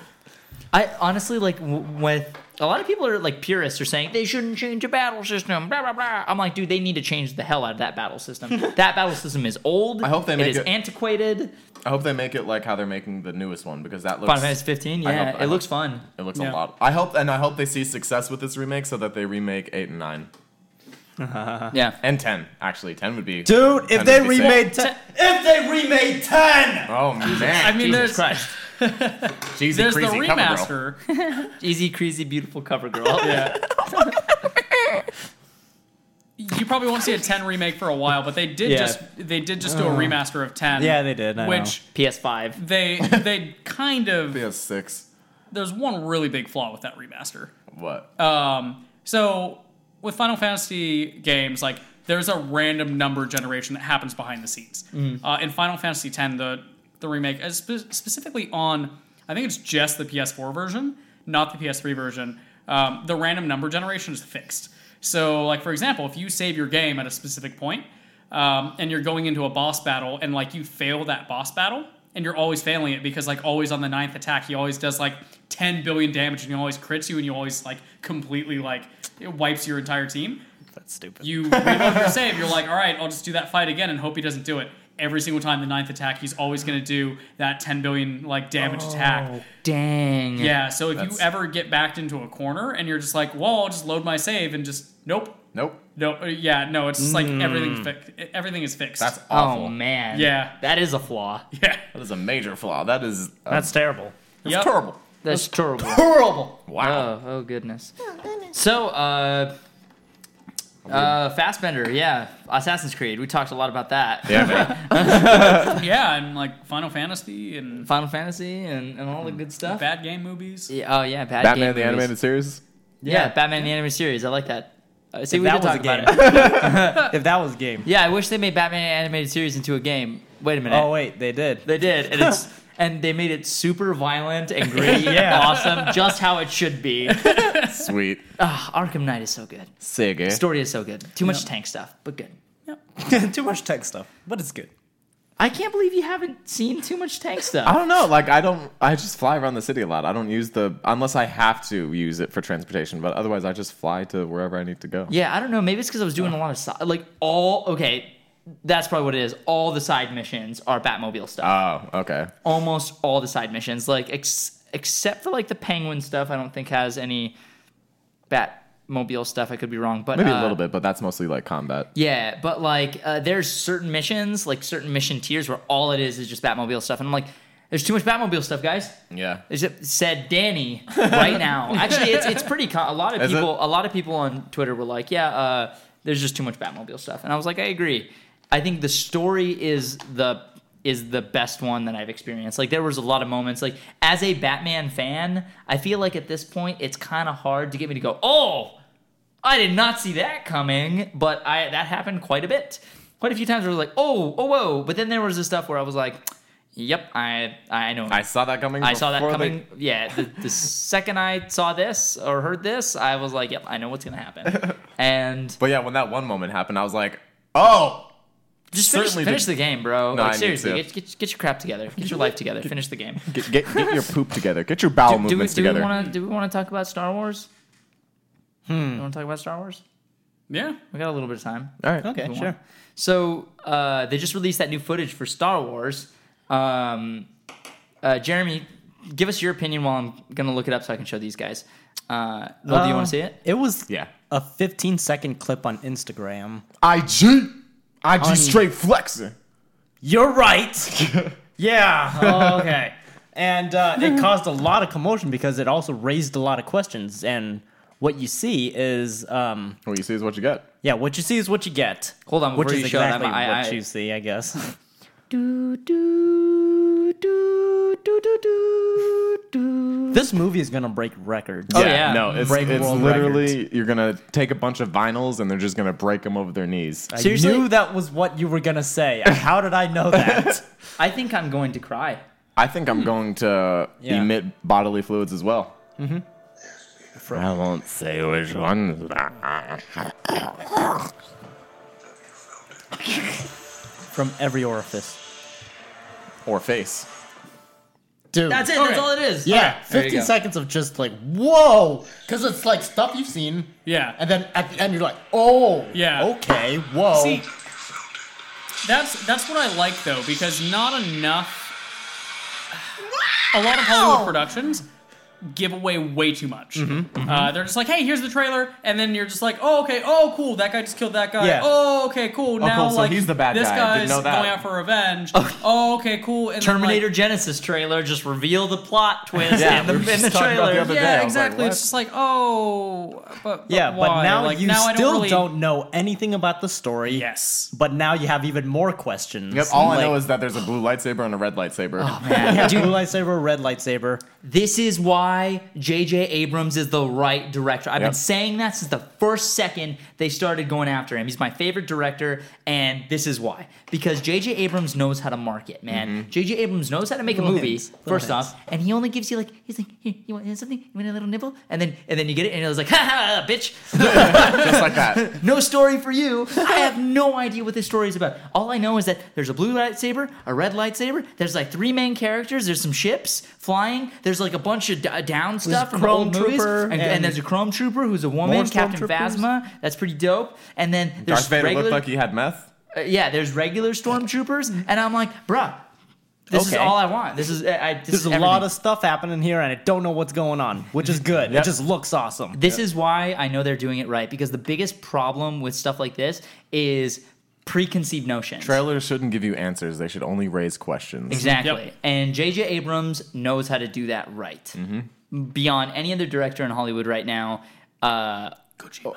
Speaker 1: I honestly like w- with a lot of people are like purists are saying they shouldn't change a battle system. Blah blah blah. I'm like, dude, they need to change the hell out of that battle [laughs] system. that battle system is old. I
Speaker 5: hope they make
Speaker 1: it is
Speaker 5: it-
Speaker 1: antiquated.
Speaker 5: I hope they make it like how they're making the newest one because that looks
Speaker 1: Final Fantasy 15.
Speaker 5: I
Speaker 1: Yeah,
Speaker 5: hope- I
Speaker 1: it
Speaker 5: hope-
Speaker 1: looks fun.
Speaker 5: it looks a
Speaker 4: Yeah.
Speaker 5: lot. I hope and I hope they see success with this remake so that they remake eight and nine
Speaker 1: Yeah.
Speaker 5: and ten. Actually, ten would be
Speaker 3: Dude,
Speaker 5: 10
Speaker 3: if they
Speaker 5: would be sick.
Speaker 3: remade ten, if they remade ten,
Speaker 5: Oh man,
Speaker 4: I mean,
Speaker 1: Jesus
Speaker 4: there's
Speaker 1: Christ.
Speaker 5: Jeezy
Speaker 4: there's the
Speaker 5: Creasy Cover Girl.
Speaker 4: remaster.
Speaker 1: [laughs]
Speaker 3: [laughs]
Speaker 1: Easy, crazy, beautiful cover girl. [laughs]
Speaker 4: yeah. You probably won't see a 10 remake for a while, but they did
Speaker 3: Yeah.
Speaker 4: just they did just do a remaster of 10.
Speaker 3: Yeah, they did, I
Speaker 4: which
Speaker 1: PS5.
Speaker 4: they they kind of
Speaker 5: PS6.
Speaker 4: there's one really big flaw with that remaster.
Speaker 5: What?
Speaker 1: Uh,
Speaker 4: Um, so with Final Fantasy games, like there's a random number generation that happens behind the scenes. Uh, in Final Fantasy X, the the remake, uh, spe- specifically on, I think it's just the PS4 version, not the PS3 version. Um, the random number generation is fixed. So, like for example, if you save your game at a specific point, um, and you're going into a boss battle, and like you fail that boss battle, and you're always failing it because like always on the ninth attack, he always does like 10 billion damage, and he always crits you, and you always like completely like it wipes your entire team.
Speaker 3: that's stupid.
Speaker 4: You reload your save. You're like, all right, I'll just do that fight again and hope he doesn't do it. Every single time the ninth attack, he's always going to do that 10 billion like damage attack.
Speaker 1: Dang.
Speaker 4: Yeah. So if
Speaker 5: That's-
Speaker 4: you ever get backed into a corner and you're just like, well, I'll just load my save and just nope,
Speaker 5: Nope.
Speaker 4: no, uh, yeah, no. It's just like everything's fixed. Everything is fixed.
Speaker 5: Mm. That's awful.
Speaker 1: Oh man.
Speaker 4: Yeah.
Speaker 1: That is a flaw.
Speaker 4: [laughs] yeah.
Speaker 5: That is a major flaw. That is uh,
Speaker 3: That's terrible.
Speaker 5: that's
Speaker 4: Yep.
Speaker 5: terrible.
Speaker 1: [laughs] That's terrible.
Speaker 3: Horrible.
Speaker 5: Wow.
Speaker 1: Oh, oh goodness. So, uh, Uh, Fastbender, yeah, Assassin's Creed. We talked a lot about that.
Speaker 2: Yeah,
Speaker 1: [laughs]
Speaker 2: man.
Speaker 4: yeah, and like Final Fantasy and
Speaker 1: Final Fantasy and, and all the good stuff.
Speaker 4: bad game movies.
Speaker 1: Yeah, oh yeah, bad
Speaker 2: Batman
Speaker 1: game
Speaker 2: the
Speaker 1: movies.
Speaker 2: animated series.
Speaker 1: Yeah, Batman the animated series. I like that. Uh, see,
Speaker 3: If
Speaker 1: we
Speaker 3: that
Speaker 1: did
Speaker 3: was
Speaker 1: talk
Speaker 3: a
Speaker 1: about
Speaker 3: game.
Speaker 1: it.
Speaker 3: [laughs] if that was a game.
Speaker 1: Yeah, I wish they made Batman the animated series into a game. Wait a minute.
Speaker 3: Oh wait, they did.
Speaker 1: They did, and
Speaker 3: [laughs]
Speaker 1: it's and they made it super violent and gritty,
Speaker 3: Yeah.
Speaker 1: and awesome, just how it should be.
Speaker 3: [laughs]
Speaker 2: Sweet. eh?
Speaker 1: Ah, Arkham Knight is so good.
Speaker 2: Sega.
Speaker 1: Story is so good. Too much tank stuff, but good.
Speaker 3: [laughs] Too much tech stuff, but it's good.
Speaker 1: I can't believe you haven't seen too much tank
Speaker 2: I
Speaker 1: stuff.
Speaker 2: don't know. Like I don't. I just fly around the city a lot. I don't use the unless I have to use it for transportation. But otherwise, I just fly to wherever I need to go.
Speaker 1: Yeah, I don't know. Maybe it's because I was doing a lot of side, like all okay. That's probably what it is. All the side missions are Batmobile stuff.
Speaker 2: Oh, okay.
Speaker 1: almost all the side missions, like ex- except for like the penguin stuff. I don't think has any Batmobile stuff. I could be wrong, but
Speaker 2: Maybe
Speaker 1: uh,
Speaker 2: a little bit, but that's mostly like combat.
Speaker 1: Yeah, but like uh, there's certain missions, like certain mission tiers, where all it is is just Batmobile stuff, and I'm like, there's too much Batmobile stuff, guys.
Speaker 2: Yeah.
Speaker 1: Is it said Danny right
Speaker 2: [laughs]
Speaker 1: now? Actually, it's it's pretty. Con- a lot of
Speaker 2: Is it?
Speaker 1: people, a lot of people on Twitter were like, "Yeah, uh, there's just too much Batmobile stuff," and I was like, "I agree." I think the story is the is the best one that I've experienced. Like there was a lot of moments. Like as a Batman fan, I feel like at this point it's kind of hard to get me to go, "Oh, I did not see that coming," but I that happened quite a bit, quite a few times. Where I was like, "Oh, oh, whoa!" But then there was this stuff where I was like. Yep, I I know.
Speaker 2: I saw that coming.
Speaker 1: I saw that
Speaker 2: before they-
Speaker 1: coming. Yeah, the,
Speaker 2: [laughs]
Speaker 1: the second I saw this or heard this, I was like, "Yep, I know what's gonna happen." And
Speaker 2: But yeah, when that one moment happened, I was like, oh.
Speaker 1: just finish,
Speaker 2: Certainly
Speaker 1: finish the
Speaker 2: did-
Speaker 1: game, bro.
Speaker 2: No, I
Speaker 1: like
Speaker 2: need
Speaker 1: seriously,
Speaker 2: to.
Speaker 1: get, get, get your crap together, get your life together, finish the game.
Speaker 2: Get, get, get your poop together. Get your bowel
Speaker 1: Do- Do we,
Speaker 2: movements
Speaker 1: do we
Speaker 2: together.
Speaker 1: want to do we want to talk about Star Wars? Hmm. You want to talk about Star Wars?
Speaker 4: Yeah,
Speaker 1: We got a little bit of time.
Speaker 2: All right.
Speaker 3: Okay,
Speaker 1: Go on.
Speaker 3: sure.
Speaker 1: So uh, they just released that new footage for Star Wars. Um, uh, Jeremy, give us your opinion while I'm gonna look it up so I can show these guys. Uh, Will, do you want
Speaker 3: Uh,
Speaker 1: to see it?
Speaker 3: It was
Speaker 2: Yeah.
Speaker 3: a 15 second clip on Instagram.
Speaker 2: IG. IG straight [laughs] flexing.
Speaker 3: You're [laughs] right. yeah. Oh, okay. And uh, it [laughs] caused a lot of commotion because it also raised a lot of questions. And what you see is, um,
Speaker 2: What you see is what you get.
Speaker 3: yeah, what you see is what you get.
Speaker 1: Hold on,
Speaker 3: which
Speaker 1: before
Speaker 3: is
Speaker 1: you show it, I'm-
Speaker 3: exactly
Speaker 1: I-
Speaker 3: what
Speaker 1: I-
Speaker 3: you see, I guess. [laughs] this movie is gonna break records.
Speaker 1: Oh, yeah.
Speaker 2: No, it's,
Speaker 3: Break
Speaker 2: it's
Speaker 3: world
Speaker 2: literally, you're going to take a bunch of vinyls and they're just going to break them over their knees.
Speaker 3: I
Speaker 1: Seriously?
Speaker 3: knew that was what you were gonna say. How did I
Speaker 1: [laughs]
Speaker 3: know that?
Speaker 1: I think I'm going to cry.
Speaker 2: I think I'm going to
Speaker 3: Yeah.
Speaker 2: emit bodily fluids as well. Mm-hmm. I won't say which ones.
Speaker 3: From every orifice.
Speaker 2: Or face.
Speaker 6: Dude.
Speaker 1: That's it.
Speaker 4: Okay.
Speaker 1: That's all it is.
Speaker 6: yeah,
Speaker 1: There you
Speaker 6: 15
Speaker 1: go.
Speaker 6: seconds of just like, whoa! Because it's like stuff you've seen.
Speaker 4: yeah.
Speaker 6: And then at the end, you're like, oh!
Speaker 4: Yeah.
Speaker 6: Okay, whoa.
Speaker 4: See, that's that's what I like though, because not enough. A lot of Hollywood productions give away way too much. Uh, they're just like, "Hey, here's the trailer," and then you're just like, "Oh, okay. Oh, cool. That guy just killed that guy.
Speaker 3: Yeah.
Speaker 4: Oh, okay, cool. now
Speaker 2: cool, so
Speaker 4: like
Speaker 2: he's the bad
Speaker 4: this
Speaker 2: guy.
Speaker 4: guy's
Speaker 2: Didn't know that.
Speaker 4: going out for revenge. oh, okay, cool. And then, like-
Speaker 1: Terminator Genesis trailer just reveal the plot twist
Speaker 2: Yeah,
Speaker 1: in
Speaker 2: we
Speaker 1: the,
Speaker 2: were
Speaker 1: in
Speaker 2: just
Speaker 1: the
Speaker 2: talking about the
Speaker 1: trailer.
Speaker 2: other-
Speaker 4: yeah,
Speaker 2: day, I was like,
Speaker 4: exactly.
Speaker 2: "What?"
Speaker 4: it's just like, oh, but, but
Speaker 3: Yeah, but
Speaker 4: why?
Speaker 3: now
Speaker 4: like,
Speaker 3: you
Speaker 4: now I
Speaker 3: still
Speaker 4: don't, really...
Speaker 3: know anything about the story.
Speaker 4: Yes.
Speaker 3: But now you have even more questions.
Speaker 2: Yep, all I know
Speaker 3: Like,
Speaker 2: is that there's a blue lightsaber and a red lightsaber.
Speaker 3: [laughs]
Speaker 2: Oh,
Speaker 3: yeah, blue lightsaber, red lightsaber.
Speaker 1: This is why J.J. Abrams is the right director. I've been
Speaker 2: Yep.
Speaker 1: saying that since the first second they started going after him. He's my favorite director, and this is why. Because J.J. Abrams knows how to market,
Speaker 2: Mm-hmm.
Speaker 1: man. J.J. Abrams knows how to make a
Speaker 3: Little
Speaker 1: movie,
Speaker 3: hints, little
Speaker 1: first
Speaker 3: hints.
Speaker 1: off, and he only gives you like, he's like, here, you want something? You want a little nibble? And then, and then you get it, and it was like, [laughs] ha ha, bitch.
Speaker 2: [laughs] Just like that.
Speaker 1: No story for
Speaker 3: [laughs]
Speaker 1: you. I have no idea what this story is about. All I know is that there's a blue lightsaber, a red lightsaber. There's like three main characters. There's some ships flying. There's like a bunch of d- uh, down stuff from
Speaker 3: Chrome
Speaker 1: old movies.
Speaker 3: Trooper
Speaker 1: And, and
Speaker 3: and-
Speaker 1: there's a Chrome Trooper who's a woman,
Speaker 3: More
Speaker 1: Captain
Speaker 3: Stormtroopers.
Speaker 1: Phasma. That's pretty dope. And then there's
Speaker 2: Darth Vader
Speaker 1: regular,
Speaker 2: looked like he had meth.
Speaker 1: uh, yeah, there's regular stormtroopers, and I'm like, bruh, this is
Speaker 3: Okay.
Speaker 1: all I want. This is uh, I, I, this
Speaker 3: There's
Speaker 1: is
Speaker 3: a lot
Speaker 1: everything.
Speaker 3: of stuff happening here, and I don't know what's going on, which is good. It just looks awesome.
Speaker 1: This is why I know they're doing it right because the biggest problem with stuff like this is preconceived notions.
Speaker 2: Trailers shouldn't give you answers, they should only raise questions.
Speaker 1: Exactly.
Speaker 4: Yep.
Speaker 1: And J.J. Abrams knows how to do that right.
Speaker 2: Mm-hmm.
Speaker 1: Beyond any other director in Hollywood right now. Uh, Kojima.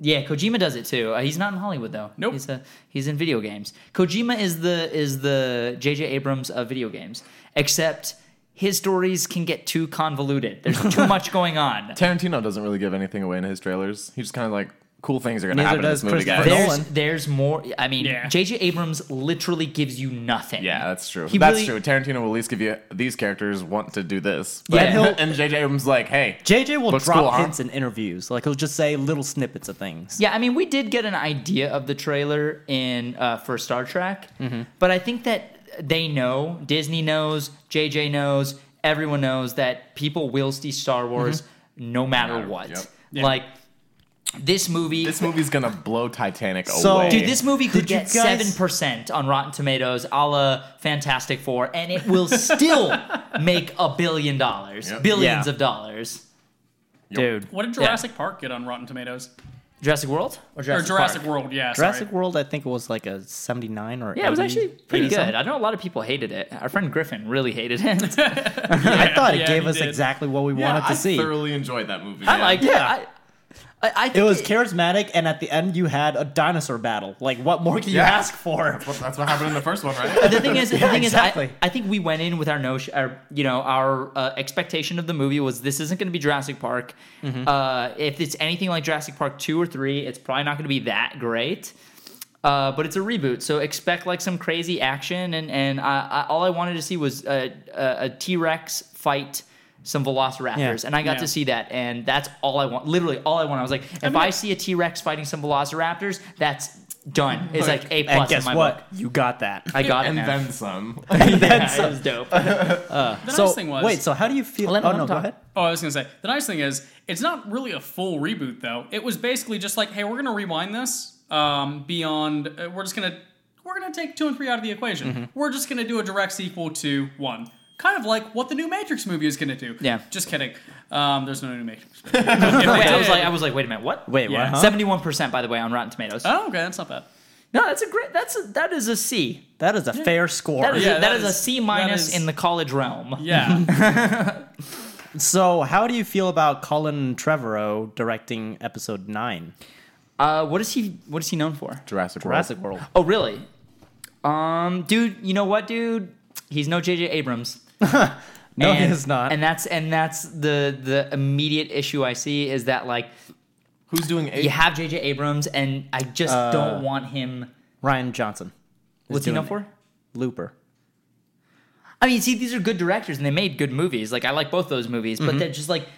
Speaker 1: Yeah, Kojima does it too. Uh, he's not in Hollywood though.
Speaker 4: Nope.
Speaker 1: He's a, he's in video games. Kojima is the is the JJ Abrams of video games. Except his stories can get too convoluted. There's
Speaker 2: [laughs]
Speaker 1: too much going on.
Speaker 2: Tarantino doesn't really give anything away in his trailers. He's just kind of like, cool things are going to
Speaker 3: Neither
Speaker 2: happen in
Speaker 3: does
Speaker 2: this movie,
Speaker 3: Christopher
Speaker 2: guys.
Speaker 3: Nolan.
Speaker 1: There's, there's more. I mean,
Speaker 4: Yeah.
Speaker 1: JJ Abrams literally gives you nothing.
Speaker 2: Yeah, that's true.
Speaker 1: He
Speaker 2: that's
Speaker 1: really-
Speaker 2: true. Tarantino will at least give you these characters want to do this. But,
Speaker 1: Yeah, he'll-
Speaker 2: [laughs] and JJ Abrams like, hey,
Speaker 3: JJ will
Speaker 2: Looks
Speaker 3: drop
Speaker 2: cool, huh?
Speaker 3: hints in interviews. Like he'll just say little snippets of things.
Speaker 1: Yeah, I mean, we did get an idea of the trailer in uh, for Star Trek, but I think that they know, Disney knows, JJ knows, everyone knows that people will see Star Wars no matter
Speaker 2: matter-
Speaker 1: what.
Speaker 2: yep.
Speaker 4: Yeah.
Speaker 1: Like this movie,
Speaker 2: this movie's gonna blow Titanic
Speaker 3: So-
Speaker 2: away.
Speaker 1: dude, this movie could
Speaker 3: Did you
Speaker 1: get
Speaker 3: guys-
Speaker 1: seven percent on Rotten Tomatoes, a la Fantastic Four, and it will still make a billion dollars,
Speaker 2: Yep.
Speaker 1: billions
Speaker 3: Yeah.
Speaker 1: of dollars.
Speaker 3: Dude.
Speaker 4: What did Jurassic Park get on Rotten Tomatoes?
Speaker 1: Jurassic World or
Speaker 4: or Jurassic World, yeah. sorry.
Speaker 3: Jurassic World, I think it was like a 79 or
Speaker 1: Yeah, it was
Speaker 3: 80.
Speaker 1: actually pretty
Speaker 3: Yeah.
Speaker 1: good. I know a lot of people hated it. Our friend Griffin really hated it.
Speaker 3: I thought it
Speaker 4: yeah,
Speaker 3: gave
Speaker 4: he
Speaker 3: us
Speaker 4: did.
Speaker 3: exactly what we wanted to
Speaker 5: I
Speaker 3: see.
Speaker 5: thoroughly enjoyed that movie.
Speaker 1: I
Speaker 5: man.
Speaker 1: liked
Speaker 3: Yeah.
Speaker 1: it. I, I, I think
Speaker 3: It was charismatic, and at the end, you had a dinosaur battle. Like, what more can you
Speaker 5: Yeah.
Speaker 3: ask for?
Speaker 5: Well, that's what happened in the first one,
Speaker 1: [laughs]
Speaker 5: right?
Speaker 1: the thing is, the
Speaker 3: Yeah,
Speaker 1: thing
Speaker 3: exactly.
Speaker 1: is, I, I think we went in with our notion, our you know, our uh, expectation of the movie was this isn't going to be Jurassic Park.
Speaker 3: Mm-hmm.
Speaker 1: Uh, if it's anything like Jurassic Park two or three, it's probably not going to be that great. Uh, but it's a reboot, so expect like some crazy action. And and I, I, all I wanted to see was a, a, a T Rex fight. Some Velociraptors,
Speaker 3: Yeah.
Speaker 1: and I got
Speaker 4: Yeah.
Speaker 1: to see that, and that's all I want. Literally, all I want. I was like, if I, see a T Rex fighting some Velociraptors, that's done. It's like a plus
Speaker 3: And guess
Speaker 1: in my
Speaker 3: what?
Speaker 1: book.
Speaker 3: You got that.
Speaker 1: I got
Speaker 5: and
Speaker 1: it. man.
Speaker 5: then
Speaker 1: [laughs]
Speaker 5: some.
Speaker 1: yeah, it was dope. [laughs]
Speaker 4: The
Speaker 3: so,
Speaker 4: nice thing was,
Speaker 3: wait, so how do you feel?
Speaker 1: Let him-
Speaker 3: oh,
Speaker 1: let him
Speaker 3: no, go
Speaker 1: talk.
Speaker 3: ahead.
Speaker 4: Oh, I was gonna say the nice thing is it's not really a full reboot though. It was basically just like, hey, we're gonna rewind this um, beyond. Uh, we're just gonna we're gonna take two and three out of the equation. We're just gonna do a direct sequel to one, kind of like what the new Matrix movie is gonna do.
Speaker 1: Yeah.
Speaker 4: just kidding. Um, there's no new Matrix. Movie.
Speaker 1: Wait, I was like, I was like, wait a minute, what?
Speaker 3: Wait,
Speaker 4: Yeah.
Speaker 3: what? Huh?
Speaker 1: Seventy-one percent, by the way, on Rotten Tomatoes.
Speaker 4: oh, okay, that's not bad.
Speaker 1: no, that's a great. That's a, that is a C.
Speaker 3: That is a fair score.
Speaker 1: That is,
Speaker 4: Yeah,
Speaker 1: a,
Speaker 4: that
Speaker 1: that is, a
Speaker 4: is-
Speaker 1: C
Speaker 4: that
Speaker 1: minus
Speaker 4: is-
Speaker 1: in the college realm.
Speaker 4: Yeah,
Speaker 3: So, how do you feel about Colin Trevorrow directing episode 9?
Speaker 1: Uh, what is he? What is he known for?
Speaker 2: Jurassic World.
Speaker 3: Jurassic World.
Speaker 1: Oh, really? Um, dude, you know what, dude? He's no J.J. Abrams.
Speaker 3: No,
Speaker 1: and,
Speaker 3: it is not.
Speaker 1: And that's and that's the the immediate issue I see is that like
Speaker 2: Who's doing eight?
Speaker 1: you
Speaker 2: [laughs]
Speaker 1: have J.J. Abrams, and I just don't want him.
Speaker 3: Ryan Johnson. is
Speaker 1: What's he
Speaker 3: doing
Speaker 1: known
Speaker 3: it.
Speaker 1: for?
Speaker 3: Looper.
Speaker 1: I mean, see, these are good directors, and they made good movies. Like I like both those movies, but they're just like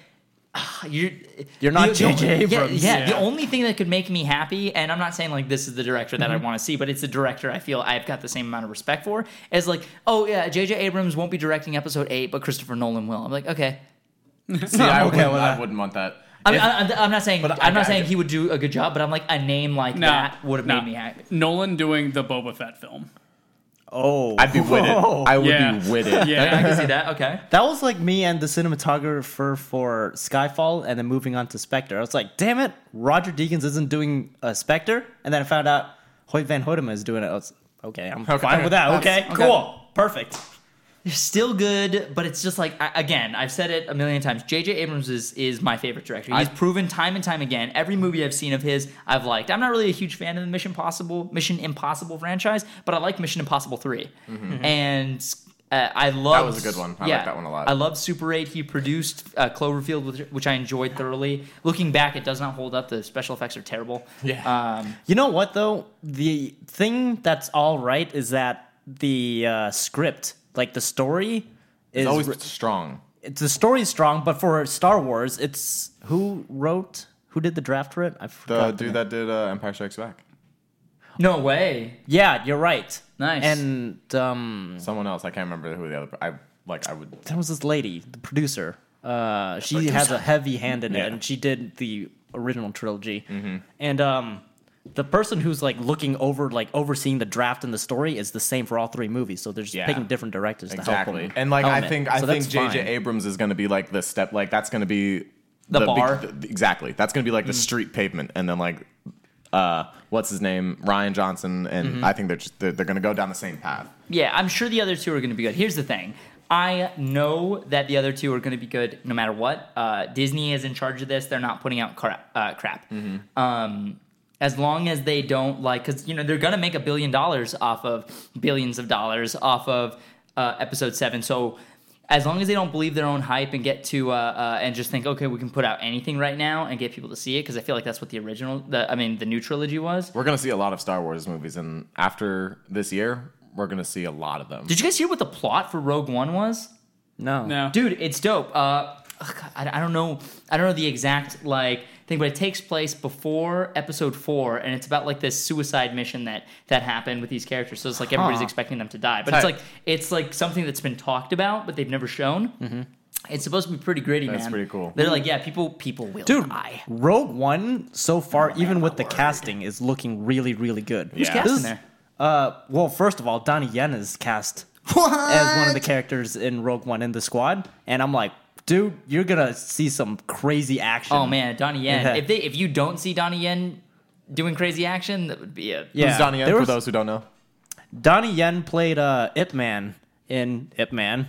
Speaker 1: ah, you're
Speaker 3: Mm-hmm. You're not
Speaker 1: the- the
Speaker 3: J.J.
Speaker 1: only- yeah,
Speaker 3: Abrams.
Speaker 1: Yeah, the
Speaker 4: Yeah.
Speaker 1: only thing that could make me happy, and I'm not saying like this is the director that
Speaker 3: Mm-hmm.
Speaker 1: I want to see, but it's a director I feel I've got the same amount of respect for. As like, oh yeah, J.J. Abrams won't be directing Episode Eight, but Christopher Nolan will. I'm like, okay.
Speaker 5: See, I,
Speaker 3: okay
Speaker 5: wouldn't,
Speaker 3: with
Speaker 5: I
Speaker 3: [laughs] that.
Speaker 5: wouldn't want that.
Speaker 1: I
Speaker 5: If-
Speaker 1: mean, I, I'm- I'm not saying
Speaker 5: But I-
Speaker 1: I'm not
Speaker 5: I-
Speaker 1: saying he would do a good job, but I'm like a name like
Speaker 4: No,
Speaker 1: that would have
Speaker 4: no.
Speaker 1: made me happy.
Speaker 4: Nolan doing the Boba Fett film.
Speaker 3: Oh. [laughs]
Speaker 2: I'd be with it. I would
Speaker 4: Yeah.
Speaker 2: be
Speaker 1: [laughs]
Speaker 2: with it.
Speaker 1: I
Speaker 4: Yeah,
Speaker 1: can see that. Okay.
Speaker 3: That was like me and the cinematographer for Skyfall, and then moving on to Spectre. I was like, damn it, Roger Deakins isn't doing uh, Spectre. And then I found out Hoyt Van Hoytema is doing it. I was okay, I'm fine with that. Okay, cool, perfect.
Speaker 1: still good, but it's just like I, again, I've said it a million times. J.J. Abrams is is my favorite director. He's proven time and time again. Every movie I've seen of his, I've liked. I'm not really a huge fan of the Mission Possible Mission Impossible franchise, but I like Mission Impossible 3 and. Uh, I love
Speaker 2: Mm-hmm. was a good one. I like that one a lot.
Speaker 1: I love Super 8. He produced uh, Cloverfield, which, which I enjoyed thoroughly. Looking back, it does not hold up. The special effects are terrible.
Speaker 2: Yeah.
Speaker 1: Um,
Speaker 3: You know what though? The thing that's all right is that the uh, script, like the story, is
Speaker 2: It's always
Speaker 3: re-
Speaker 2: strong.
Speaker 3: it's the story's strong. But for Star Wars, it's who wrote, who did the draft for it? I
Speaker 2: The
Speaker 3: forgot. the
Speaker 2: dude
Speaker 3: name.
Speaker 2: that did uh, Empire Strikes Back.
Speaker 1: no way.
Speaker 3: Yeah, you're right.
Speaker 1: Nice.
Speaker 3: And um,
Speaker 2: Someone else. I can't remember who the other. I like. I would.
Speaker 3: there was this lady, the producer. Uh, she has a heavy hand in
Speaker 2: Yeah.
Speaker 3: it, and she did the original trilogy. And um, the person who's like looking over, like overseeing the draft and the story, is the same for all three movies. So they're just
Speaker 2: Yeah.
Speaker 3: picking different directors to
Speaker 2: Exactly.
Speaker 3: help them.
Speaker 2: And like, I
Speaker 3: helm it.
Speaker 2: think I
Speaker 3: So
Speaker 2: think
Speaker 3: that's
Speaker 2: J.J.
Speaker 3: fine.
Speaker 2: Abrams is going to be like the step. Like that's going to be
Speaker 1: The
Speaker 2: big-
Speaker 1: bar?
Speaker 2: th- exactly. That's going to be like the
Speaker 3: Mm.
Speaker 2: street pavement, and then like, uh, what's his name? Ryan
Speaker 3: Mm-hmm.
Speaker 2: Johnson, and I think they're just they're, they're going to go down the same path.
Speaker 1: Yeah, I'm sure the other two are going to be good. Here's the thing. I know that the other two are going to be good no matter what. Uh, Disney is in charge of this. They're not putting out crap. Uh, crap. Um, as long as they don't like, because you know they're going to make a billion dollars off of billions of dollars off of uh, episode seven. So as long as they don't believe their own hype and get to uh, uh, and just think, okay, we can put out anything right now and get people to see it, because I feel like that's what the original, the, I mean, the new trilogy was.
Speaker 2: We're gonna see a lot of Star Wars movies, and after this year, we're gonna see a lot of them.
Speaker 1: Did you guys hear what the plot for Rogue One was?
Speaker 3: No.
Speaker 4: No.
Speaker 1: dude it's dope uh ugh, God, I, I don't know i don't know the exact like thing but it takes place before episode four and it's about like this suicide mission that that happened with these characters so it's like everybody's
Speaker 3: Huh.
Speaker 1: expecting them to die but it's
Speaker 2: Tight.
Speaker 1: like it's like something that's been talked about but they've never shown
Speaker 3: Mm-hmm.
Speaker 1: it's supposed to be pretty gritty
Speaker 2: That's
Speaker 1: man
Speaker 2: pretty cool.
Speaker 1: they're like yeah people people will die
Speaker 3: Rogue One so far, even with the casting, is looking really, really good. Who's
Speaker 2: Yeah.
Speaker 1: casting there?
Speaker 3: Uh, well, first of all, Donnie Yen is cast as one of the characters in Rogue One in the squad, and I'm like, dude, you're gonna see some crazy action.
Speaker 1: oh man donnie yen
Speaker 3: Yeah.
Speaker 1: if they if you don't see donnie yen doing crazy action that would be a
Speaker 3: yeah.
Speaker 2: Who's Donnie Yen?
Speaker 3: There
Speaker 2: For
Speaker 3: was-
Speaker 2: those who don't know,
Speaker 3: Donnie Yen played uh, Ip Man in
Speaker 2: [laughs]
Speaker 3: Ip Man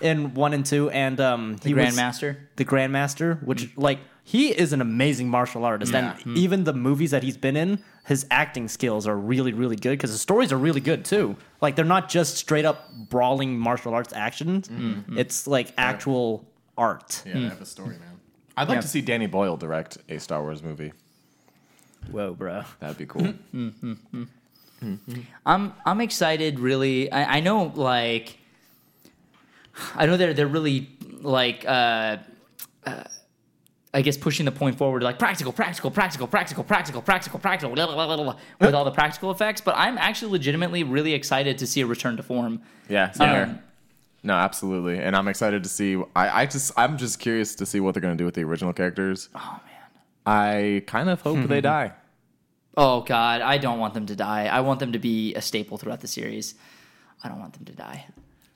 Speaker 3: in one and two, and um, he was-
Speaker 1: grandmaster
Speaker 3: the Grandmaster,
Speaker 2: Mm.
Speaker 3: which like he is an amazing martial artist, and even the movies that he's been in, his acting skills are really, really good because the stories are really good too. Like they're not just straight up brawling martial arts actions;
Speaker 2: Mm,
Speaker 3: it's like actual art.
Speaker 5: Yeah, I have a story, man.
Speaker 2: I'd like to see Danny Boyle direct a Star Wars movie.
Speaker 3: Whoa, bro!
Speaker 2: That'd be cool.
Speaker 3: Hmm.
Speaker 1: I'm I'm excited. Really, I, I know like I know they're they're really like uh, uh, I guess pushing the point forward, like practical, practical, practical, practical, practical, practical, practical, blah, blah, blah, blah, blah, with all the practical effects. But I'm actually legitimately really excited to see a return to form. Um,
Speaker 2: yeah, same here. No, absolutely, and I'm excited to see. I, I just, I'm just curious to see what they're gonna do with the original characters. Oh man, I kind of hope
Speaker 4: [laughs]
Speaker 2: they die.
Speaker 1: Oh God, I don't want them to die. I want them to be a staple throughout the series. I don't want them to die.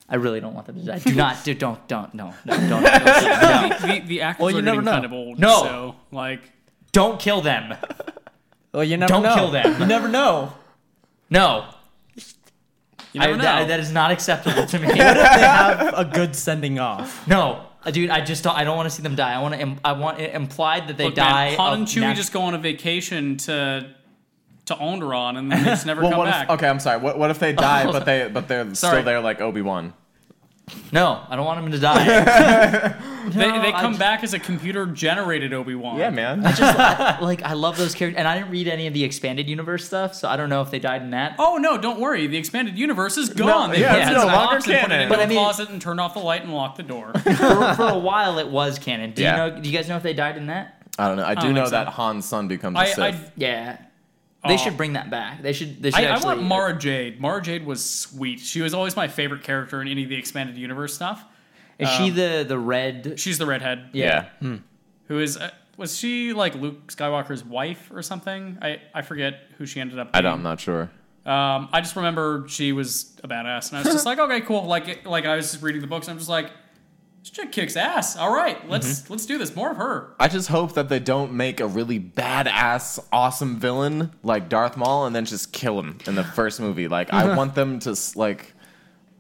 Speaker 1: I really don't want them to die. Do not, do, don't, don't, no, no, don't, don't, no,
Speaker 4: The, the actors
Speaker 3: Well, you
Speaker 4: are
Speaker 3: never
Speaker 4: getting
Speaker 3: know.
Speaker 4: kind of old.
Speaker 1: No.
Speaker 4: So, like,
Speaker 1: don't kill them.
Speaker 3: Well, you never
Speaker 1: Don't
Speaker 3: know.
Speaker 1: kill them.
Speaker 3: You never know.
Speaker 1: No,
Speaker 4: you never
Speaker 1: I-
Speaker 4: know.
Speaker 1: that- that is not acceptable
Speaker 4: [laughs]
Speaker 1: to me.
Speaker 3: They have a good sending off.
Speaker 1: no, Uh, dude, I just don't, I don't want to see them die. I want to. Im- I want it implied that they
Speaker 4: Look,
Speaker 1: die.
Speaker 4: man, Han
Speaker 1: of
Speaker 4: and Chewie
Speaker 1: nat-
Speaker 4: just go on a vacation to to Onderon and then
Speaker 1: [laughs]
Speaker 4: they just never
Speaker 2: Well,
Speaker 4: come
Speaker 2: what
Speaker 4: back.
Speaker 2: if? Okay, I'm sorry. What, what if they die, but they, but
Speaker 4: [laughs]
Speaker 2: they're
Speaker 4: Sorry.
Speaker 2: still there like Obi Wan?
Speaker 1: no, I don't want them to
Speaker 4: [laughs]
Speaker 1: die.
Speaker 4: They, they
Speaker 1: I
Speaker 4: come
Speaker 1: just-
Speaker 4: back as a computer generated Obi Wan.
Speaker 2: Yeah, man.
Speaker 1: like I love those characters, and I didn't read any of the expanded universe stuff, so I don't know if they died in that.
Speaker 4: Oh no! Don't worry. The expanded universe is gone. they
Speaker 2: yeah,
Speaker 4: put
Speaker 1: it's
Speaker 4: it
Speaker 1: no
Speaker 4: in a
Speaker 2: longer
Speaker 4: box and put it
Speaker 2: canon.
Speaker 4: in
Speaker 1: But
Speaker 4: a
Speaker 1: I mean-
Speaker 4: closet and turned off the light and locked the
Speaker 1: [laughs]
Speaker 4: door.
Speaker 1: For, for a while, it was canon. Do
Speaker 2: Yeah.
Speaker 1: you know? Do you guys know if they died in that?
Speaker 2: I don't know. I do
Speaker 4: don't
Speaker 2: know
Speaker 4: think so.
Speaker 2: that Han's son becomes a
Speaker 4: I,
Speaker 2: Sith.
Speaker 4: I,
Speaker 1: Yeah, they
Speaker 4: Aw.
Speaker 1: should bring that back. They should. They should
Speaker 4: I, I
Speaker 1: actually.
Speaker 4: want Mara Jade. Mara Jade was sweet. She was always my favorite character in any of the expanded universe stuff.
Speaker 1: Is she
Speaker 4: um,
Speaker 1: the the red?
Speaker 4: She's the redhead
Speaker 2: yeah.
Speaker 4: who is uh, was she like Luke Skywalker's wife or something? I I forget who she ended up.
Speaker 2: I
Speaker 4: Being.
Speaker 2: don't, I'm not sure.
Speaker 4: Um, I just remember she was a badass, and I
Speaker 1: [laughs]
Speaker 4: was just like, okay, cool. Like, it- like I was just reading the books, and I'm just like, this chick kicks ass. All
Speaker 1: Mm-hmm.
Speaker 4: right, let's let's do this. More of her.
Speaker 2: I just hope that they don't make a really badass, awesome villain like Darth Maul and then just kill him in the first movie. Like,
Speaker 4: [laughs]
Speaker 2: I want them to s- like.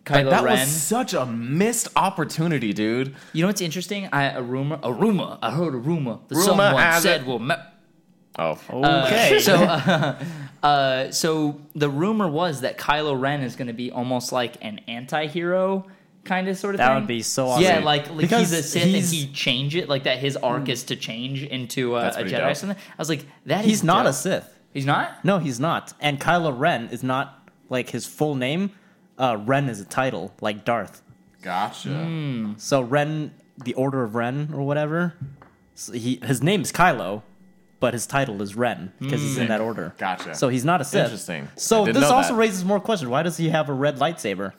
Speaker 1: Kylo
Speaker 2: that
Speaker 1: Ren.
Speaker 2: was such a missed opportunity, dude.
Speaker 1: you know what's interesting? I a rumor. A rumor. I heard a rumor. That
Speaker 2: Rumor
Speaker 1: someone
Speaker 2: has
Speaker 1: said
Speaker 2: it-
Speaker 1: will. ma-
Speaker 2: Oh,
Speaker 3: Okay. [laughs]
Speaker 1: So, uh, uh, so the rumor was that Kylo Ren is going to be almost like an anti-hero kind of sort of
Speaker 3: That
Speaker 1: thing.
Speaker 3: would be so awesome.
Speaker 1: Yeah, like, like
Speaker 3: Because
Speaker 1: he's a Sith
Speaker 3: he's- Hmm.
Speaker 1: and he change it, like that his arc is to change into uh,
Speaker 2: That's
Speaker 1: a
Speaker 2: pretty
Speaker 1: Jedi or
Speaker 2: dope.
Speaker 1: something. I was like, that is
Speaker 3: he's not
Speaker 1: dope.
Speaker 3: a Sith.
Speaker 1: He's not?
Speaker 3: No, he's not. And Kylo Ren is not like his full name. Uh, Ren is a title, like Darth.
Speaker 5: Gotcha.
Speaker 3: So Ren, the Order of Ren or whatever. So he his name is Kylo, but his title is Ren because he's in that order.
Speaker 2: Gotcha.
Speaker 3: So he's not a Sith.
Speaker 2: Interesting. I
Speaker 3: So
Speaker 2: didn't
Speaker 3: this
Speaker 2: know
Speaker 3: also
Speaker 2: that.
Speaker 3: raises more questions. Why does he have a red lightsaber?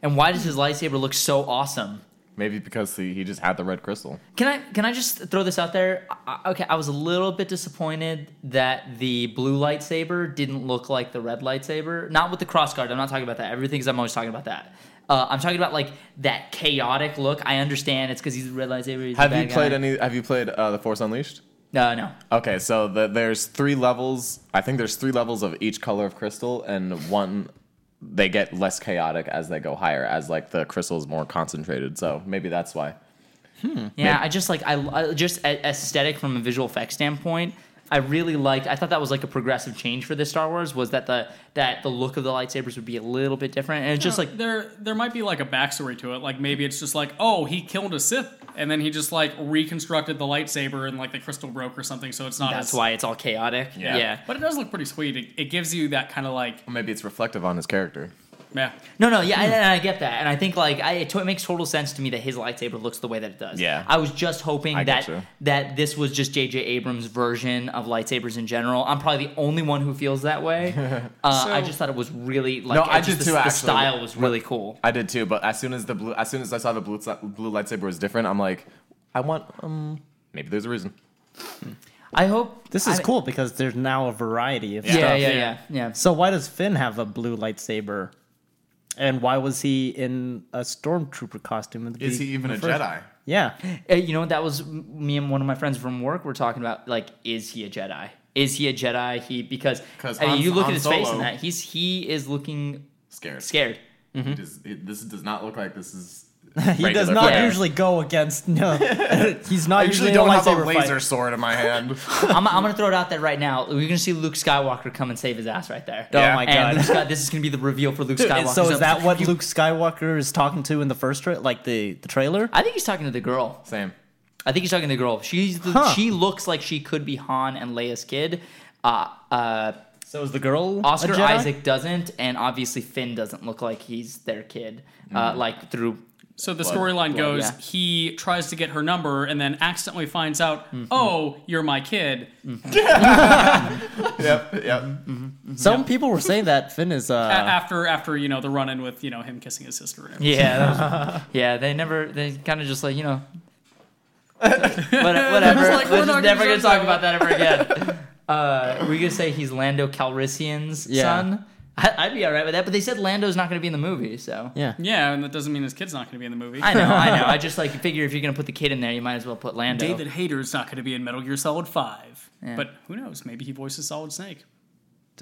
Speaker 1: And why does his lightsaber look so awesome?
Speaker 2: maybe because he, he just had the red crystal.
Speaker 1: Can I can I just throw this out there? I, I- okay, I was a little bit disappointed that the blue lightsaber didn't look like the red lightsaber. Not with the cross guard. I'm not talking about that. Everything's I'm always talking about that. Uh, I'm talking about like that chaotic look. I understand it's because he's the red lightsaber. He's the
Speaker 2: Have you
Speaker 1: bad guy. Uh,
Speaker 2: played any? Have you played uh, the Force Unleashed?
Speaker 1: No, no.
Speaker 2: Okay, so the, there's three levels. I think there's three levels of each color of crystal, and one they get less chaotic as they go higher, as like the crystals more concentrated. So maybe that's why.
Speaker 1: Yeah, I just like I, I just a- aesthetic from a visual effects standpoint. I really liked. I thought that was like a progressive change for this Star Wars was that the that the look of the lightsabers would be a little bit different, and it's just like
Speaker 4: there there might be like a backstory to it. Like maybe it's just like, oh, he killed a Sith and then he just like reconstructed the lightsaber and like the crystal broke or something, so it's not
Speaker 1: that's
Speaker 4: as
Speaker 1: why it's all chaotic. Yeah.
Speaker 4: But it does look pretty sweet. It, it gives you that kind of like
Speaker 2: Maybe it's reflective on his character.
Speaker 4: yeah.
Speaker 1: No, no, yeah, and, and I get that, and I think like I, it, to- it makes total sense to me that his lightsaber looks the way that it does.
Speaker 2: Yeah.
Speaker 1: I was just hoping
Speaker 2: I
Speaker 1: that
Speaker 2: gotcha.
Speaker 1: that this was just J.J. Abrams' version of lightsabers in general. I'm probably the only one who feels that way. uh, I
Speaker 4: So-
Speaker 1: just thought it was really like
Speaker 2: No, I
Speaker 1: just,
Speaker 2: did
Speaker 1: the-
Speaker 2: too,
Speaker 1: The,
Speaker 2: actually.
Speaker 1: style was really cool.
Speaker 2: I did too, but as soon as the blue, as soon as I saw the blue, blue lightsaber was different, I'm like, I want. Um, maybe there's a reason.
Speaker 1: I hope
Speaker 3: This is
Speaker 1: I-
Speaker 3: cool because there's now a variety of
Speaker 1: Yeah, yeah,
Speaker 3: stuff.
Speaker 1: yeah, yeah, yeah.
Speaker 3: So why does Finn have a blue lightsaber? And why was he in a stormtrooper costume? In the
Speaker 5: Is
Speaker 3: be-
Speaker 5: he even a
Speaker 3: first-
Speaker 5: Jedi?
Speaker 3: Yeah.
Speaker 1: Uh, you know what? That was m- me and one of my friends from work were talking about. Like, is he a Jedi? Is he a Jedi? He because
Speaker 5: 'Cause
Speaker 1: I mean,
Speaker 5: Han-
Speaker 1: you look
Speaker 5: Han
Speaker 1: at his face and
Speaker 5: Solo-
Speaker 1: that he's he is looking
Speaker 5: Scared.
Speaker 1: scared.
Speaker 5: It does- it- this does not look like this is.
Speaker 3: He
Speaker 2: Regular
Speaker 3: does not
Speaker 1: Finn.
Speaker 3: usually go against. No, he's not
Speaker 5: I
Speaker 3: usually,
Speaker 5: usually don't
Speaker 3: in a
Speaker 5: have a
Speaker 3: lightsaber fight.
Speaker 5: laser sword in my hand.
Speaker 1: I'm, I'm gonna throw it out there right now. We're gonna see Luke Skywalker come and save his ass right there.
Speaker 3: Oh
Speaker 5: Yeah.
Speaker 3: my
Speaker 1: And Luke
Speaker 3: god!
Speaker 1: Sky- this is gonna be the reveal for Luke
Speaker 3: Dude,
Speaker 1: Skywalker.
Speaker 3: and so is that what Luke Skywalker is talking to in the first tra- like the the trailer?
Speaker 1: I think he's talking to the girl.
Speaker 2: [laughs] Same.
Speaker 1: I think he's talking to the girl. She's the,
Speaker 3: Huh.
Speaker 1: she looks like she could be Han and Leia's kid. Uh, uh,
Speaker 3: So is the girl a
Speaker 1: Oscar
Speaker 3: Jedi?
Speaker 1: Isaac doesn't, and obviously Finn doesn't look like he's their kid.
Speaker 3: Hmm.
Speaker 1: Uh, like through
Speaker 4: So the storyline goes
Speaker 1: yeah.
Speaker 4: he tries to get her number and then accidentally finds out, "Oh, you're my kid."
Speaker 5: yep, yep.
Speaker 1: Oh,
Speaker 3: Some people were saying that Finn is.
Speaker 4: A-
Speaker 3: [laughs] Uh,
Speaker 4: after after, you know, the run in with, you know, him kissing his sister. and everything.
Speaker 1: yeah, that
Speaker 4: [laughs]
Speaker 1: was- yeah. They never. They kind of just like you know. Whatever. whatever.
Speaker 4: like, we're
Speaker 1: We're
Speaker 4: not
Speaker 1: just never
Speaker 4: gonna
Speaker 1: gonna talk
Speaker 4: judge
Speaker 1: about that ever
Speaker 4: [laughs]
Speaker 1: again. Uh, we gonna say he's Lando Calrissian's
Speaker 3: Yeah.
Speaker 1: son. I, I'd be all right with that, but they said Lando's not gonna be in the movie, so.
Speaker 3: yeah.
Speaker 4: Yeah, and that doesn't mean his kid's not going to be in the movie.
Speaker 1: I know, I know. I just like figure if you're gonna put the kid in there, you might as well put Lando.
Speaker 4: [laughs] David Hayter's not going to be in Metal Gear Solid 5.
Speaker 1: Yeah.
Speaker 4: But who knows? Maybe he voices Solid Snake.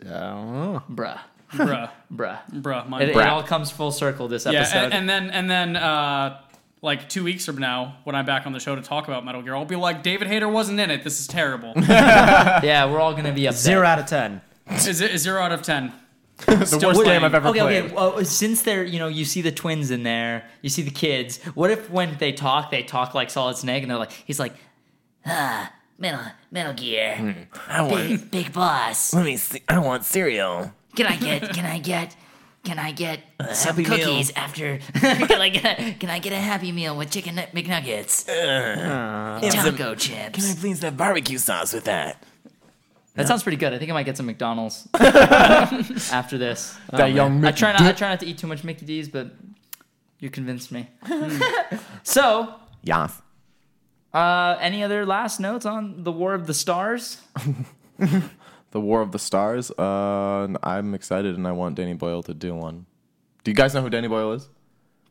Speaker 3: Oh.
Speaker 1: bruh,
Speaker 4: Bruh.
Speaker 1: bruh.
Speaker 4: Bruh. My
Speaker 1: It, it all comes full circle this
Speaker 4: yeah,
Speaker 1: episode.
Speaker 4: and, and then, and then uh, like two weeks from now, when I'm back on the show to talk about Metal Gear, I'll be like, David Hayter wasn't in it. This is terrible.
Speaker 1: yeah, we're all gonna be upset.
Speaker 3: Zero out of ten.
Speaker 4: is it is zero out of 10.
Speaker 2: The worst game I've ever
Speaker 1: Oh, okay,
Speaker 2: played.
Speaker 1: okay. Well, since they're you know you see the twins in there, you see the kids. What if when they talk, they talk like Solid Snake, and they're like, he's like, ah, Metal Metal Gear,
Speaker 7: Hmm. I want.
Speaker 1: big, big boss.
Speaker 7: Let me see. I want cereal.
Speaker 8: Can I get? Can I get? Can I get some
Speaker 7: Happy Meal.
Speaker 8: cookies after? [laughs] can I get? A, can I get a Happy Meal with chicken Nug- McNuggets,
Speaker 1: Hmm.
Speaker 8: and
Speaker 7: some-
Speaker 8: taco
Speaker 7: Uh, Can I
Speaker 8: chips?
Speaker 7: please have barbecue sauce with that?
Speaker 1: That sounds pretty good. I think I might get some
Speaker 3: [laughs]
Speaker 1: McDonald's after this.
Speaker 2: that young
Speaker 1: I try not. I try not to eat too much Mickey D's, but you convinced me. [laughs] so,
Speaker 2: Yes.
Speaker 1: uh, any other last notes on the War of the Stars?
Speaker 2: The War of the Stars. Uh, n- I'm excited, and I want Danny Boyle to do one. Do you guys know who Danny Boyle is?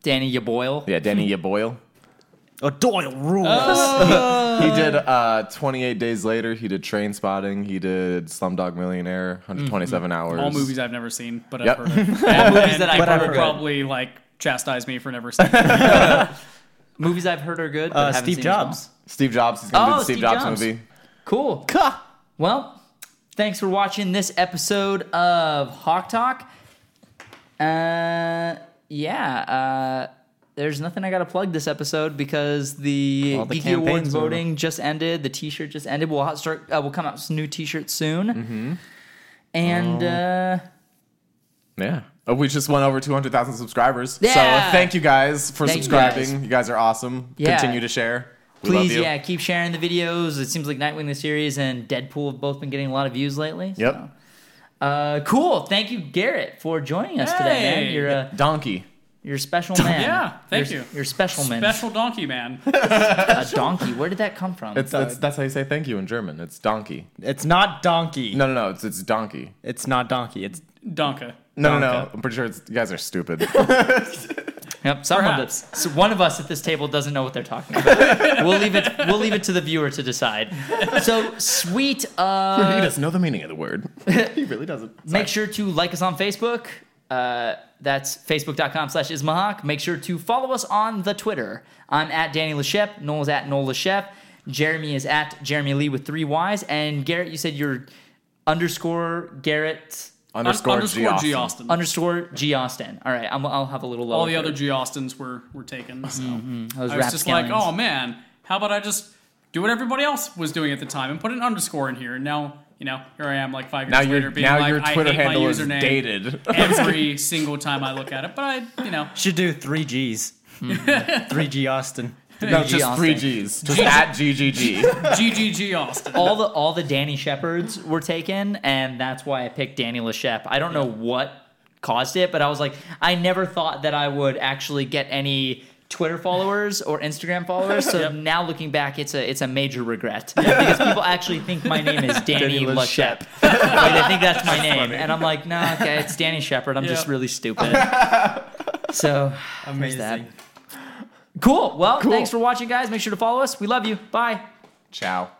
Speaker 1: Danny Ya Boyle.
Speaker 2: Yeah, Danny [laughs] Ya Boyle.
Speaker 3: Oh, Doyle rules.
Speaker 2: He did uh, 28 Days Later. He did Train Spotting. He did Slumdog Millionaire.
Speaker 1: Mm-hmm.
Speaker 2: 127 Hours.
Speaker 4: All movies I've never seen, but
Speaker 2: Yep. [laughs]
Speaker 4: I've heard of. And, movies
Speaker 1: that I've
Speaker 4: people
Speaker 1: heard of.
Speaker 4: probably like chastise me for
Speaker 2: [laughs]
Speaker 4: never seeing.
Speaker 1: Movies I've heard are good. But
Speaker 3: uh,
Speaker 1: haven't
Speaker 3: Steve
Speaker 1: seen as well.
Speaker 3: Jobs.
Speaker 2: Steve Jobs. He's gonna
Speaker 1: Oh,
Speaker 2: do the Steve,
Speaker 1: Steve
Speaker 2: Jobs,
Speaker 1: Jobs.
Speaker 2: movie.
Speaker 1: Cool. Well, thanks for watching this episode of Hawk Talk. Uh, yeah. Uh, there's nothing I gotta plug this episode because the,
Speaker 3: All the
Speaker 1: Geeky Awards
Speaker 3: campaigns are-
Speaker 1: voting just ended. The T-shirt just ended. We'll ha- start. Uh, we'll come out with some new T-shirts soon. And uh,
Speaker 2: Yeah. Oh, we just went over 200,000 subscribers. So
Speaker 1: Yeah.
Speaker 2: uh, thank you guys for
Speaker 1: Thank you
Speaker 2: subscribing.
Speaker 1: guys.
Speaker 2: You guys. are awesome.
Speaker 1: Yeah.
Speaker 2: Continue to share. We love
Speaker 1: please,
Speaker 2: you.
Speaker 1: yeah, keep sharing the videos. It seems like Nightwing the series and Deadpool have both been getting a lot of views lately.
Speaker 2: Yep.
Speaker 1: so. Uh, cool. Thank you, Garrett, for joining us today, man.
Speaker 4: Hey.
Speaker 1: You're a
Speaker 2: Donkey.
Speaker 1: you're a special man.
Speaker 4: Yeah, thank
Speaker 1: You're-
Speaker 4: you.
Speaker 1: You're a special man.
Speaker 4: Special Donkey
Speaker 1: [laughs]
Speaker 4: Man.
Speaker 1: a donkey. Where did that come from?
Speaker 2: It's, it's, that's how you say thank you in German. It's donkey.
Speaker 3: It's not donkey.
Speaker 2: No, no, no. It's, it's donkey.
Speaker 3: It's not donkey. It's
Speaker 4: Donka.
Speaker 2: No, no, no.
Speaker 3: Donka.
Speaker 2: I'm pretty sure it's, you guys are stupid.
Speaker 1: yep. Someone
Speaker 4: perhaps.
Speaker 1: does. So one of us at this table doesn't know what they're
Speaker 7: [laughs]
Speaker 1: talking about. we'll leave it. We'll leave it to the viewer to decide. So sweet. Uh,
Speaker 2: he doesn't know the meaning of the word. he really doesn't.
Speaker 1: make sure to like us on Facebook. Uh, that's facebook.com slash ismahawk. Make sure to follow us on the Twitter. I'm at Danny Lachep. Noel's at Noel Lachep. Jeremy is at Jeremy Lee with three Y's. And Garrett, you said you're underscore Garrett
Speaker 2: [laughs] Underscore, G.
Speaker 4: underscore
Speaker 2: Austin.
Speaker 4: G Austin.
Speaker 1: underscore G Austin. All right, I'm, I'll have a little lower.
Speaker 4: All the other G Austins were were taken. So
Speaker 1: Those
Speaker 4: I was just like,
Speaker 1: rapscallions.
Speaker 4: oh man, how about I just do what everybody else was doing at the time and put an underscore in here? And now you know, here I am, like five years
Speaker 2: Now
Speaker 4: later,
Speaker 2: your
Speaker 4: being
Speaker 2: now
Speaker 4: like,
Speaker 2: your Twitter
Speaker 4: I hate
Speaker 2: handle
Speaker 4: my
Speaker 2: is
Speaker 4: username [laughs]
Speaker 2: dated.
Speaker 4: every single time I look at it. But I, you know, [laughs]
Speaker 3: Should do three [laughs] Gs. Three G Austin.
Speaker 2: No,
Speaker 1: G
Speaker 2: just three
Speaker 1: Austin.
Speaker 2: G's. Just at GGG.
Speaker 4: [laughs] GGG Austin.
Speaker 1: all the all the Danny Shepherds were taken, and that's why I picked Danny LaShep. I don't know what caused it, but I was like, I never thought that I would actually get any Twitter followers or Instagram followers. So now looking back, it's a it's a major regret [laughs] because people actually think my name is Danny,
Speaker 2: Danny
Speaker 1: LaShep. [laughs]
Speaker 2: LaShep.
Speaker 1: like, they think that's my name, and I'm like, no, okay, it's Danny Shepherd. I'm just
Speaker 4: Yeah.
Speaker 1: really stupid. so there's that.
Speaker 3: Amazing.
Speaker 1: Cool. Well, thanks for watching, guys. Make sure to follow us. We love you. Bye.
Speaker 2: Ciao.